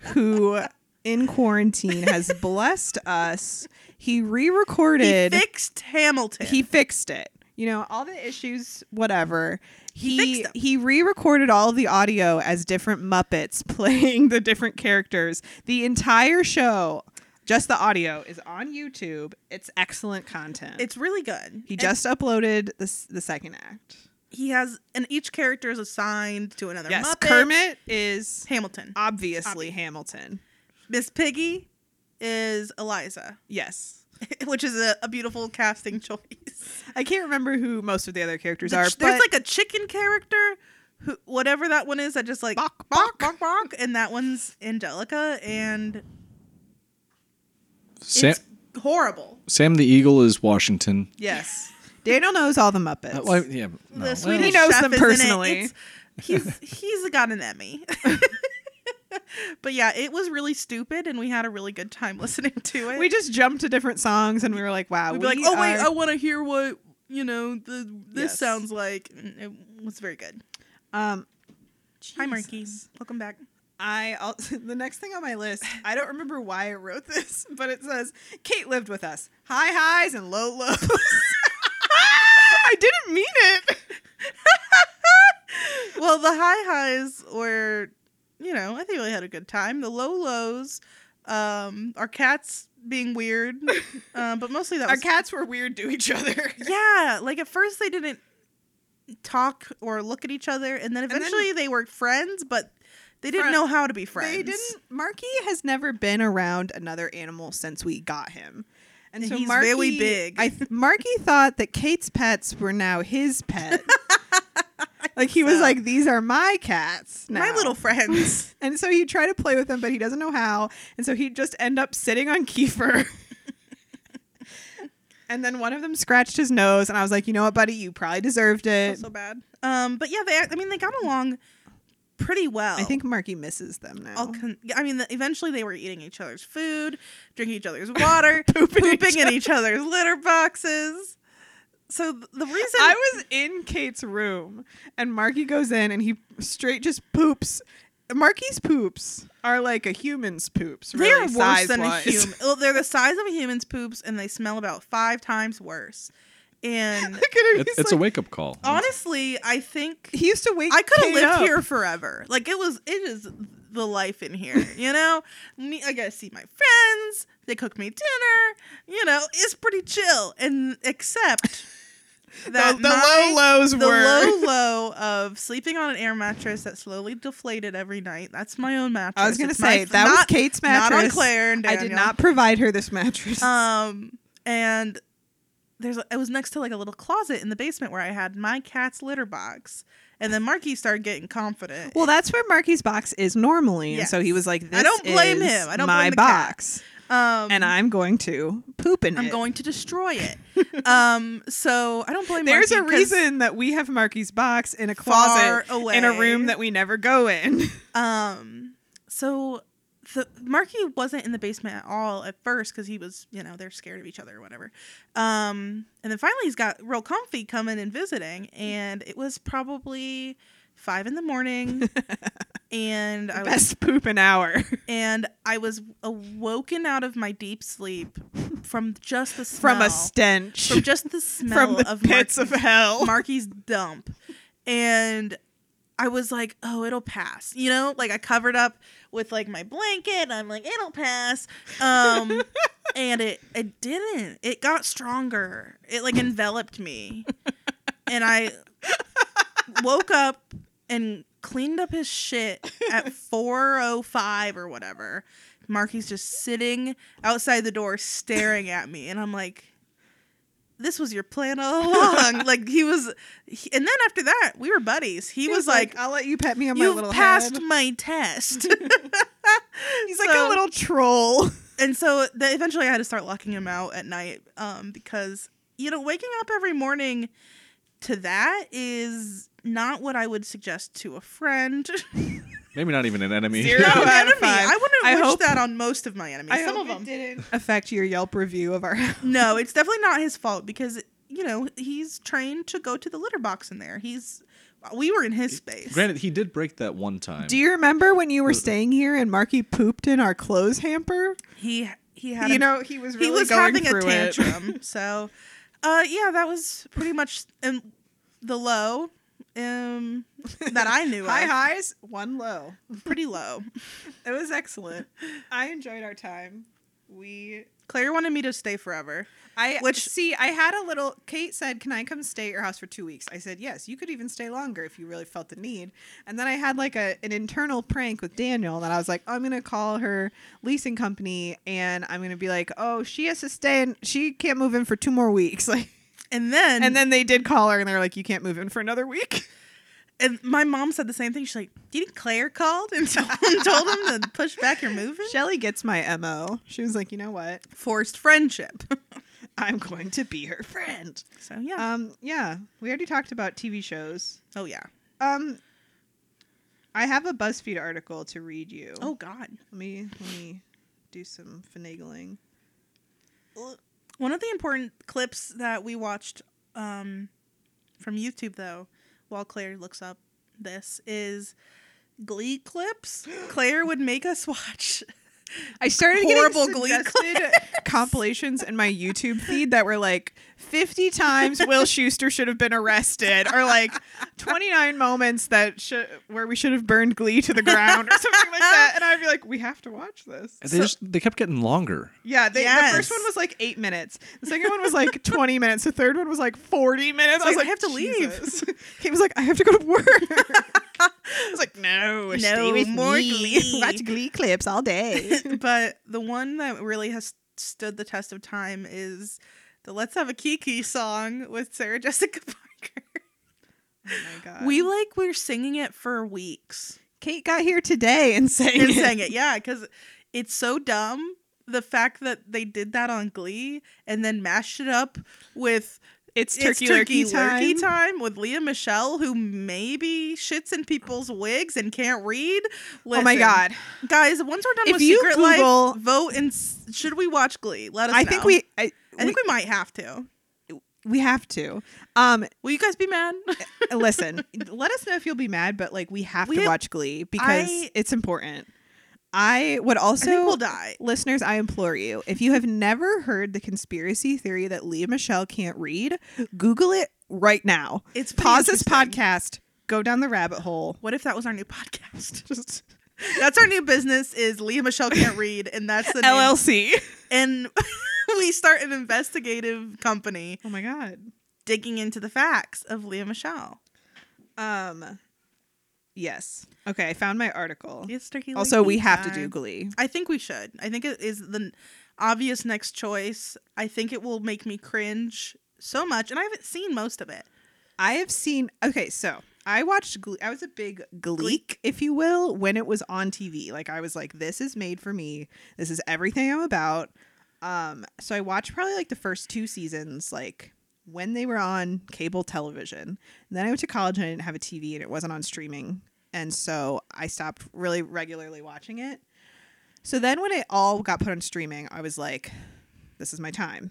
[SPEAKER 2] who, in quarantine, has blessed us. He
[SPEAKER 1] he
[SPEAKER 2] re-recorded. He,
[SPEAKER 1] fixed Hamilton.
[SPEAKER 2] fixed it. You know all the issues, whatever. He
[SPEAKER 1] fixed
[SPEAKER 2] he,
[SPEAKER 1] them.
[SPEAKER 2] re-recorded all the audio as different Muppets playing the different characters. The entire show, just the audio, is on YouTube. It's excellent content.
[SPEAKER 1] it's really good.
[SPEAKER 2] he
[SPEAKER 1] And
[SPEAKER 2] just uploaded the s- the second act.
[SPEAKER 1] he has, and each character is assigned to another.
[SPEAKER 2] Yes,
[SPEAKER 1] Muppet.
[SPEAKER 2] Kermit is
[SPEAKER 1] Hamilton.
[SPEAKER 2] obviously
[SPEAKER 1] Obvi-
[SPEAKER 2] Hamilton.
[SPEAKER 1] Uh, Miss Piggy is Eliza,
[SPEAKER 2] Yes.
[SPEAKER 1] which is a, a beautiful casting choice.
[SPEAKER 2] I can't remember who most of the other characters are,
[SPEAKER 1] There's
[SPEAKER 2] but
[SPEAKER 1] like a chicken character, who whatever that one is, I just like
[SPEAKER 2] Bawk,
[SPEAKER 1] bawk, bawk, bawk, and that one's Angelica, and
[SPEAKER 3] Sam,
[SPEAKER 1] it's horrible.
[SPEAKER 3] Sam the Eagle is Washington.
[SPEAKER 2] yes. Daniel knows all the Muppets.
[SPEAKER 3] Uh, why- yeah, no.
[SPEAKER 1] The
[SPEAKER 2] He
[SPEAKER 1] Swedish
[SPEAKER 2] knows
[SPEAKER 1] chef
[SPEAKER 2] them
[SPEAKER 1] is in it.
[SPEAKER 2] personally.
[SPEAKER 1] It's- He's he's got an Emmy. but yeah, it was really stupid, and we had a really good time listening to it.
[SPEAKER 2] we just jumped to different songs and we were like, wow.
[SPEAKER 1] We'd be like, oh wait, I
[SPEAKER 2] are-
[SPEAKER 1] want to hear what you know. The this
[SPEAKER 2] Yes.
[SPEAKER 1] sounds like And it was very good.
[SPEAKER 2] um,
[SPEAKER 1] Hi, Marky.
[SPEAKER 2] Jesus.
[SPEAKER 1] Welcome back.
[SPEAKER 2] I also, the next thing on my list, I don't remember why I wrote this, but it says Kate lived with us. High highs and low lows. I didn't mean it.
[SPEAKER 1] Well, the high highs were, you know, I think we had a good time. The low lows, um, our cats being weird, um, but mostly that
[SPEAKER 2] Our
[SPEAKER 1] was
[SPEAKER 2] cats were weird to each other.
[SPEAKER 1] Yeah, like at first they didn't talk or look at each other, and then
[SPEAKER 2] then-
[SPEAKER 1] eventually they were friends, but they didn't
[SPEAKER 2] Fri-
[SPEAKER 1] know how to be friends.
[SPEAKER 2] They didn't. Marky has never been around another animal since we got him. And
[SPEAKER 1] And
[SPEAKER 2] so
[SPEAKER 1] he's
[SPEAKER 2] Marky,
[SPEAKER 1] very big.
[SPEAKER 2] I th- Marky thought that Kate's pets were now his pet. like he was
[SPEAKER 1] so.
[SPEAKER 2] like, these are my cats.
[SPEAKER 1] My
[SPEAKER 2] now."
[SPEAKER 1] little friends.
[SPEAKER 2] And so he tried to play with them, but he doesn't know how. And so he'd just end up sitting on Kiefer. and then one of them scratched his nose, and I was like, you know what, buddy, you probably deserved
[SPEAKER 1] Felt
[SPEAKER 2] it.
[SPEAKER 1] so bad. Um, but yeah, they. I mean, they got along pretty well.
[SPEAKER 2] I think Marky misses them now.
[SPEAKER 1] All con- I mean, the, eventually they were eating each other's food, drinking each other's water,
[SPEAKER 2] Pooping
[SPEAKER 1] pooping,
[SPEAKER 2] each
[SPEAKER 1] in each other's litter boxes. So th- the reason
[SPEAKER 2] I was in Kate's room, and Marky goes in, and he straight just poops. Marky's poops are like a human's poops. Really,
[SPEAKER 1] They're worse than
[SPEAKER 2] size-wise.
[SPEAKER 1] a human. Well, they're the size of a human's poops, and they smell about five times worse. And
[SPEAKER 2] Look at him.
[SPEAKER 3] It-
[SPEAKER 2] he's
[SPEAKER 3] it's a
[SPEAKER 2] like-
[SPEAKER 3] wake up call.
[SPEAKER 1] honestly, I think
[SPEAKER 2] He used to wake.
[SPEAKER 1] I could have
[SPEAKER 2] Kate
[SPEAKER 1] lived
[SPEAKER 2] up.
[SPEAKER 1] here forever. Like it was, it is the life in here. You know, me, I gotta see my friends. They cook me dinner. You know, it's pretty chill. And except that
[SPEAKER 2] The, the
[SPEAKER 1] my-
[SPEAKER 2] low lows
[SPEAKER 1] the
[SPEAKER 2] were.
[SPEAKER 1] low low of sleeping on an air mattress that slowly deflated every night. That's my own mattress.
[SPEAKER 2] I was gonna
[SPEAKER 1] It's my-
[SPEAKER 2] say that was
[SPEAKER 1] not-
[SPEAKER 2] Kate's mattress.
[SPEAKER 1] Not on Claire and
[SPEAKER 2] I
[SPEAKER 1] Daniel.
[SPEAKER 2] did not provide her this mattress.
[SPEAKER 1] Um, and there's a- it was next to like a little closet in the basement where I had my cat's litter box, and then Marky started getting confident.
[SPEAKER 2] well, that's where Marky's box is normally, and so
[SPEAKER 1] Yes.
[SPEAKER 2] he was like, "This
[SPEAKER 1] I don't blame
[SPEAKER 2] is
[SPEAKER 1] him. I don't
[SPEAKER 2] my
[SPEAKER 1] blame the cat.
[SPEAKER 2] box,
[SPEAKER 1] um,
[SPEAKER 2] and I'm going to poop in
[SPEAKER 1] I'm
[SPEAKER 2] it."
[SPEAKER 1] going to destroy it. um, so I don't blame.
[SPEAKER 2] There's
[SPEAKER 1] Marky
[SPEAKER 2] a
[SPEAKER 1] 'cause
[SPEAKER 2] reason that we have Marky's box in a
[SPEAKER 1] Far
[SPEAKER 2] closet in a
[SPEAKER 1] away.
[SPEAKER 2] room that we never go in.
[SPEAKER 1] Um, so the Marky wasn't in the basement at all at first because he was, you know, they're scared of each other or whatever. Um, and then finally he's got real comfy coming and visiting, and it was probably five in the morning, and I was
[SPEAKER 2] Best poop an hour
[SPEAKER 1] and I was awoken out of my deep sleep from just the smell
[SPEAKER 2] from a stench
[SPEAKER 1] from just the smell
[SPEAKER 2] from the
[SPEAKER 1] of
[SPEAKER 2] pits
[SPEAKER 1] Marky's
[SPEAKER 2] of hell.
[SPEAKER 1] Marky's dump. And I was like, oh, it'll pass. You know, like I covered up with like my blanket. I'm like, it'll pass. Um, and it it didn't. It got stronger. It like enveloped me. And I woke up and cleaned up his shit at 4:05 or whatever. Marky's just sitting outside the door staring at me and I'm like this was your plan all along. like he was he- and then after that, we were buddies. He, was, like,
[SPEAKER 2] "I'll let you pet me on my
[SPEAKER 1] you
[SPEAKER 2] little
[SPEAKER 1] passed
[SPEAKER 2] head."
[SPEAKER 1] my test.
[SPEAKER 2] He's like
[SPEAKER 1] so-
[SPEAKER 2] a little troll.
[SPEAKER 1] and so the, eventually I had to start locking him out at night um, because you know waking up every morning to that is not what I would suggest to a friend.
[SPEAKER 3] Maybe not even an enemy.
[SPEAKER 2] Zero.
[SPEAKER 1] Not an
[SPEAKER 2] out of
[SPEAKER 1] enemy.
[SPEAKER 2] Oh, five.
[SPEAKER 1] I wouldn't
[SPEAKER 2] I
[SPEAKER 1] wish
[SPEAKER 2] hope-
[SPEAKER 1] that on most of my enemies.
[SPEAKER 2] I
[SPEAKER 1] Some of
[SPEAKER 2] hope
[SPEAKER 1] them.
[SPEAKER 2] it didn't affect your Yelp review of our house.
[SPEAKER 1] No, it's definitely not his fault because you know he's trained to go to the litter box in there. He's we were in his space.
[SPEAKER 3] Granted, he did break that one time.
[SPEAKER 2] Do you remember when you were staying here and Marky pooped in our clothes hamper?
[SPEAKER 1] he he had
[SPEAKER 2] you
[SPEAKER 1] a-
[SPEAKER 2] know, he was really
[SPEAKER 1] he was
[SPEAKER 2] going
[SPEAKER 1] having a
[SPEAKER 2] through it.
[SPEAKER 1] tantrum. so, uh, yeah, that was pretty much um, the low um, that I knew.
[SPEAKER 2] High
[SPEAKER 1] of.
[SPEAKER 2] highs, one low.
[SPEAKER 1] pretty low.
[SPEAKER 2] It was excellent. I enjoyed our time. We
[SPEAKER 1] Claire wanted me to stay forever.
[SPEAKER 2] I
[SPEAKER 1] Which-
[SPEAKER 2] see I had a little Kate said, "Can I come stay at your house for 2 weeks?" I said, "Yes, you could even stay longer if you really felt the need." And then I had like a an internal prank with Daniel that I was like, "I'm going to call her leasing company and I'm going to be like, "Oh, she has to stay and she can't move in for 2 more weeks." Like
[SPEAKER 1] And then
[SPEAKER 2] and then they did call her and they were like, "You can't move in for another week."
[SPEAKER 1] and my mom said the same thing. She's like, "Do you think Claire called and told, and told him to push back your moving?"
[SPEAKER 2] Shelly gets my MO. She was like, "You know what?
[SPEAKER 1] Forced friendship.
[SPEAKER 2] I'm going to be her friend."
[SPEAKER 1] so yeah.
[SPEAKER 2] Um yeah, we already talked about TV shows.
[SPEAKER 1] oh yeah.
[SPEAKER 2] Um, I have a BuzzFeed article to read you.
[SPEAKER 1] Oh God.
[SPEAKER 2] let me let me do some finagling.
[SPEAKER 1] One of the important clips that we watched um, from YouTube, though, while Claire looks up this, is Glee clips. Claire would make us watch.
[SPEAKER 2] I started
[SPEAKER 1] Horrible
[SPEAKER 2] getting
[SPEAKER 1] Glee
[SPEAKER 2] suggested compilations in my YouTube feed that were like 50 times Will Schuster should have been arrested, or like 29 moments that should where we should have burned Glee to the ground, or something like that. And I'd be like, we have to watch this.
[SPEAKER 3] They, just, they kept getting longer.
[SPEAKER 2] Yeah, they, the
[SPEAKER 1] Yes.
[SPEAKER 2] first one was like eight minutes. The second one was like twenty minutes. The third one was like forty minutes. I was
[SPEAKER 1] Like,
[SPEAKER 2] like,
[SPEAKER 1] I have to leave.
[SPEAKER 2] "Jesus." He was like, I have to go to work. I was like, No,
[SPEAKER 1] No, more Glee.
[SPEAKER 2] Watch Glee clips all day.
[SPEAKER 1] but the one that really has stood the test of time is the Let's Have a Kiki song with Sarah Jessica Parker.
[SPEAKER 2] Oh my god.
[SPEAKER 1] We like were singing it for weeks.
[SPEAKER 2] Kate got here today and sang
[SPEAKER 1] and
[SPEAKER 2] it.
[SPEAKER 1] sang it. Yeah, because it's so dumb. The fact that they did that on Glee and then mashed it up with
[SPEAKER 2] It's
[SPEAKER 1] It's
[SPEAKER 2] turkey, turkey
[SPEAKER 1] Lurkey
[SPEAKER 2] time.
[SPEAKER 1] time with Leah Michelle, who maybe shits in people's wigs and can't read.
[SPEAKER 2] Oh my
[SPEAKER 1] Listen,
[SPEAKER 2] god.
[SPEAKER 1] guys! Once we're done
[SPEAKER 2] If
[SPEAKER 1] with
[SPEAKER 2] you
[SPEAKER 1] Secret
[SPEAKER 2] Google-
[SPEAKER 1] Life, vote and s- should we watch Glee? Let us.
[SPEAKER 2] I think
[SPEAKER 1] know.
[SPEAKER 2] we I,
[SPEAKER 1] I think we might have to.
[SPEAKER 2] we, we have to. Um
[SPEAKER 1] Will you guys be mad?
[SPEAKER 2] listen, let us know if you'll be mad, but like we have
[SPEAKER 1] We
[SPEAKER 2] to
[SPEAKER 1] have-
[SPEAKER 2] watch Glee because
[SPEAKER 1] I-
[SPEAKER 2] it's important. I would also
[SPEAKER 1] I think we'll die.
[SPEAKER 2] listeners, I implore you, if you have never heard the conspiracy theory that Leah Michelle can't read, Google it right now.
[SPEAKER 1] It's pretty
[SPEAKER 2] Pause this
[SPEAKER 1] interesting.
[SPEAKER 2] podcast, go down the rabbit hole.
[SPEAKER 1] What if that was our new podcast?
[SPEAKER 2] Just
[SPEAKER 1] That's our new business. Is Leah Michelle can't read, and that's the name.
[SPEAKER 2] LLC.
[SPEAKER 1] and we start an investigative company
[SPEAKER 2] Oh my god.
[SPEAKER 1] digging into the facts of Leah Michelle.
[SPEAKER 2] Um yes. Okay, I found my article.
[SPEAKER 1] It's turkey
[SPEAKER 2] Also, we
[SPEAKER 1] leaky
[SPEAKER 2] have to
[SPEAKER 1] time.
[SPEAKER 2] do Glee.
[SPEAKER 1] I think we should. I think it is the obvious next choice. I think it will make me cringe so much, and I haven't seen most of it.
[SPEAKER 2] I have seen Okay, so I watched Glee. I was a big Gleek,
[SPEAKER 1] Gleek.
[SPEAKER 2] if you will, when it was on TV. Like I was like this is made for me. This is everything I'm about. Um so I watched probably like the first two seasons like when they were on cable television. And then I went to college and I didn't have a TV and it wasn't on streaming. And so I stopped really regularly watching it. So then when it all got put on streaming, I was like, this is my time.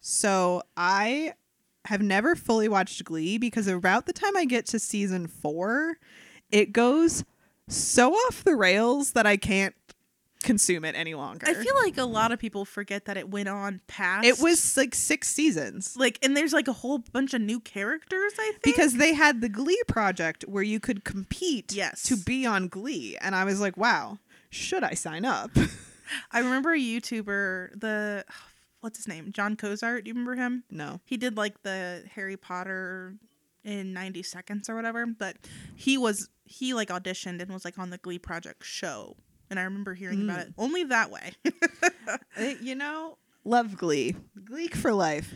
[SPEAKER 2] So I have never fully watched Glee because about the time I get to season four, it goes so off the rails that I can't consume it any longer.
[SPEAKER 1] I feel like a lot of people forget that it went on past.
[SPEAKER 2] it was like six seasons.
[SPEAKER 1] like, and there's like a whole bunch of new characters. I think
[SPEAKER 2] because they had the Glee project where you could compete
[SPEAKER 1] Yes.
[SPEAKER 2] to be on Glee. And I was like, wow, should I sign up?
[SPEAKER 1] I remember a YouTuber, the what's his name, John Cozart. Do you remember him?
[SPEAKER 2] no.
[SPEAKER 1] He did like the Harry Potter in 90 seconds or whatever, but he was he like auditioned and was like on the Glee Project show. And I remember hearing about it only that way.
[SPEAKER 2] Uh, you know, love Glee. Glee for life.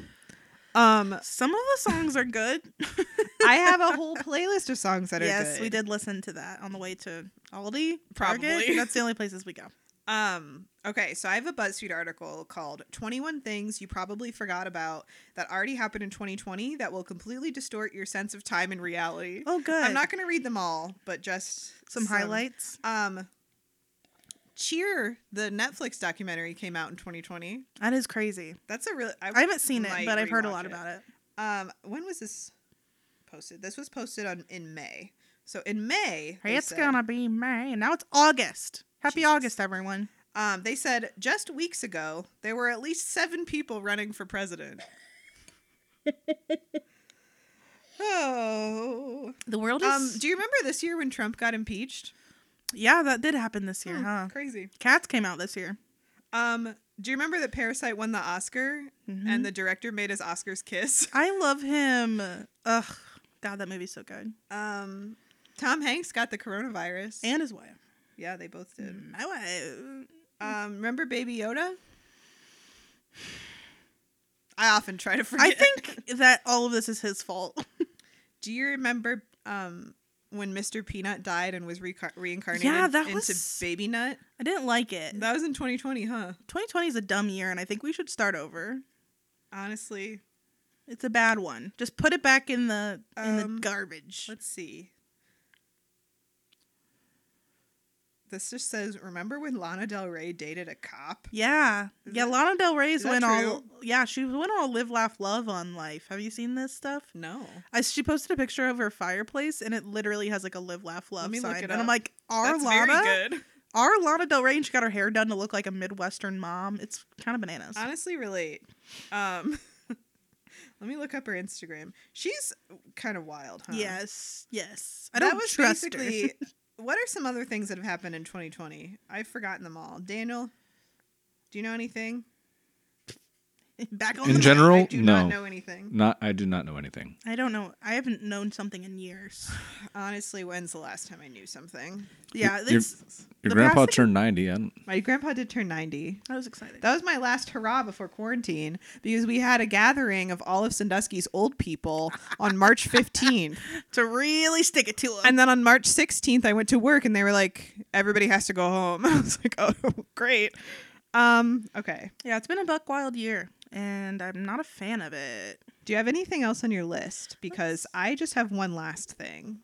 [SPEAKER 2] Um,
[SPEAKER 1] Some of the songs are good.
[SPEAKER 2] I have a whole playlist of songs that are
[SPEAKER 1] yes,
[SPEAKER 2] good.
[SPEAKER 1] we did listen to that on the way to Aldi. Target.
[SPEAKER 2] Probably.
[SPEAKER 1] That's the only places we go.
[SPEAKER 2] Um, okay, so I have a BuzzFeed article called 21 Things You Probably Forgot About That Already Happened in 2020 That Will Completely Distort Your Sense of Time and Reality.
[SPEAKER 1] Oh, good.
[SPEAKER 2] I'm not going to read them all, but just
[SPEAKER 1] Some highlights.
[SPEAKER 2] Um, Cheer, the Netflix documentary came out in 2020.
[SPEAKER 1] That is crazy.
[SPEAKER 2] That's a really
[SPEAKER 1] I haven't seen it,
[SPEAKER 2] might
[SPEAKER 1] but I've heard a
[SPEAKER 2] rewatch
[SPEAKER 1] lot about it.
[SPEAKER 2] Um, when was this posted? This was posted on in May. So in May, they
[SPEAKER 1] It's
[SPEAKER 2] said-
[SPEAKER 1] gonna be May. And now it's August. Happy
[SPEAKER 2] Jesus.
[SPEAKER 1] August, everyone.
[SPEAKER 2] Um, they said just weeks ago there were at least seven people running for president. oh,
[SPEAKER 1] The world
[SPEAKER 2] um, do you remember this year when Trump got impeached?
[SPEAKER 1] yeah, that did happen this year,
[SPEAKER 2] Hmm,
[SPEAKER 1] huh?
[SPEAKER 2] Crazy.
[SPEAKER 1] Cats came out this year.
[SPEAKER 2] Um, do you remember that Parasite won the Oscar
[SPEAKER 1] Mm-hmm.
[SPEAKER 2] and the director made his Oscars kiss?
[SPEAKER 1] I love him. Ugh, God, that movie's so good.
[SPEAKER 2] Um, Tom Hanks got the coronavirus.
[SPEAKER 1] And Mm. his wife.
[SPEAKER 2] yeah, they both did.
[SPEAKER 1] My wife.
[SPEAKER 2] Um, remember Baby Yoda? I often try to forget.
[SPEAKER 1] I think that all of this is his fault.
[SPEAKER 2] Do you remember um when Mr. Peanut died and was reca- reincarnated
[SPEAKER 1] Yeah, that
[SPEAKER 2] into
[SPEAKER 1] was-
[SPEAKER 2] Baby Nut?
[SPEAKER 1] I didn't like it.
[SPEAKER 2] That was in 2020, huh?
[SPEAKER 1] 2020 is a dumb year, and I think we should start over.
[SPEAKER 2] Honestly,
[SPEAKER 1] It's a bad one. Just put it back in the in
[SPEAKER 2] Um,
[SPEAKER 1] the garbage.
[SPEAKER 2] let's see. This just says, "Remember when Lana Del Rey dated a cop?"
[SPEAKER 1] Yeah,
[SPEAKER 2] Is
[SPEAKER 1] yeah.
[SPEAKER 2] that-
[SPEAKER 1] Lana Del Rey's
[SPEAKER 2] that
[SPEAKER 1] went all.
[SPEAKER 2] true?
[SPEAKER 1] Yeah, she went all live, laugh, love on life. Have you seen this stuff?
[SPEAKER 2] No.
[SPEAKER 1] I, she posted a picture of her fireplace, and it literally has like a live, laugh, love
[SPEAKER 2] me look
[SPEAKER 1] sign.
[SPEAKER 2] it
[SPEAKER 1] And
[SPEAKER 2] up.
[SPEAKER 1] I'm like, our
[SPEAKER 2] That's
[SPEAKER 1] Lana.
[SPEAKER 2] very good.
[SPEAKER 1] Our Lana Del Rey, and she got her hair done to look like a Midwestern mom. It's kind of bananas.
[SPEAKER 2] Honestly, relate. Um, let me look up her Instagram. She's kind of wild, huh?
[SPEAKER 1] Yes, yes. I don't
[SPEAKER 2] that was
[SPEAKER 1] trust her.
[SPEAKER 2] basically. what are some other things that have happened in 2020? I've forgotten them all. Daniel, do you know anything?
[SPEAKER 1] Back on
[SPEAKER 3] In
[SPEAKER 1] the-
[SPEAKER 3] general,
[SPEAKER 2] I do
[SPEAKER 3] no.
[SPEAKER 2] not know anything.
[SPEAKER 3] Not I do not know anything.
[SPEAKER 1] I don't know. I haven't known something in years.
[SPEAKER 2] Honestly, when's the last time I knew something?
[SPEAKER 1] Yeah,
[SPEAKER 3] Your-
[SPEAKER 1] it's,
[SPEAKER 3] Your
[SPEAKER 1] The
[SPEAKER 3] grandpa
[SPEAKER 1] prostate-
[SPEAKER 3] turned 90. I don't,
[SPEAKER 2] My grandpa did turn 90.
[SPEAKER 1] I was excited.
[SPEAKER 2] That was my last hurrah before quarantine because we had a gathering of all of Sandusky's old people on March 15th.
[SPEAKER 1] to really stick it to him.
[SPEAKER 2] And then on March 16th, I went to work and they were like, everybody has to go home. I was like, oh, great. Um, okay.
[SPEAKER 1] yeah, it's been a buck wild year, and I'm not a fan of it.
[SPEAKER 2] Do you have anything else on your list? Because I just have one last thing.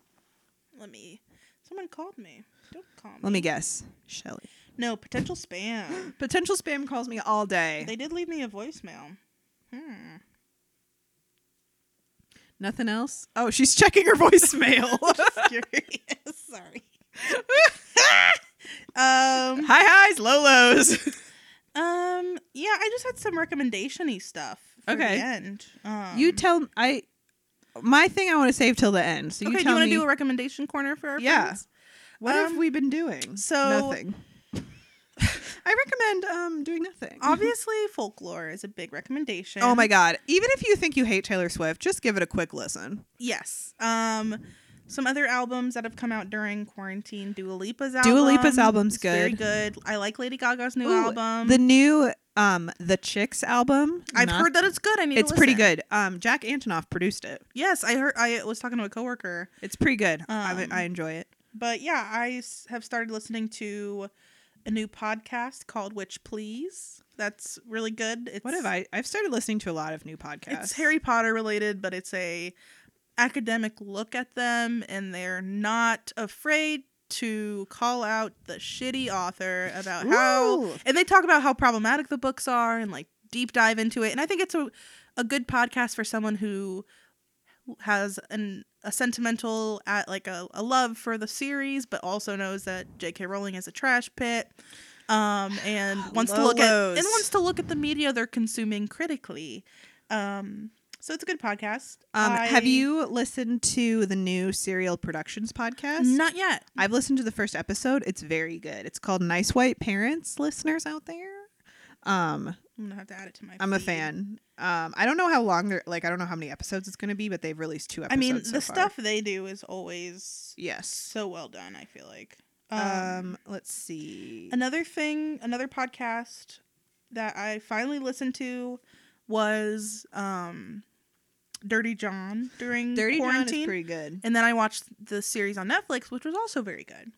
[SPEAKER 1] Let me. Someone called me. Don't call me.
[SPEAKER 2] Let me guess. Shelly.
[SPEAKER 1] No potential spam.
[SPEAKER 2] Potential spam calls me all day.
[SPEAKER 1] they did leave me a voicemail. Hmm.
[SPEAKER 2] Nothing else? Oh, she's checking her voicemail.
[SPEAKER 1] Curious. Sorry. um.
[SPEAKER 2] High highs, low lows.
[SPEAKER 1] Um. Yeah, I just had some recommendationy stuff. For
[SPEAKER 2] Okay.
[SPEAKER 1] The end. Um,
[SPEAKER 2] you tell I my thing I want to save till the end. So you
[SPEAKER 1] okay. do
[SPEAKER 2] tell
[SPEAKER 1] you want
[SPEAKER 2] me
[SPEAKER 1] to do a recommendation corner for our
[SPEAKER 2] Yeah. Mm-hmm.
[SPEAKER 1] friends?
[SPEAKER 2] what have
[SPEAKER 1] um,
[SPEAKER 2] we been doing?
[SPEAKER 1] so-
[SPEAKER 2] nothing. I recommend um doing nothing.
[SPEAKER 1] Obviously, folklore is a big recommendation.
[SPEAKER 2] Oh my god. Even if you think you hate Taylor Swift, just give it a quick listen.
[SPEAKER 1] Yes. Um, some other albums that have come out during quarantine. Dua Lipa's album.
[SPEAKER 2] Dua Lipa's album's
[SPEAKER 1] It's Very
[SPEAKER 2] good.
[SPEAKER 1] good. I like Lady Gaga's new
[SPEAKER 2] Ooh,
[SPEAKER 1] album.
[SPEAKER 2] The new um The Chicks album.
[SPEAKER 1] I've
[SPEAKER 2] not-
[SPEAKER 1] heard that it's good. I need. to
[SPEAKER 2] it's pretty
[SPEAKER 1] listen.
[SPEAKER 2] good. Um Jack Antonoff produced it.
[SPEAKER 1] Yes, I heard. I was talking to a coworker,
[SPEAKER 2] It's pretty good. I,
[SPEAKER 1] Um,
[SPEAKER 2] I enjoy it.
[SPEAKER 1] but yeah, I s- have started listening to a new podcast called Witch Please. That's really good. It's,
[SPEAKER 2] What have I? I've started listening to a lot of new podcasts.
[SPEAKER 1] It's Harry Potter related, but it's a academic look at them, and they're not afraid to call out the shitty author about how,
[SPEAKER 2] Ooh.
[SPEAKER 1] and they talk about how problematic the books are, and like deep dive into it. And I think it's a a good podcast for someone who has an a sentimental at like a, a love for the series, but also knows that J.K. Rowling is a trash pit. Um, and wants to
[SPEAKER 2] Low
[SPEAKER 1] look
[SPEAKER 2] lows.
[SPEAKER 1] at and wants to look at the media they're consuming critically. Um, so it's a good podcast.
[SPEAKER 2] Um, Have
[SPEAKER 1] I-
[SPEAKER 2] you listened to the new Serial Productions podcast?
[SPEAKER 1] Not yet.
[SPEAKER 2] I've listened to the first episode. It's very good. It's called Nice White Parents, listeners out there. Um,
[SPEAKER 1] I'm gonna have to add it to my.
[SPEAKER 2] I'm a
[SPEAKER 1] feed.
[SPEAKER 2] fan. Um, I don't know how long they're like. I don't know how many episodes it's going to be, but they've released two
[SPEAKER 1] I
[SPEAKER 2] episodes.
[SPEAKER 1] mean, the
[SPEAKER 2] so far.
[SPEAKER 1] stuff they do is always
[SPEAKER 2] Yes.
[SPEAKER 1] so well done. I feel like.
[SPEAKER 2] Um,
[SPEAKER 1] Um,
[SPEAKER 2] let's see.
[SPEAKER 1] another thing, another podcast that I finally listened to was um, Dirty John during
[SPEAKER 2] Dirty John
[SPEAKER 1] quarantine,
[SPEAKER 2] is pretty good.
[SPEAKER 1] and then I watched the series on Netflix, which was also very good.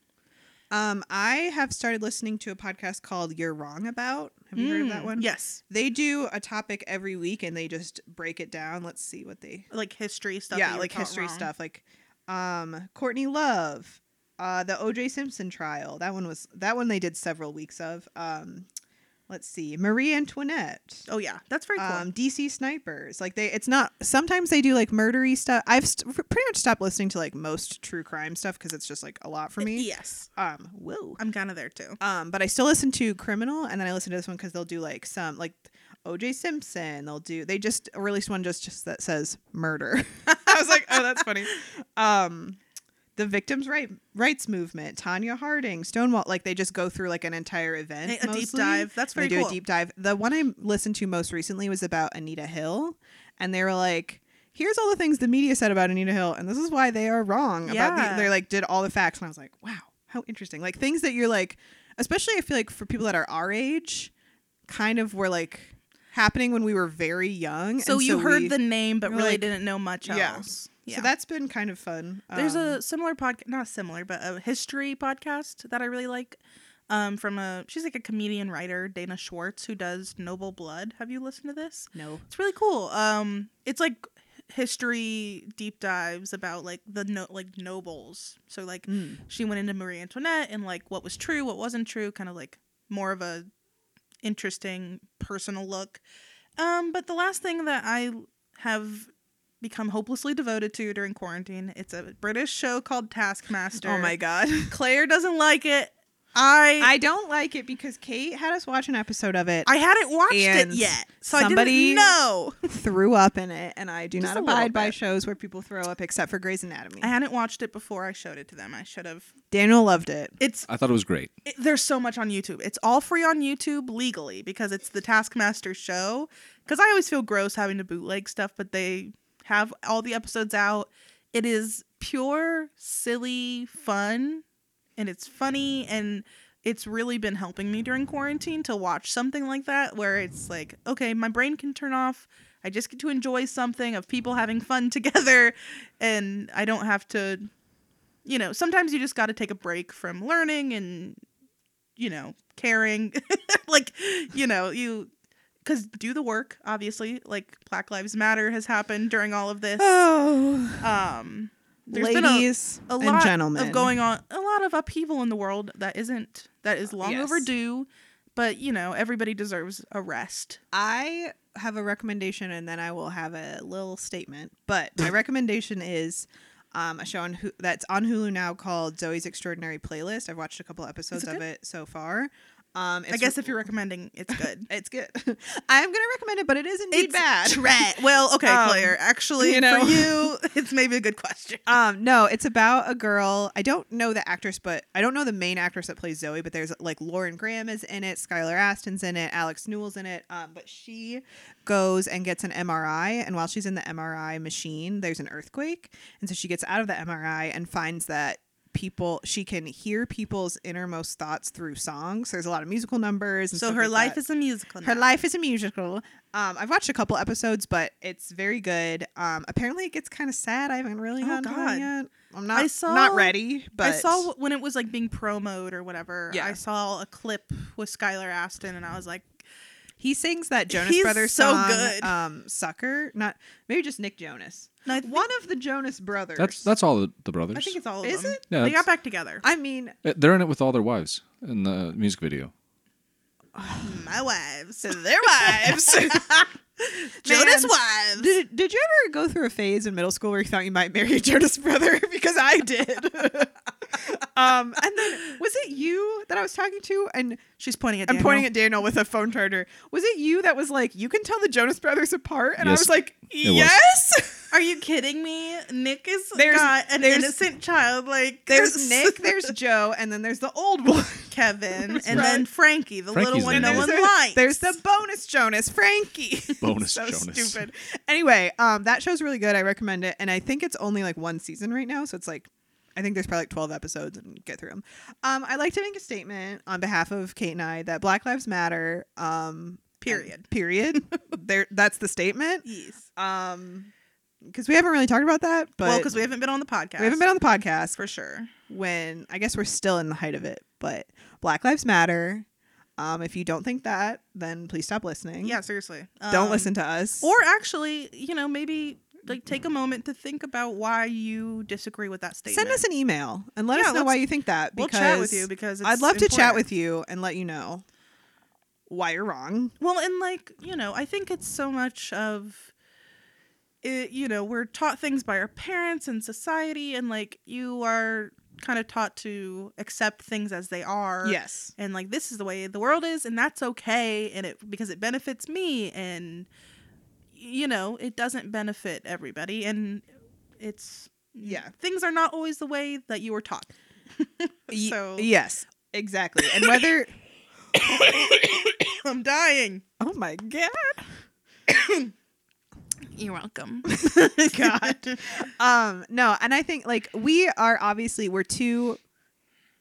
[SPEAKER 2] Um, I have started listening to a podcast called "You're Wrong About." Have you heard of that
[SPEAKER 1] Mm,
[SPEAKER 2] one?
[SPEAKER 1] Yes,
[SPEAKER 2] They do a topic every week and they just break it down. Let's see what they
[SPEAKER 1] like history stuff. that
[SPEAKER 2] Yeah,
[SPEAKER 1] you were
[SPEAKER 2] like
[SPEAKER 1] taught
[SPEAKER 2] history
[SPEAKER 1] wrong.
[SPEAKER 2] stuff. Like um Courtney Love, uh the OJ Simpson trial. That one was that one they did several weeks of. Um let's see. Marie Antoinette.
[SPEAKER 1] Oh yeah, that's very cool.
[SPEAKER 2] Um, DC snipers like they it's not sometimes they do like murdery stuff I've st- pretty much stopped listening to like most true crime stuff because it's just like a lot
[SPEAKER 1] Uh,
[SPEAKER 2] for me
[SPEAKER 1] Yes,
[SPEAKER 2] um whoa
[SPEAKER 1] I'm kind of there too.
[SPEAKER 2] um, but I still listen to Criminal, and then I listen to this one because they'll do like some like O.J. Simpson. They'll do they just released one just just that says murder. I was like, oh, that's funny. Um, the victims' right rights movement, Tanya Harding, Stonewall, like they just go through like an entire event,
[SPEAKER 1] A- a deep
[SPEAKER 2] mostly,
[SPEAKER 1] dive. That's
[SPEAKER 2] and
[SPEAKER 1] very
[SPEAKER 2] They do
[SPEAKER 1] cool.
[SPEAKER 2] a deep dive. The one I listened to most recently was about Anita Hill, and they were like. Here's all the things the media said about Anita Hill, and this is why they are wrong about
[SPEAKER 1] Yeah.
[SPEAKER 2] the, they're like did all the facts and i was like wow how interesting like things that you're like especially i feel like for people that are our age kind of were like happening when we were very young
[SPEAKER 1] So
[SPEAKER 2] and
[SPEAKER 1] you heard
[SPEAKER 2] we-
[SPEAKER 1] the name, but
[SPEAKER 2] we're
[SPEAKER 1] really
[SPEAKER 2] like-
[SPEAKER 1] didn't know much
[SPEAKER 2] Yeah.
[SPEAKER 1] else.
[SPEAKER 2] so that's been kind of fun
[SPEAKER 1] There's
[SPEAKER 2] Um,
[SPEAKER 1] a similar podcast, not similar, but a history podcast that I really like. Um, from a she's like a comedian writer, Dana Schwartz, who does Noble Blood. Have you listened to this?
[SPEAKER 2] no
[SPEAKER 1] It's really cool. Um, it's like history deep dives about like the no- like nobles. So like
[SPEAKER 2] Mm.
[SPEAKER 1] she went into Marie Antoinette and like what was true, what wasn't true, kind of like more of a interesting personal look. Um, but the last thing that I have become hopelessly devoted to during quarantine, it's a British show called Taskmaster.
[SPEAKER 2] oh my god
[SPEAKER 1] Claire doesn't like it. I
[SPEAKER 2] I don't like it because Kate had us watch an episode of it.
[SPEAKER 1] I hadn't watched it
[SPEAKER 2] And
[SPEAKER 1] yet, so I
[SPEAKER 2] somebody-
[SPEAKER 1] didn't know.
[SPEAKER 2] threw up in it, and I do
[SPEAKER 1] Just
[SPEAKER 2] not
[SPEAKER 1] a little
[SPEAKER 2] abide by
[SPEAKER 1] bit.
[SPEAKER 2] shows where people throw up except for Grey's Anatomy.
[SPEAKER 1] I hadn't watched it before I showed it to them. I should have.
[SPEAKER 2] Daniel loved it.
[SPEAKER 1] It's
[SPEAKER 3] I thought it was great.
[SPEAKER 1] it, there's so much on YouTube. It's all free on YouTube legally because it's the Taskmaster show. Because I always feel gross having to bootleg stuff, but they have all the episodes out. It is pure, silly fun, and it's funny, and it's really been helping me during quarantine to watch something like that where it's like, okay, my brain can turn off. I just get to enjoy something of people having fun together, and I don't have to. You know, sometimes you just got to take a break from learning and you know, caring, like, you know, you because do the work, obviously. Like Black Lives Matter has happened during all of this.
[SPEAKER 2] Oh,
[SPEAKER 1] Um, there's
[SPEAKER 2] ladies
[SPEAKER 1] been a, a
[SPEAKER 2] and
[SPEAKER 1] lot
[SPEAKER 2] gentlemen,
[SPEAKER 1] of going on, a lot of upheaval in the world that isn't that is long
[SPEAKER 2] Yes.
[SPEAKER 1] overdue. But you know, everybody deserves a rest.
[SPEAKER 2] I have a recommendation, and then I will have a little statement. But my recommendation is. Um, a show on Hu- that's on Hulu now called Zoe's Extraordinary Playlist. I've watched a couple episodes
[SPEAKER 1] it
[SPEAKER 2] of
[SPEAKER 1] good?
[SPEAKER 2] it so far. Um,
[SPEAKER 1] I
[SPEAKER 2] it's-
[SPEAKER 1] guess if you're recommending, it's good.
[SPEAKER 2] it's good. I'm gonna recommend it, but it is indeed bad.
[SPEAKER 1] Tra- well, okay,
[SPEAKER 2] Um,
[SPEAKER 1] Claire. Actually,
[SPEAKER 2] you know.
[SPEAKER 1] for you, it's maybe a good question.
[SPEAKER 2] Um, no, it's about a girl. I don't know the actress, but I don't know the main actress that plays Zoe, but there's like Lauren Graham is in it, Skylar Aston's in it, Alex Newell's in it. Um, but she goes and gets an MRI, and while she's in the MRI machine, there's an earthquake, and so she gets out of the MRI and finds that people she can hear people's innermost thoughts through songs. There's a lot of musical numbers. And
[SPEAKER 1] So
[SPEAKER 2] stuff
[SPEAKER 1] her
[SPEAKER 2] like
[SPEAKER 1] life
[SPEAKER 2] that.
[SPEAKER 1] is a musical.
[SPEAKER 2] Her
[SPEAKER 1] now.
[SPEAKER 2] life is a musical. Um, I've watched a couple episodes, but it's very good. Um, apparently, it gets kind of sad. I haven't really
[SPEAKER 1] Oh,
[SPEAKER 2] gone to
[SPEAKER 1] God.
[SPEAKER 2] it yet. I'm not
[SPEAKER 1] I saw-
[SPEAKER 2] not ready, but
[SPEAKER 1] I saw w- when it was like being promoed or whatever.
[SPEAKER 2] Yeah.
[SPEAKER 1] I saw a clip with Skylar Aston, and I was like,
[SPEAKER 2] he sings that Jonas
[SPEAKER 1] He's
[SPEAKER 2] Brothers
[SPEAKER 1] so
[SPEAKER 2] song,
[SPEAKER 1] good.
[SPEAKER 2] um, "Sucker." Not maybe just Nick Jonas,
[SPEAKER 1] no, I, think,
[SPEAKER 2] one of the Jonas brothers.
[SPEAKER 3] That's that's all the, the brothers.
[SPEAKER 1] I think it's all of
[SPEAKER 2] Is
[SPEAKER 1] them.
[SPEAKER 2] it?
[SPEAKER 3] Yeah,
[SPEAKER 1] they
[SPEAKER 3] it's-
[SPEAKER 1] got back together.
[SPEAKER 2] I mean,
[SPEAKER 3] Uh, They're in it with all their wives in the music video.
[SPEAKER 1] My wives,
[SPEAKER 2] their wives.
[SPEAKER 1] Jonas
[SPEAKER 2] Man.
[SPEAKER 1] wives.
[SPEAKER 2] did, did you ever go through a phase in middle school where you thought you might marry a Jonas brother? because I did. um, and then was it you that I was talking to and
[SPEAKER 1] She's pointing at.
[SPEAKER 2] I'm
[SPEAKER 1] Daniel.
[SPEAKER 2] pointing at Daniel with a phone charger. Was it you that was like, you can tell the Jonas Brothers apart? And
[SPEAKER 3] Yes.
[SPEAKER 2] I was like,
[SPEAKER 3] was.
[SPEAKER 2] yes.
[SPEAKER 1] Are you kidding me? Nick is
[SPEAKER 2] There's-
[SPEAKER 1] got an
[SPEAKER 2] there's-
[SPEAKER 1] innocent child. Like
[SPEAKER 2] There's Nick, there's Joe, and then there's the old one.
[SPEAKER 1] Kevin, and
[SPEAKER 2] That's right.
[SPEAKER 1] then Frankie, the little
[SPEAKER 3] Frankie's
[SPEAKER 1] one
[SPEAKER 3] in
[SPEAKER 1] no
[SPEAKER 3] it.
[SPEAKER 1] one
[SPEAKER 2] there's,
[SPEAKER 1] likes.
[SPEAKER 2] there's the bonus Jonas, Frankie.
[SPEAKER 3] Bonus
[SPEAKER 2] so
[SPEAKER 3] Jonas.
[SPEAKER 2] Stupid. Anyway, um, that show's really good. I recommend it, and I think it's only like one season right now, so it's like. I think there's probably like 12 episodes and get through them. Um, I'd like to make a statement on behalf of Kate and I that Black Lives Matter. Um,
[SPEAKER 1] Period.
[SPEAKER 2] Period. there, that's the statement.
[SPEAKER 1] yes.
[SPEAKER 2] um because we haven't really talked about that but
[SPEAKER 1] well, because we haven't been on the podcast.
[SPEAKER 2] we haven't been on the podcast
[SPEAKER 1] for sure.
[SPEAKER 2] when i guess we're still in the height of it but black lives matter um if you don't think that then please stop listening
[SPEAKER 1] Yeah, seriously.
[SPEAKER 2] Mm-hmm. don't
[SPEAKER 1] Um,
[SPEAKER 2] listen to us
[SPEAKER 1] Or actually, you know, maybe like take a moment to think about why you disagree with that statement.
[SPEAKER 2] send us an email and let
[SPEAKER 1] Yeah,
[SPEAKER 2] us know why
[SPEAKER 1] let's-
[SPEAKER 2] you think that
[SPEAKER 1] we'll
[SPEAKER 2] because
[SPEAKER 1] chat with you because it's
[SPEAKER 2] i'd love to chat
[SPEAKER 1] important.
[SPEAKER 2] with you and let you know why you're wrong
[SPEAKER 1] Well, and like you know, I think it's so much of, it, you know, we're taught things by our parents and society, and like you are kind of taught to accept things as they are.
[SPEAKER 2] yes
[SPEAKER 1] And like this is the way the world is, and that's okay, and it because it benefits me, and you know, it doesn't benefit everybody, and it's
[SPEAKER 2] Yeah.
[SPEAKER 1] things are not always the way that you were taught.
[SPEAKER 2] Ye-
[SPEAKER 1] So-
[SPEAKER 2] yes exactly and whether
[SPEAKER 1] I'm dying.
[SPEAKER 2] oh my god
[SPEAKER 1] You're welcome.
[SPEAKER 2] God. um no and i think like we are obviously we're two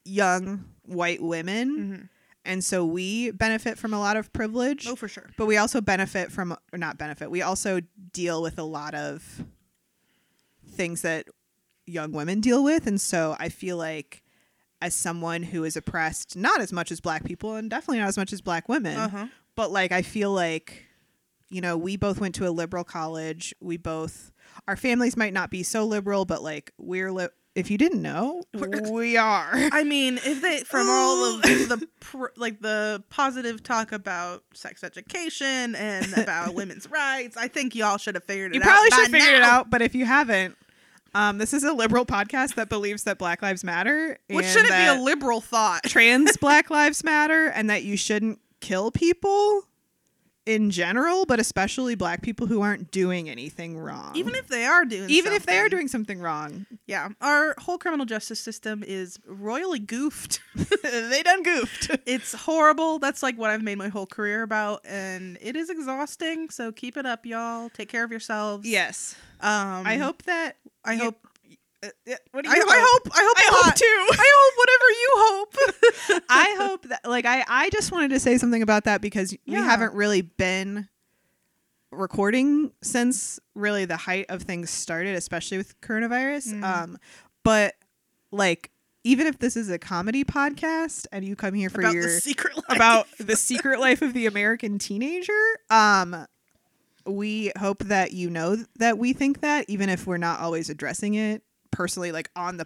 [SPEAKER 2] young white women and so we benefit from a lot of privilege
[SPEAKER 1] Mm-hmm. Oh, for sure.
[SPEAKER 2] but we also benefit from or not benefit we also deal with a lot of things that young women deal with and so i feel like as someone who is oppressed not as much as black people and definitely not as much as black women
[SPEAKER 1] Uh-huh.
[SPEAKER 2] but like i feel like you know we both went to a liberal college we both our families might not be so liberal but like we're li- if you didn't know we are
[SPEAKER 1] I mean, if they from all of the pr- like the positive talk about sex education and about women's rights, I think y'all should have figured it
[SPEAKER 2] you
[SPEAKER 1] out.
[SPEAKER 2] probably should
[SPEAKER 1] by
[SPEAKER 2] figure it
[SPEAKER 1] now.
[SPEAKER 2] out but if you haven't Um, this is a liberal podcast that believes that Black Lives Matter.
[SPEAKER 1] Which
[SPEAKER 2] and uh,
[SPEAKER 1] shouldn't be
[SPEAKER 2] that
[SPEAKER 1] a liberal thought.
[SPEAKER 2] trans Black Lives Matter and that you shouldn't kill people in general, but especially Black people who aren't doing anything wrong.
[SPEAKER 1] Even if they are doing
[SPEAKER 2] even if they are
[SPEAKER 1] something.
[SPEAKER 2] doing something wrong,
[SPEAKER 1] Yeah, our whole criminal justice system is royally goofed.
[SPEAKER 2] they done goofed.
[SPEAKER 1] it's horrible. That's like what I've made my whole career about, and it is exhausting. So keep it up, y'all. Take care of yourselves.
[SPEAKER 2] Yes,
[SPEAKER 1] Um,
[SPEAKER 2] I hope that.
[SPEAKER 1] I
[SPEAKER 2] you-
[SPEAKER 1] hope.
[SPEAKER 2] Uh, uh, what do
[SPEAKER 1] I, I
[SPEAKER 2] you
[SPEAKER 1] hope. I hope.
[SPEAKER 2] I
[SPEAKER 1] not.
[SPEAKER 2] hope too.
[SPEAKER 1] I hope Oh, whatever you hope.
[SPEAKER 2] I hope that like I I just wanted to say something about that because we
[SPEAKER 1] Yeah.
[SPEAKER 2] haven't really been recording since really the height of things started, especially with coronavirus.
[SPEAKER 1] Mm.
[SPEAKER 2] Um, but like even if this is a comedy podcast and you come here for
[SPEAKER 1] about
[SPEAKER 2] your
[SPEAKER 1] the secret life.
[SPEAKER 2] about the secret life of the American teenager, um, we hope that you know that we think that even if we're not always addressing it personally, like on the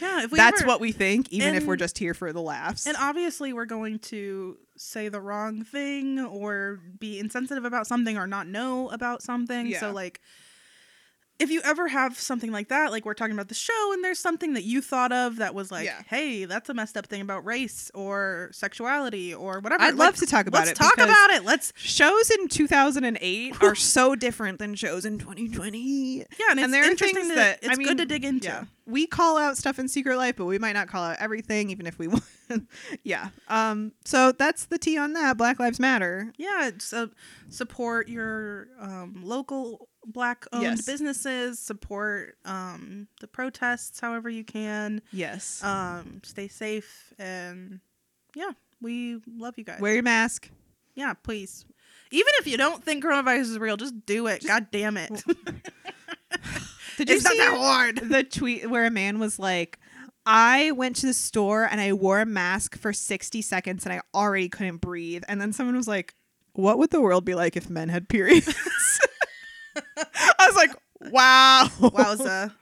[SPEAKER 1] yeah, if we
[SPEAKER 2] That's
[SPEAKER 1] ever-
[SPEAKER 2] what we think, even if
[SPEAKER 1] and-
[SPEAKER 2] we're just here for the laughs.
[SPEAKER 1] And obviously, we're going to say the wrong thing or be insensitive about something or not know about something.
[SPEAKER 2] Yeah.
[SPEAKER 1] So, like, if you ever have something like that, like we're talking about the show and there's something that you thought of that was like,
[SPEAKER 2] Yeah.
[SPEAKER 1] hey, that's a messed up thing about race or sexuality or whatever.
[SPEAKER 2] I'd
[SPEAKER 1] like,
[SPEAKER 2] love to talk about
[SPEAKER 1] let's
[SPEAKER 2] it
[SPEAKER 1] talk
[SPEAKER 2] because-
[SPEAKER 1] about it. Let's,
[SPEAKER 2] shows in 2008 are so different than shows in 2020
[SPEAKER 1] yeah, and, it's
[SPEAKER 2] and there are
[SPEAKER 1] interesting
[SPEAKER 2] things
[SPEAKER 1] to-
[SPEAKER 2] that
[SPEAKER 1] it's
[SPEAKER 2] I mean,
[SPEAKER 1] good to dig into.
[SPEAKER 2] yeah we call out stuff in secret life but we might not call out everything even if we want yeah um so that's the tea on that black lives matter
[SPEAKER 1] Yeah, so support your um, local black owned
[SPEAKER 2] Yes.
[SPEAKER 1] businesses, support um, the protests however you can.
[SPEAKER 2] yes
[SPEAKER 1] Um, stay safe and yeah, we love you guys.
[SPEAKER 2] wear your mask
[SPEAKER 1] yeah, please. Even if you don't think coronavirus is real, just do it. God damn it.
[SPEAKER 2] did
[SPEAKER 1] it's not that hard.
[SPEAKER 2] the tweet where a man was like I went to the store and I wore a mask for 60 seconds and I already couldn't breathe. And then someone was like, What would the world be like if men had periods? I was like, Wow.
[SPEAKER 1] Wowza.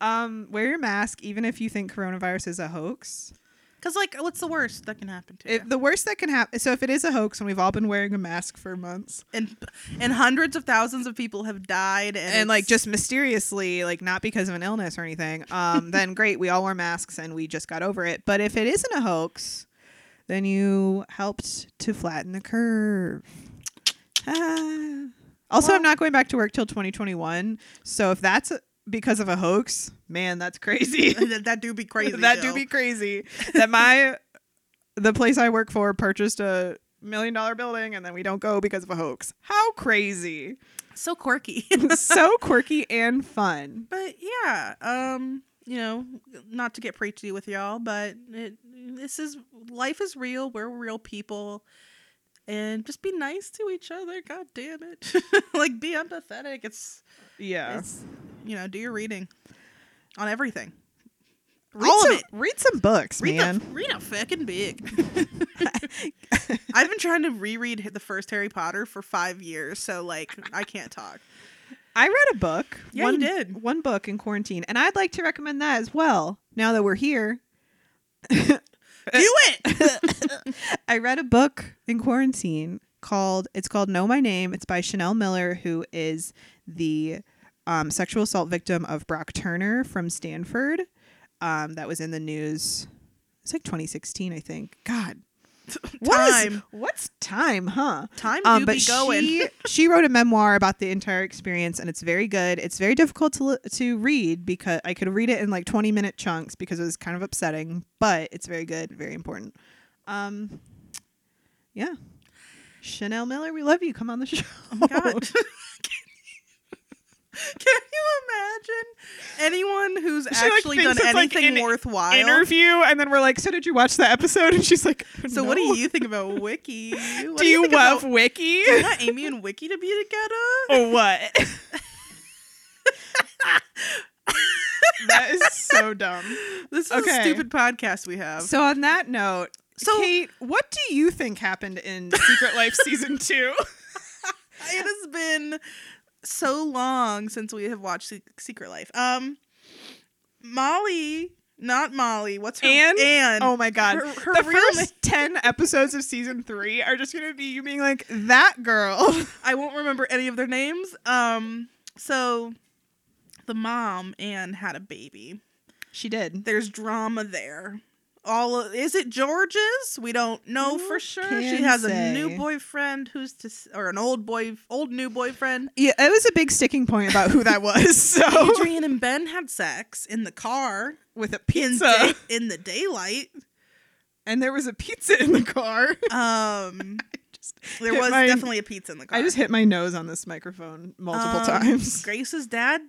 [SPEAKER 2] Um, wear your mask even if you think coronavirus is a hoax.
[SPEAKER 1] Because, like, what's the worst that can happen to you?
[SPEAKER 2] It, the worst that can happen. So if it is a hoax, and we've all been wearing a mask for months,
[SPEAKER 1] and, and hundreds of thousands of people have died. And,
[SPEAKER 2] and, like
[SPEAKER 1] it's-
[SPEAKER 2] just mysteriously, like not because of an illness or anything, um, then great, we all wore masks and we just got over it. But if it isn't a hoax, then you helped to flatten the curve. Ah. Also, I'm
[SPEAKER 1] Well-
[SPEAKER 2] not going back to work till 2021. So if that's because of a hoax, man, that's crazy.
[SPEAKER 1] that, that do be crazy.
[SPEAKER 2] that do
[SPEAKER 1] though.
[SPEAKER 2] be crazy that my the place i work for purchased a million dollar building and then we don't go because of a hoax how crazy
[SPEAKER 1] so quirky.
[SPEAKER 2] so quirky and fun
[SPEAKER 1] but yeah um you know not to get preachy with y'all but it, this is life is real we're real people and just be nice to each other god damn it like be empathetic it's
[SPEAKER 2] yeah
[SPEAKER 1] it's you know do your reading on everything read
[SPEAKER 2] All
[SPEAKER 1] some,
[SPEAKER 2] of it. read some books
[SPEAKER 1] read
[SPEAKER 2] man
[SPEAKER 1] the read a fucking big i've been trying to reread the first harry potter for five years so like i can't talk
[SPEAKER 2] i read a book
[SPEAKER 1] Yeah, you
[SPEAKER 2] one
[SPEAKER 1] did.
[SPEAKER 2] one book in quarantine and i'd like to recommend that as well now that we're here
[SPEAKER 1] do it
[SPEAKER 2] I read a book in quarantine called it's called Know My Name. It's by Chanel Miller, who is the um, sexual assault victim of Brock Turner from Stanford. Um, that was in the news. It's like 2016, I think. God, what is-
[SPEAKER 1] Time.
[SPEAKER 2] what's time, huh?
[SPEAKER 1] time do be
[SPEAKER 2] Um, but
[SPEAKER 1] going
[SPEAKER 2] she she wrote a memoir about the entire experience, and it's very good. It's very difficult to li- to read because I could read it in like twenty minute chunks because it was kind of upsetting, but it's very good, very important. Um, yeah, Chanel Miller, we love you. Come on the show.
[SPEAKER 1] God. can, you, can you imagine anyone who's
[SPEAKER 2] like,
[SPEAKER 1] actually
[SPEAKER 2] thinks
[SPEAKER 1] done
[SPEAKER 2] it's, like,
[SPEAKER 1] anything
[SPEAKER 2] an
[SPEAKER 1] worthwhile?
[SPEAKER 2] Interview, and then we're like, so did you watch the episode? And she's like,
[SPEAKER 1] so what do
[SPEAKER 2] "No."
[SPEAKER 1] you think about Wiki? What
[SPEAKER 2] do you,
[SPEAKER 1] think
[SPEAKER 2] love Oh,
[SPEAKER 1] about-
[SPEAKER 2] Wiki?
[SPEAKER 1] Do you want Amy and Wiki to be together?
[SPEAKER 2] or what? that is so dumb.
[SPEAKER 1] This is a
[SPEAKER 2] okay.
[SPEAKER 1] stupid podcast we have.
[SPEAKER 2] So on that note,
[SPEAKER 1] So-
[SPEAKER 2] Kate, what do you think happened in Secret Life season two?
[SPEAKER 1] it has been so long since we have watched Se- Secret Life. Um, Molly, not Molly. What's her
[SPEAKER 2] Anne?
[SPEAKER 1] Anne.
[SPEAKER 2] Oh my god.
[SPEAKER 1] Her- her
[SPEAKER 2] the
[SPEAKER 1] real
[SPEAKER 2] first
[SPEAKER 1] name-
[SPEAKER 2] ten episodes of season three are just gonna be you being like, that girl.
[SPEAKER 1] I won't remember any of their names. Um, so the mom and had a baby.
[SPEAKER 2] She did.
[SPEAKER 1] There's drama there. All of, is it George's? We don't know for sure. She
[SPEAKER 2] can
[SPEAKER 1] has a
[SPEAKER 2] say?
[SPEAKER 1] new boyfriend who's to s- or an old boy, old new boyfriend.
[SPEAKER 2] Yeah, it was a big sticking point about who that was. So
[SPEAKER 1] Adrian and Ben had sex in the car
[SPEAKER 2] with a
[SPEAKER 1] in
[SPEAKER 2] pizza,
[SPEAKER 1] day- in the daylight.
[SPEAKER 2] and there was a pizza in the car.
[SPEAKER 1] Um,
[SPEAKER 2] Just
[SPEAKER 1] there
[SPEAKER 2] hit
[SPEAKER 1] was
[SPEAKER 2] my-
[SPEAKER 1] definitely a pizza in the car.
[SPEAKER 2] I just hit my nose on this microphone multiple
[SPEAKER 1] Um,
[SPEAKER 2] times.
[SPEAKER 1] Grace's dad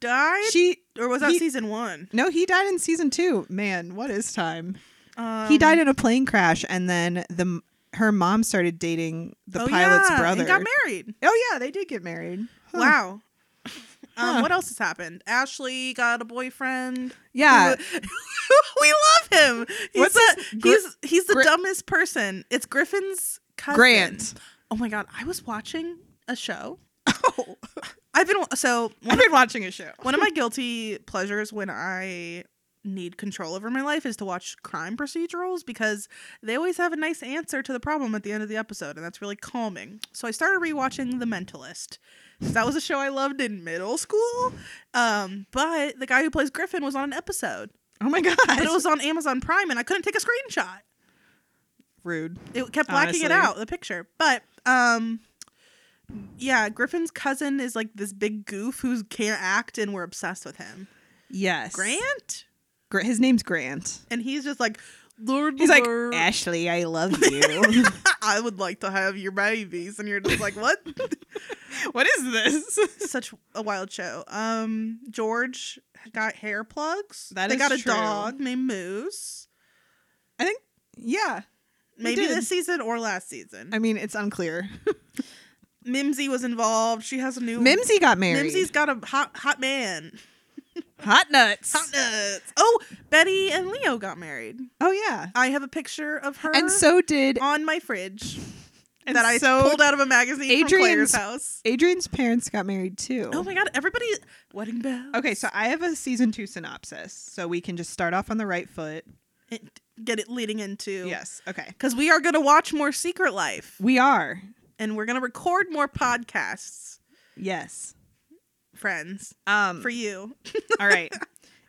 [SPEAKER 1] died,
[SPEAKER 2] She
[SPEAKER 1] or was that
[SPEAKER 2] he-
[SPEAKER 1] season one?
[SPEAKER 2] no, he died in season two. Man, what is time?
[SPEAKER 1] Um,
[SPEAKER 2] he died in a plane crash, and then the her mom started dating the
[SPEAKER 1] oh,
[SPEAKER 2] pilot's
[SPEAKER 1] yeah,
[SPEAKER 2] brother.
[SPEAKER 1] And got married.
[SPEAKER 2] Oh yeah, they did get married. Huh.
[SPEAKER 1] Wow. Um,
[SPEAKER 2] Huh.
[SPEAKER 1] What else has happened? Ashley got a boyfriend.
[SPEAKER 2] Yeah.
[SPEAKER 1] we love him. He's
[SPEAKER 2] What's
[SPEAKER 1] the,
[SPEAKER 2] his- Gr-
[SPEAKER 1] he's he's the
[SPEAKER 2] Gr-
[SPEAKER 1] dumbest person. It's Griffin's cousin.
[SPEAKER 2] Grant.
[SPEAKER 1] Oh my god, I was watching a show. Oh. I've been so one
[SPEAKER 2] I've
[SPEAKER 1] of,
[SPEAKER 2] been watching a show.
[SPEAKER 1] one of my guilty pleasures when I need control over my life is to watch crime procedurals because they always have a nice answer to the problem at the end of the episode and that's really calming. So I started rewatching The Mentalist. 'cause That was a show I loved in middle school. Um, but the guy who plays Griffin was on an episode
[SPEAKER 2] Oh my god,
[SPEAKER 1] but it was on Amazon Prime, and I couldn't take a screenshot.
[SPEAKER 2] rude.
[SPEAKER 1] It kept blacking it
[SPEAKER 2] Honestly.
[SPEAKER 1] out the picture. But um, yeah, Griffin's cousin is like this big goof who can't act, and we're obsessed with him.
[SPEAKER 2] Yes,
[SPEAKER 1] Grant,
[SPEAKER 2] Gra- his name's Grant.
[SPEAKER 1] and he's just like, Lord,
[SPEAKER 2] He's like "Eh."
[SPEAKER 1] Lord,
[SPEAKER 2] Ashley. I love you.
[SPEAKER 1] I would like to have your babies, and you're just like, what?
[SPEAKER 2] what is this?
[SPEAKER 1] Such a wild show. Um, George got hair plugs.
[SPEAKER 2] That
[SPEAKER 1] they
[SPEAKER 2] is
[SPEAKER 1] got a
[SPEAKER 2] true.
[SPEAKER 1] dog named Moose.
[SPEAKER 2] I think yeah. They
[SPEAKER 1] Maybe
[SPEAKER 2] did.
[SPEAKER 1] this season or last season.
[SPEAKER 2] I mean, it's unclear.
[SPEAKER 1] Mimsy was involved. She has a new
[SPEAKER 2] Mimsy got married.
[SPEAKER 1] Mimsy's got a hot hot man.
[SPEAKER 2] hot nuts.
[SPEAKER 1] Hot nuts. Oh, Betty and Leo got married.
[SPEAKER 2] Oh yeah.
[SPEAKER 1] I have a picture of her
[SPEAKER 2] And so did
[SPEAKER 1] on my fridge
[SPEAKER 2] and
[SPEAKER 1] that I
[SPEAKER 2] so
[SPEAKER 1] pulled out of a magazine from Claire's
[SPEAKER 2] Adrian's-
[SPEAKER 1] house.
[SPEAKER 2] Adrian's parents got married too.
[SPEAKER 1] Oh my god, everybody wedding bells.
[SPEAKER 2] Okay, so I have a season two synopsis, so we can just start off on the right foot.
[SPEAKER 1] It- get it leading into
[SPEAKER 2] Yes. Okay.
[SPEAKER 1] Cuz we are going to watch more Secret Life
[SPEAKER 2] We are.
[SPEAKER 1] and we're going to record more podcasts,
[SPEAKER 2] Yes.
[SPEAKER 1] friends,
[SPEAKER 2] Um.
[SPEAKER 1] for you.
[SPEAKER 2] all right.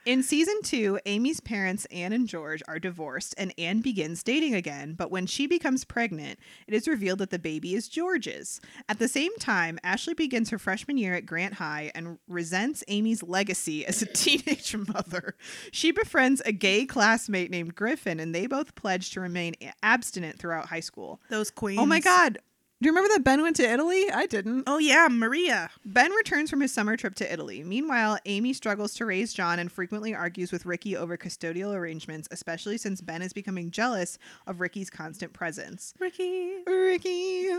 [SPEAKER 2] In season two, Amy's parents, Anne and George, are divorced, and Anne begins dating again. But when she becomes pregnant, it is revealed that the baby is George's. At the same time, Ashley begins her freshman year at Grant High and resents Amy's legacy as a teenage mother. She befriends a gay classmate named Griffin, and they both pledge to remain abstinent throughout high school.
[SPEAKER 1] Those queens.
[SPEAKER 2] Oh my God. Do you remember that Ben went to Italy? I didn't.
[SPEAKER 1] Oh yeah, Maria.
[SPEAKER 2] Ben returns from his summer trip to Italy. Meanwhile, Amy struggles to raise John and frequently argues with Ricky over custodial arrangements, especially since Ben is becoming jealous of Ricky's constant presence.
[SPEAKER 1] Ricky.
[SPEAKER 2] Ricky.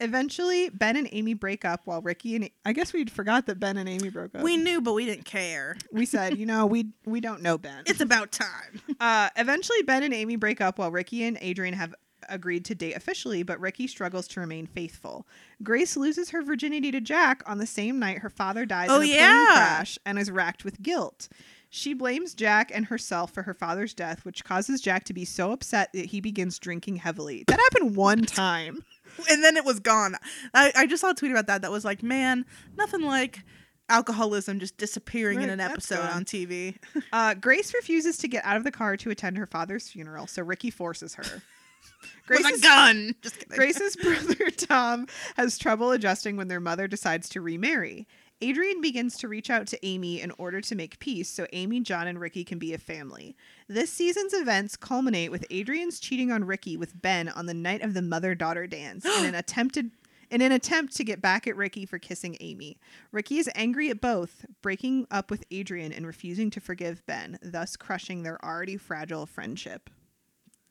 [SPEAKER 2] Eventually, Ben and Amy break up while Ricky and I guess we'd forgot that Ben and Amy broke up.
[SPEAKER 1] We knew but we didn't care.
[SPEAKER 2] we said, you know, we we don't know Ben.
[SPEAKER 1] It's about time.
[SPEAKER 2] Uh, eventually, Ben and Amy break up while Ricky and Adrian have agreed to date officially, but Ricky struggles to remain faithful. Grace loses her virginity to Jack on the same night her father dies
[SPEAKER 1] Oh,
[SPEAKER 2] in a
[SPEAKER 1] yeah.
[SPEAKER 2] plane crash and is racked with guilt. She blames Jack and herself for her father's death, which causes Jack to be so upset that he begins drinking heavily. That happened one time.
[SPEAKER 1] and then it was gone. I, I just saw a tweet about that that was like, man, nothing like alcoholism just disappearing in
[SPEAKER 2] Right,
[SPEAKER 1] an
[SPEAKER 2] that's
[SPEAKER 1] episode
[SPEAKER 2] gone.
[SPEAKER 1] on TV.
[SPEAKER 2] Uh, Grace refuses to get out of the car to attend her father's funeral, so Ricky forces her.
[SPEAKER 1] Oh
[SPEAKER 2] Grace is-
[SPEAKER 1] gun. Just kidding.
[SPEAKER 2] Grace's brother Tom has trouble adjusting when their mother decides to remarry. Adrian begins to reach out to Amy in order to make peace so Amy, John, and Ricky can be a family. This season's events culminate with Adrian's cheating on Ricky with Ben on the night of the mother-daughter dance in an attempted in an attempt to get back at Ricky for kissing Amy. Ricky is angry at both, breaking up with Adrian and refusing to forgive Ben, thus crushing their already fragile friendship.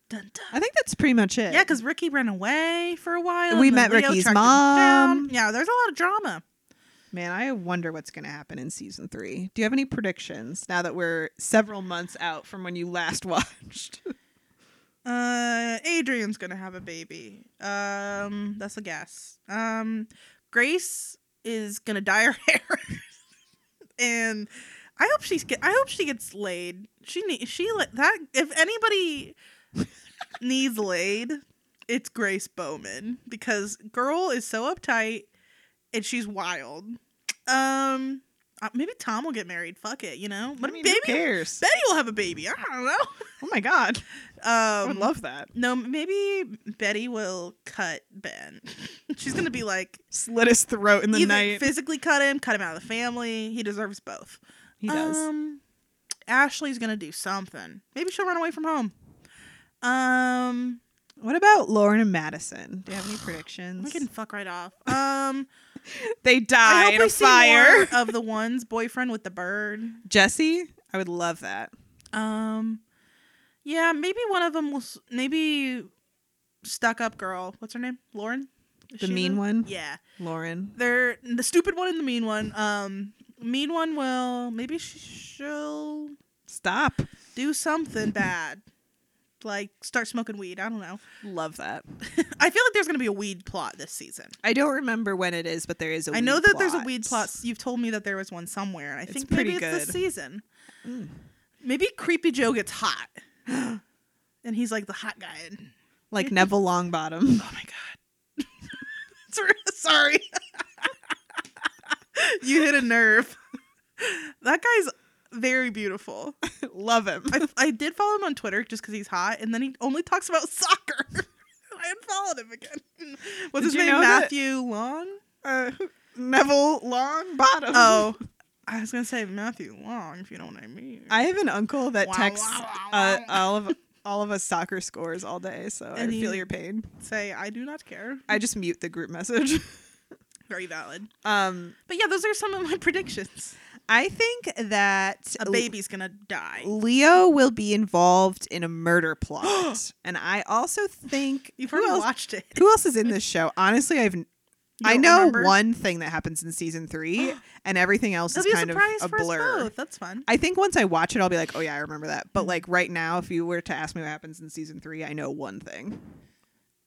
[SPEAKER 1] Dun, dun.
[SPEAKER 2] I think that's pretty much it.
[SPEAKER 1] Yeah, because Ricky ran away for a while.
[SPEAKER 2] We
[SPEAKER 1] and then
[SPEAKER 2] met
[SPEAKER 1] Leo
[SPEAKER 2] Ricky's
[SPEAKER 1] tracked him down.
[SPEAKER 2] mom.
[SPEAKER 1] Yeah, there's a lot of drama.
[SPEAKER 2] Man, I wonder what's going to happen in season three. Do you have any predictions now that we're several months out from when you last watched?
[SPEAKER 1] Uh, Adrian's gonna have a baby. Um, that's a guess. Um, Grace is gonna dye her hair, and I hope she's get. I hope she gets laid. She need she like that. If anybody needs laid, it's Grace Bowman because girl is so uptight and she's wild. Um, Uh, maybe Tom will get married. Fuck it, you know. But
[SPEAKER 2] I mean,
[SPEAKER 1] baby,
[SPEAKER 2] who cares?
[SPEAKER 1] Betty will have a baby. I don't know.
[SPEAKER 2] Oh my god, I would
[SPEAKER 1] Um,
[SPEAKER 2] love that.
[SPEAKER 1] no, maybe Betty will cut Ben. She's gonna be like
[SPEAKER 2] Slit his throat in the
[SPEAKER 1] either
[SPEAKER 2] night.
[SPEAKER 1] physically cut him, cut him out of the family. He deserves both.
[SPEAKER 2] he does.
[SPEAKER 1] Um, Ashley's gonna do something. Maybe she'll run away from home. Um,
[SPEAKER 2] what about Lauren and Madison? Do you have any predictions?
[SPEAKER 1] we can fuck right off. Um,
[SPEAKER 2] they
[SPEAKER 1] I
[SPEAKER 2] die
[SPEAKER 1] hope
[SPEAKER 2] in a
[SPEAKER 1] we see
[SPEAKER 2] fire.
[SPEAKER 1] more of the one's boyfriend with the bird.
[SPEAKER 2] Jesse, I would love that.
[SPEAKER 1] Um, yeah, maybe one of them will. s- Maybe stuck up girl. What's her name? Lauren. Is
[SPEAKER 2] The
[SPEAKER 1] she
[SPEAKER 2] mean one?
[SPEAKER 1] Yeah,
[SPEAKER 2] Lauren.
[SPEAKER 1] they're the stupid one and the mean one. Um, mean one will maybe sh- she'll
[SPEAKER 2] Stop.
[SPEAKER 1] do something bad, like start smoking weed. I don't know.
[SPEAKER 2] Love that.
[SPEAKER 1] I feel like there's gonna be a weed plot this season.
[SPEAKER 2] I don't remember when it is, but there is a
[SPEAKER 1] I know
[SPEAKER 2] weed
[SPEAKER 1] that there's a weed
[SPEAKER 2] plot.
[SPEAKER 1] plot. You've told me that there was one somewhere, and I think
[SPEAKER 2] pretty
[SPEAKER 1] maybe it's
[SPEAKER 2] good.
[SPEAKER 1] this season.
[SPEAKER 2] Mm.
[SPEAKER 1] Maybe creepy Joe gets hot, and he's like the hot guy. And,
[SPEAKER 2] Like Neville Longbottom.
[SPEAKER 1] Mm-hmm. oh my god! Sorry- Sorry, you hit a nerve. That guy's very beautiful.
[SPEAKER 2] love him.
[SPEAKER 1] I, I did follow him on Twitter just because he's hot, and then he only talks about soccer. I unfollowed him again. What's his
[SPEAKER 2] Did you
[SPEAKER 1] name?
[SPEAKER 2] know that-
[SPEAKER 1] Matthew Long.
[SPEAKER 2] Uh, Neville Longbottom.
[SPEAKER 1] Oh, I was gonna say Matthew Long, if you know what I mean.
[SPEAKER 2] I have an uncle that
[SPEAKER 1] Wow,
[SPEAKER 2] texts
[SPEAKER 1] wow, wow,
[SPEAKER 2] uh,
[SPEAKER 1] wow.
[SPEAKER 2] all of all of us soccer scores all day, so I
[SPEAKER 1] And he-
[SPEAKER 2] feel your pain.
[SPEAKER 1] say I do not care.
[SPEAKER 2] I just mute the group message.
[SPEAKER 1] Very valid.
[SPEAKER 2] Um,
[SPEAKER 1] But yeah, those are some of my predictions.
[SPEAKER 2] I think that
[SPEAKER 1] A baby's gonna die.
[SPEAKER 2] Leo will be involved in a murder plot, and I also think
[SPEAKER 1] You've
[SPEAKER 2] who
[SPEAKER 1] already
[SPEAKER 2] else,
[SPEAKER 1] watched it.
[SPEAKER 2] who else is in this show? Honestly, I've
[SPEAKER 1] You
[SPEAKER 2] I
[SPEAKER 1] don't
[SPEAKER 2] know
[SPEAKER 1] remember?
[SPEAKER 2] one thing that happens in season three, and everything else
[SPEAKER 1] It'll
[SPEAKER 2] is
[SPEAKER 1] be a
[SPEAKER 2] kind of
[SPEAKER 1] surprise
[SPEAKER 2] a
[SPEAKER 1] for us
[SPEAKER 2] blur.
[SPEAKER 1] both. That's fun.
[SPEAKER 2] I think once I watch it, I'll be like, oh yeah, I remember that. But like right now, if you were to ask me what happens in season three, I know one thing.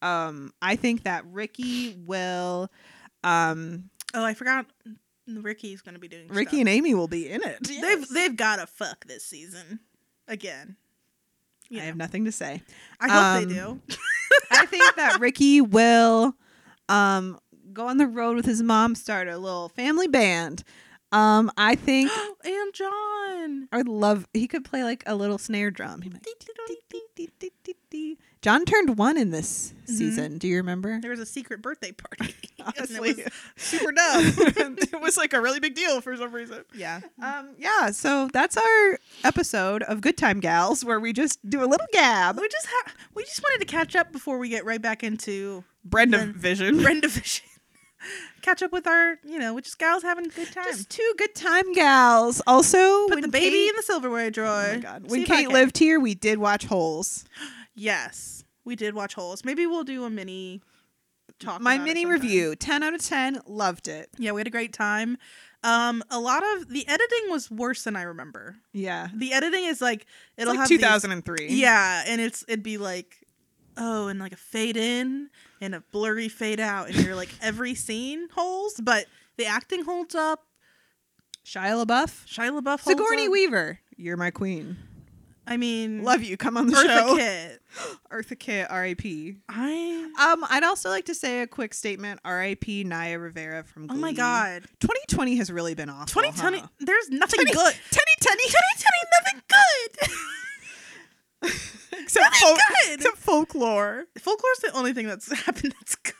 [SPEAKER 2] Um, I think that Ricky will, um,
[SPEAKER 1] Oh, I forgot. Ricky's gonna be doing.
[SPEAKER 2] Ricky and Amy will be in it.
[SPEAKER 1] stuff. they've they've gotta fuck this season again.
[SPEAKER 2] I
[SPEAKER 1] Yeah,
[SPEAKER 2] have nothing to say.
[SPEAKER 1] I hope they
[SPEAKER 2] um,
[SPEAKER 1] do.
[SPEAKER 2] I think that Ricky will, um, go on the road with his mom, start a little family band. Um, I think
[SPEAKER 1] and John.
[SPEAKER 2] I would love he could play like a little snare drum. He'd be like, John turned one in this season. Do you remember?
[SPEAKER 1] There was a secret birthday party.
[SPEAKER 2] Honestly.
[SPEAKER 1] and it was super dumb.
[SPEAKER 2] it was like a really big deal for some reason.
[SPEAKER 1] yeah.
[SPEAKER 2] Um, yeah, so that's our episode of Good Time Gals, where we just do a little gab.
[SPEAKER 1] We just ha- we just wanted to catch up before we get right back into
[SPEAKER 2] Brenda
[SPEAKER 1] Then-
[SPEAKER 2] Vision.
[SPEAKER 1] Brenda Vision. catch up with our, you know, with just gals having a good time.
[SPEAKER 2] Just two Good Time Gals. Also,
[SPEAKER 1] Put
[SPEAKER 2] when
[SPEAKER 1] the baby
[SPEAKER 2] Kate-
[SPEAKER 1] in the silverware drawer.
[SPEAKER 2] Oh my God. When
[SPEAKER 1] See
[SPEAKER 2] Kate
[SPEAKER 1] podcast.
[SPEAKER 2] lived here, we did watch Holes.
[SPEAKER 1] yes, we did watch holes. Maybe we'll do a mini talk.
[SPEAKER 2] My
[SPEAKER 1] about it
[SPEAKER 2] mini
[SPEAKER 1] sometime.
[SPEAKER 2] review, 10 out of 10, loved it.
[SPEAKER 1] Yeah, we had a great time. Um, a lot of the editing was worse than I remember.
[SPEAKER 2] Yeah.
[SPEAKER 1] The editing is like
[SPEAKER 2] It's
[SPEAKER 1] it'll
[SPEAKER 2] like
[SPEAKER 1] have these-
[SPEAKER 2] 2003.
[SPEAKER 1] Yeah, and it's it'd be like, oh, and like a fade in and a blurry fade out, and you're like every scene holds, but the acting holds up.
[SPEAKER 2] Shia LaBeouf.
[SPEAKER 1] Shia LaBeouf holds
[SPEAKER 2] Sigourney
[SPEAKER 1] up.
[SPEAKER 2] Weaver. You're my queen.
[SPEAKER 1] I mean,
[SPEAKER 2] Love you. Come on the
[SPEAKER 1] Eartha
[SPEAKER 2] show.
[SPEAKER 1] Kitt.
[SPEAKER 2] Eartha Kitt, R.I.P.
[SPEAKER 1] I. oh
[SPEAKER 2] Um, I'd also like to say a quick statement. R.I.P. Naya Rivera from
[SPEAKER 1] Oh
[SPEAKER 2] Glee.
[SPEAKER 1] my god.
[SPEAKER 2] 2020 has really been awful.
[SPEAKER 1] 2020.
[SPEAKER 2] huh?
[SPEAKER 1] There's nothing
[SPEAKER 2] 20
[SPEAKER 1] good.
[SPEAKER 2] 2020,
[SPEAKER 1] nothing good.
[SPEAKER 2] except,
[SPEAKER 1] Oh
[SPEAKER 2] folk-
[SPEAKER 1] my God.
[SPEAKER 2] except folklore.
[SPEAKER 1] Folklore's the only thing that's happened that's good.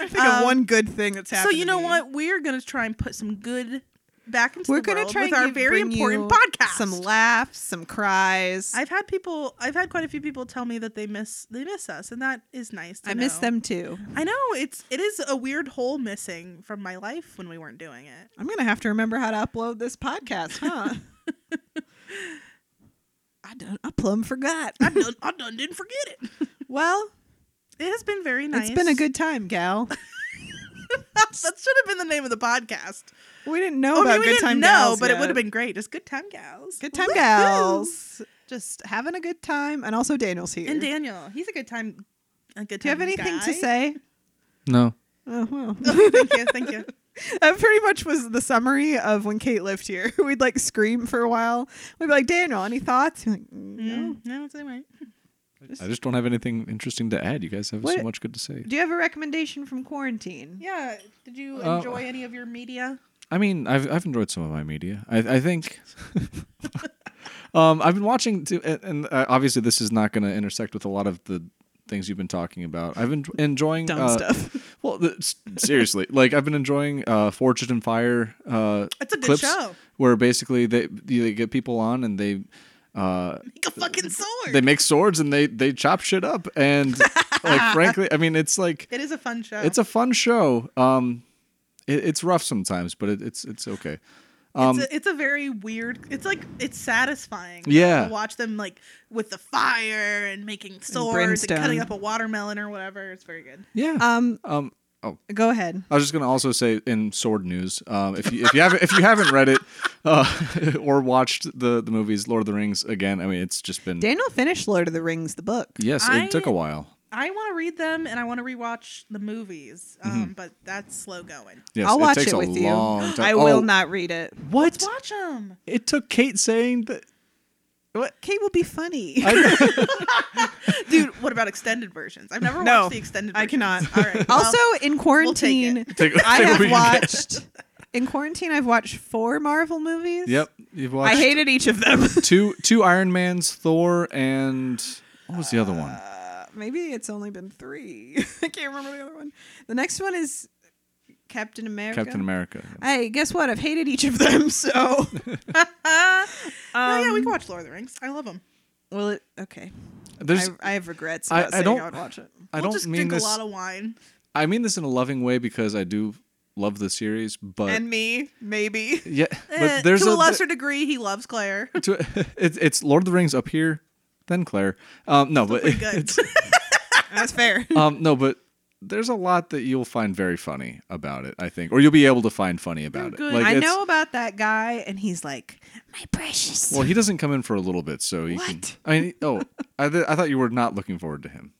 [SPEAKER 2] I think
[SPEAKER 1] Um,
[SPEAKER 2] of one good thing that's
[SPEAKER 1] So
[SPEAKER 2] happened.
[SPEAKER 1] you
[SPEAKER 2] to
[SPEAKER 1] know
[SPEAKER 2] me.
[SPEAKER 1] what? We're gonna try and put some good back into
[SPEAKER 2] We're
[SPEAKER 1] the
[SPEAKER 2] gonna
[SPEAKER 1] world
[SPEAKER 2] try
[SPEAKER 1] with
[SPEAKER 2] and
[SPEAKER 1] our
[SPEAKER 2] give-
[SPEAKER 1] very
[SPEAKER 2] bring
[SPEAKER 1] important
[SPEAKER 2] you
[SPEAKER 1] podcast.
[SPEAKER 2] Some laughs, some cries. I,
[SPEAKER 1] I've had people. I've had quite a few people tell me that they miss they miss us, and that is nice. to
[SPEAKER 2] miss
[SPEAKER 1] know.
[SPEAKER 2] them too.
[SPEAKER 1] I know it's it is a weird hole missing from my life when we weren't doing it.
[SPEAKER 2] I'm gonna have to remember how to upload this podcast, huh? I done. I plumb forgot.
[SPEAKER 1] I done I done didn't forget it.
[SPEAKER 2] well,
[SPEAKER 1] It has been very nice.
[SPEAKER 2] it's been a good time, gal.
[SPEAKER 1] that should have been the name of the podcast.
[SPEAKER 2] We didn't know
[SPEAKER 1] Oh, I
[SPEAKER 2] about
[SPEAKER 1] mean, we
[SPEAKER 2] good
[SPEAKER 1] didn't
[SPEAKER 2] time
[SPEAKER 1] know,
[SPEAKER 2] gals,
[SPEAKER 1] but it
[SPEAKER 2] yet.
[SPEAKER 1] would have been great. Just good time gals.
[SPEAKER 2] Good time
[SPEAKER 1] Woohoo!
[SPEAKER 2] gals. Just having a good time. And also Daniel's here.
[SPEAKER 1] And Daniel, he's a good time. A good time.
[SPEAKER 2] Do you have anything
[SPEAKER 1] guy.
[SPEAKER 2] to say?
[SPEAKER 3] No.
[SPEAKER 2] Oh, well.
[SPEAKER 1] Oh, thank you, thank you.
[SPEAKER 2] that pretty much was the summary of when Kate lived here. We'd like scream for a while. We'd be like, Daniel, any thoughts? He'd be Like, "Mm, no.
[SPEAKER 1] Mm, no, it's anyway.
[SPEAKER 3] I just don't have anything interesting to add. You guys have
[SPEAKER 2] What-
[SPEAKER 3] so much good to say.
[SPEAKER 2] Do you have a recommendation from quarantine?
[SPEAKER 1] Yeah. Did you
[SPEAKER 3] Uh,
[SPEAKER 1] enjoy any of your media?
[SPEAKER 3] I mean, I've I've enjoyed some of my media. I I think. um, I've been watching too, and, and uh, obviously this is not going to intersect with a lot of the things you've been talking about. I've been enjoying
[SPEAKER 2] Dumb
[SPEAKER 3] uh,
[SPEAKER 2] stuff.
[SPEAKER 3] Well, th- s- seriously, like I've been enjoying uh, Fortune and Fire. Uh,
[SPEAKER 1] That's a good
[SPEAKER 3] clips
[SPEAKER 1] show.
[SPEAKER 3] Where basically they they get people on and they. Uh,
[SPEAKER 1] Make a fucking sword.
[SPEAKER 3] they make swords and they they chop shit up and like frankly i mean it's like
[SPEAKER 1] it is a fun show.
[SPEAKER 3] it's a fun show um it, it's rough sometimes but it, it's it's okay um
[SPEAKER 1] it's, a, it's a very weird. It's like it's satisfying.
[SPEAKER 3] Yeah.
[SPEAKER 1] to watch them like with the fire and making swords and,
[SPEAKER 2] brimstone.
[SPEAKER 1] cutting up a watermelon or whatever. It's very good.
[SPEAKER 3] yeah
[SPEAKER 2] Um,
[SPEAKER 3] um oh
[SPEAKER 2] go ahead.
[SPEAKER 3] I was just gonna also say in sword news, um, if you if you haven't if you haven't read it uh, or watched the the movies Lord of the Rings again, I mean it's just been
[SPEAKER 2] Daniel finished Lord of the Rings, the book.
[SPEAKER 3] yes,
[SPEAKER 1] I-
[SPEAKER 3] it took a while.
[SPEAKER 1] I want to read them and I want to rewatch the movies, um,
[SPEAKER 3] Mm-hmm.
[SPEAKER 1] but that's slow going.
[SPEAKER 3] Yes,
[SPEAKER 2] I'll watch
[SPEAKER 3] it takes
[SPEAKER 2] it
[SPEAKER 3] a
[SPEAKER 2] with you.
[SPEAKER 3] long time.
[SPEAKER 2] I
[SPEAKER 3] Oh,
[SPEAKER 2] will not read it.
[SPEAKER 3] What?
[SPEAKER 1] Let's watch them.
[SPEAKER 3] It took Kate saying that. What?
[SPEAKER 2] Kate will be funny.
[SPEAKER 1] Dude, what about extended versions? I've never
[SPEAKER 2] No,
[SPEAKER 1] watched the extended versions.
[SPEAKER 2] I cannot.
[SPEAKER 1] All right. well,
[SPEAKER 2] also, in quarantine,
[SPEAKER 3] Take-
[SPEAKER 2] I
[SPEAKER 3] take a
[SPEAKER 2] have
[SPEAKER 3] weekend.
[SPEAKER 2] watched. In quarantine, I've watched four Marvel movies.
[SPEAKER 3] Yep, you've
[SPEAKER 2] I
[SPEAKER 3] watched
[SPEAKER 2] hated each of them.
[SPEAKER 3] two two Iron Man's, Thor, and what was the other one?
[SPEAKER 2] Uh, maybe it's only been three. I can't remember the other one. The next one is Captain America.
[SPEAKER 3] Captain America.
[SPEAKER 2] Hey, guess what? I've hated each of them. So,
[SPEAKER 1] no, uh, yeah, we can watch Lord of the Rings. I love them.
[SPEAKER 2] well, it, okay. I,
[SPEAKER 3] There's,
[SPEAKER 2] I have regrets
[SPEAKER 3] I-
[SPEAKER 2] about
[SPEAKER 3] I
[SPEAKER 2] saying
[SPEAKER 3] don't-
[SPEAKER 2] I would watch it.
[SPEAKER 3] I,
[SPEAKER 1] We'll just
[SPEAKER 3] don't mean
[SPEAKER 1] drink
[SPEAKER 3] this.
[SPEAKER 1] a lot of wine.
[SPEAKER 3] I mean this in a loving way because I do love the series, but
[SPEAKER 2] and me, maybe.
[SPEAKER 3] yeah,
[SPEAKER 1] Eh,
[SPEAKER 3] but there's
[SPEAKER 1] to a,
[SPEAKER 3] a,
[SPEAKER 1] lesser degree, he loves Claire.
[SPEAKER 3] to, it, it's Lord of the Rings up here, then Claire. Um, no, but
[SPEAKER 1] Pretty good.
[SPEAKER 2] That's fair.
[SPEAKER 3] um, no, but there's a lot that you'll find very funny about it. I think, or you'll be able to find funny about it.
[SPEAKER 1] good.
[SPEAKER 3] Like
[SPEAKER 2] I
[SPEAKER 3] it's-
[SPEAKER 2] know about that guy, and he's like, my precious.
[SPEAKER 3] Well, he doesn't come in for a little bit, so you can.
[SPEAKER 2] What?
[SPEAKER 3] I mean, oh, I, th- I thought you were not looking forward to him.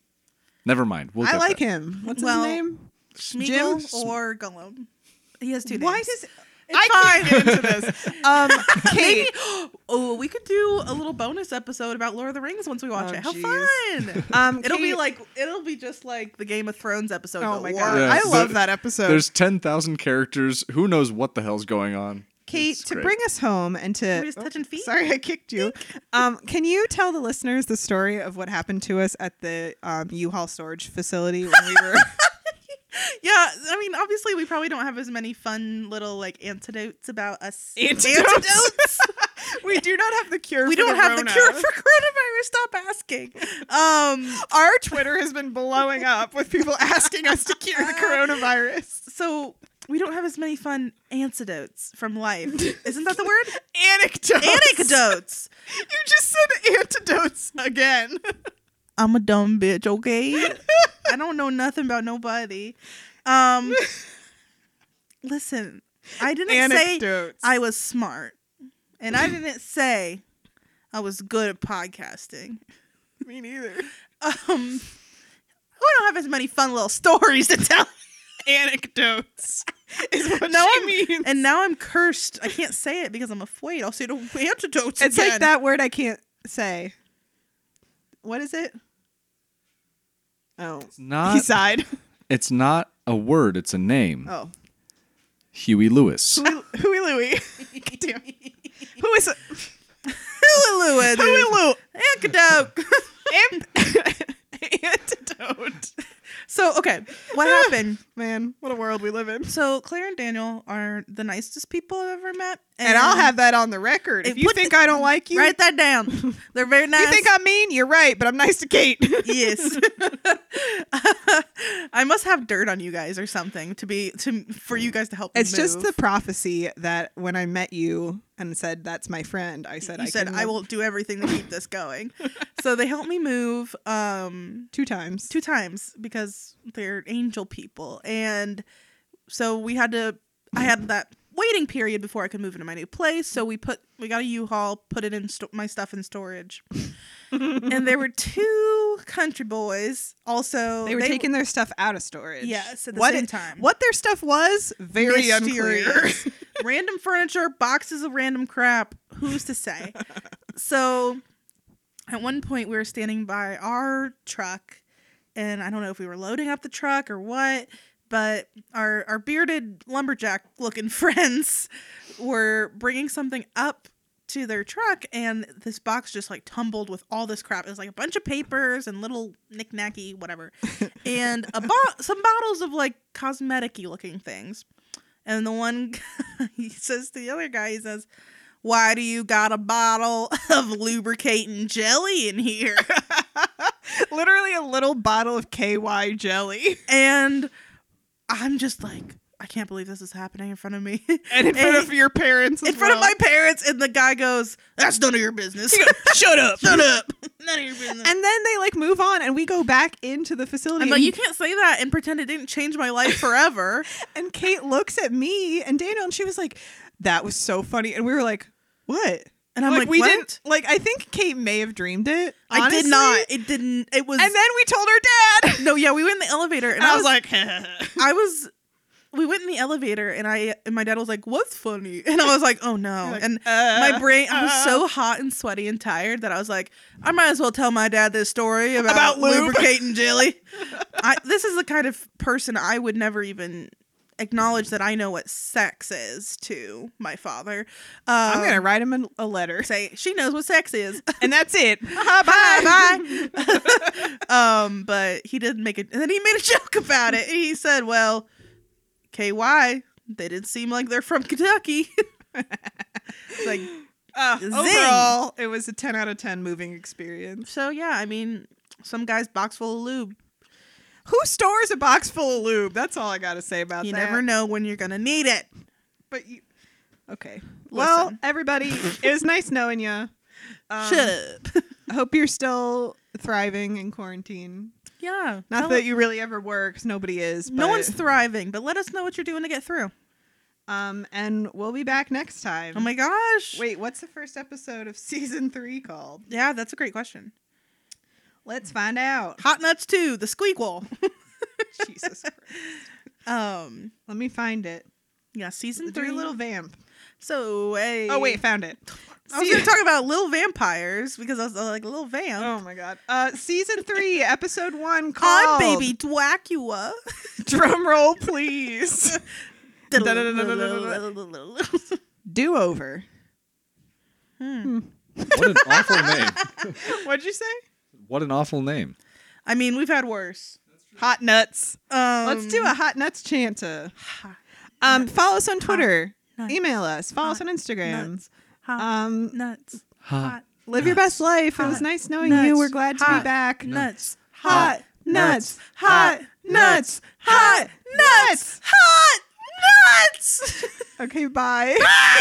[SPEAKER 3] Never mind. We'll
[SPEAKER 2] I
[SPEAKER 3] get
[SPEAKER 2] like
[SPEAKER 3] that.
[SPEAKER 2] him. What's
[SPEAKER 1] Well,
[SPEAKER 2] his name?
[SPEAKER 1] Smeagol
[SPEAKER 2] Jim?
[SPEAKER 1] or Gollum. He has two names.
[SPEAKER 2] Why does
[SPEAKER 1] It's fine.
[SPEAKER 2] get into this? Um, Kate,
[SPEAKER 1] oh, we could do a little bonus episode about Lord of the Rings once we watch
[SPEAKER 2] Oh,
[SPEAKER 1] it. How
[SPEAKER 2] jeez.
[SPEAKER 1] fun!
[SPEAKER 2] um,
[SPEAKER 1] it'll be
[SPEAKER 2] Kate-
[SPEAKER 1] like it'll be just like the Game of Thrones episode.
[SPEAKER 2] oh
[SPEAKER 1] but
[SPEAKER 2] my
[SPEAKER 1] worse.
[SPEAKER 2] god,
[SPEAKER 3] Yeah,
[SPEAKER 2] I love
[SPEAKER 3] there-
[SPEAKER 2] that episode.
[SPEAKER 3] There's ten thousand characters. Who knows what the hell's going on?
[SPEAKER 2] Kate,
[SPEAKER 3] It's
[SPEAKER 2] to
[SPEAKER 3] great.
[SPEAKER 2] bring us home and to
[SPEAKER 1] We're just touching feet.
[SPEAKER 2] Oh, Sorry, I kicked you. Um, can you tell the listeners the story of what happened to us at the um, U-Haul storage facility when we were?
[SPEAKER 1] Yeah, I mean, obviously, we probably don't have as many fun little like antidotes about us.
[SPEAKER 2] Antidotes. we do not have the cure.
[SPEAKER 1] We
[SPEAKER 2] for
[SPEAKER 1] don't
[SPEAKER 2] the
[SPEAKER 1] have the
[SPEAKER 2] Rona.
[SPEAKER 1] cure for coronavirus. Stop asking. Um,
[SPEAKER 2] Our Twitter has been blowing up with people asking us to cure the coronavirus.
[SPEAKER 1] so we don't have as many fun antidotes from life. Isn't that the word?
[SPEAKER 2] Anecdotes.
[SPEAKER 1] Anecdotes.
[SPEAKER 2] You just said antidotes again.
[SPEAKER 1] I'm a dumb bitch, okay? I don't know nothing about nobody. Um Listen, I didn't say
[SPEAKER 2] Anecdotes.
[SPEAKER 1] I was smart. And I didn't say I was good at podcasting.
[SPEAKER 2] Me neither.
[SPEAKER 1] Um we don't have as many fun little stories to tell.
[SPEAKER 2] Anecdotes is what
[SPEAKER 1] Now
[SPEAKER 2] she
[SPEAKER 1] I'm-
[SPEAKER 2] means.
[SPEAKER 1] And now I'm cursed. I can't say it because I'm afraid. I'll say the antidotes.
[SPEAKER 2] It's
[SPEAKER 1] again.
[SPEAKER 2] like that word I can't say. What is it? Oh,
[SPEAKER 3] Not.
[SPEAKER 2] he sighed.
[SPEAKER 3] It's not a word. It's a name.
[SPEAKER 2] Oh,
[SPEAKER 3] Huey Lewis.
[SPEAKER 2] Huey Louie. Damn. Who is it?
[SPEAKER 1] Hulu,
[SPEAKER 2] Huey Lou.
[SPEAKER 1] Antidote.
[SPEAKER 2] Antidote.
[SPEAKER 1] so okay, what happened?
[SPEAKER 2] Man, what a world we live in. And,
[SPEAKER 1] So Claire and Daniel are the nicest people I've ever met,
[SPEAKER 2] I'll have that on the record. If
[SPEAKER 1] And
[SPEAKER 2] you
[SPEAKER 1] put
[SPEAKER 2] think
[SPEAKER 1] the-
[SPEAKER 2] I don't like you,
[SPEAKER 1] write that down. They're very nice.
[SPEAKER 2] you think I'm mean, you're right, but I'm nice to Kate.
[SPEAKER 1] yes. I must have dirt on you guys or something to be to for you guys to help. me
[SPEAKER 2] It's just
[SPEAKER 1] move.
[SPEAKER 2] the prophecy that when I met you and said, that's my friend, I said,
[SPEAKER 1] you
[SPEAKER 2] I
[SPEAKER 1] said
[SPEAKER 2] can
[SPEAKER 1] I
[SPEAKER 2] live
[SPEAKER 1] will do everything to keep this going. so they helped me move. Um,
[SPEAKER 2] two times.
[SPEAKER 1] two times because they're angel people and so we had to i had that waiting period before i could move into my new place so we put we got a u-haul put it in sto- my stuff in storage and there were two country boys also
[SPEAKER 2] They were taking their stuff out of storage.
[SPEAKER 1] Yes, at the
[SPEAKER 2] what
[SPEAKER 1] same
[SPEAKER 2] it-
[SPEAKER 1] time.
[SPEAKER 2] What their stuff was, very unclear.
[SPEAKER 1] mysterious. random furniture boxes of random crap who's to say so at one point we were standing by our truck and i don't know if we were loading up the truck or what but our our bearded lumberjack looking friends were bringing something up to their truck and this box just like tumbled with all this crap. It was like a bunch of papers and little knickknacky whatever. and a bo- some bottles of like cosmeticy looking things. And the one guy, he says to the other guy, he says, Why do you got a bottle of lubricating jelly in here?
[SPEAKER 2] Literally a little bottle of KY jelly.
[SPEAKER 1] and I'm just like, I can't believe this is happening in front of me.
[SPEAKER 2] And in front
[SPEAKER 1] And-
[SPEAKER 2] of your parents.
[SPEAKER 1] in
[SPEAKER 2] as
[SPEAKER 1] front of
[SPEAKER 2] well.
[SPEAKER 1] my parents, and the guy goes, That's none of your business.
[SPEAKER 2] Shut up.
[SPEAKER 1] Shut up. None of your business.
[SPEAKER 2] And then they like move on and we go back into the facility.
[SPEAKER 1] I'm like,
[SPEAKER 2] and-
[SPEAKER 1] you can't say that and pretend it didn't change my life forever.
[SPEAKER 2] And Kate looks at me and Daniel, and she was like, "That was so funny." And we were like, "What?"
[SPEAKER 1] And I'm like,
[SPEAKER 2] "We
[SPEAKER 1] "What?"
[SPEAKER 2] didn't." Like, I think Kate may have dreamed it.
[SPEAKER 1] I did
[SPEAKER 2] honestly.
[SPEAKER 1] not. It didn't. It was.
[SPEAKER 2] And then we told her dad.
[SPEAKER 1] no, yeah, we went in the elevator, and
[SPEAKER 2] And
[SPEAKER 1] I, was,
[SPEAKER 2] like,
[SPEAKER 1] I was. We went in the elevator, and I and my dad was like, "What's funny?" And I was like, "Oh no!" and
[SPEAKER 2] uh,
[SPEAKER 1] my brain, I was so hot and sweaty and tired that I was like, "I might as well tell my dad this story about,
[SPEAKER 2] About lube."
[SPEAKER 1] lubricating jelly." I, this is the kind of person I would never even acknowledge that I know what sex is to my father. Um,
[SPEAKER 2] I'm gonna write him a, a letter,
[SPEAKER 1] say she knows what sex is.
[SPEAKER 2] and that's it.
[SPEAKER 1] bye bye. um, but he did make it, and then he made a joke about it. He said, "Well, KY, they didn't seem like they're from Kentucky." It's like
[SPEAKER 2] Uh,
[SPEAKER 1] Zing.
[SPEAKER 2] overall, it was a 10 out of 10 moving experience.
[SPEAKER 1] so, yeah. I mean, some guy's box full of lube.
[SPEAKER 2] Who stores a box full of lube? That's all I gotta say about
[SPEAKER 1] You
[SPEAKER 2] that.
[SPEAKER 1] never know when you're gonna need it.
[SPEAKER 2] But you, okay. Well,
[SPEAKER 1] Listen.
[SPEAKER 2] everybody, it was nice knowing you. Um,
[SPEAKER 1] Shut up.
[SPEAKER 2] I hope you're still thriving in quarantine.
[SPEAKER 1] yeah.
[SPEAKER 2] Not
[SPEAKER 1] Tell-
[SPEAKER 2] that you really ever work, 'cause nobody is.
[SPEAKER 1] no
[SPEAKER 2] but,
[SPEAKER 1] one's thriving, but let us know what you're doing to get through.
[SPEAKER 2] um, and we'll be back next time.
[SPEAKER 1] Oh my gosh.
[SPEAKER 2] Wait, what's the first episode of season three called?
[SPEAKER 1] Yeah, that's a great question.
[SPEAKER 2] Let's find out.
[SPEAKER 1] Hot nuts too. The squeakquel.
[SPEAKER 2] Jesus, Christ.
[SPEAKER 1] um.
[SPEAKER 2] let me find it.
[SPEAKER 1] Yeah, season
[SPEAKER 2] Three
[SPEAKER 1] three.
[SPEAKER 2] little vamp.
[SPEAKER 1] So, hey.
[SPEAKER 2] Oh wait, found it.
[SPEAKER 1] I was
[SPEAKER 2] See-
[SPEAKER 1] going to talk about little vampires because I was uh, like little vamp.
[SPEAKER 2] Oh my god. Uh, season three, episode
[SPEAKER 1] Hi,
[SPEAKER 2] one called
[SPEAKER 1] baby Dwacula.
[SPEAKER 2] Drum roll, please. Do over.
[SPEAKER 3] What an awful name.
[SPEAKER 2] What'd you say?
[SPEAKER 3] What an awful name.
[SPEAKER 1] I mean, we've had worse.
[SPEAKER 2] Hot nuts.
[SPEAKER 1] Um,
[SPEAKER 2] Let's do a hot nuts chanta. Um, follow us on Twitter.
[SPEAKER 1] nuts.
[SPEAKER 2] Email us. Follow us on
[SPEAKER 1] Hot
[SPEAKER 2] Instagram.
[SPEAKER 1] Nuts. Hot
[SPEAKER 2] Um,
[SPEAKER 1] nuts.
[SPEAKER 3] Hot
[SPEAKER 2] live your best life. It was
[SPEAKER 1] Hot
[SPEAKER 2] nice knowing
[SPEAKER 1] nuts.
[SPEAKER 2] you. We're glad to
[SPEAKER 1] Hot
[SPEAKER 2] be back.
[SPEAKER 1] Nuts.
[SPEAKER 2] Hot nuts. Hot nuts. Hot nuts.
[SPEAKER 1] Hot nuts.
[SPEAKER 2] Okay, bye.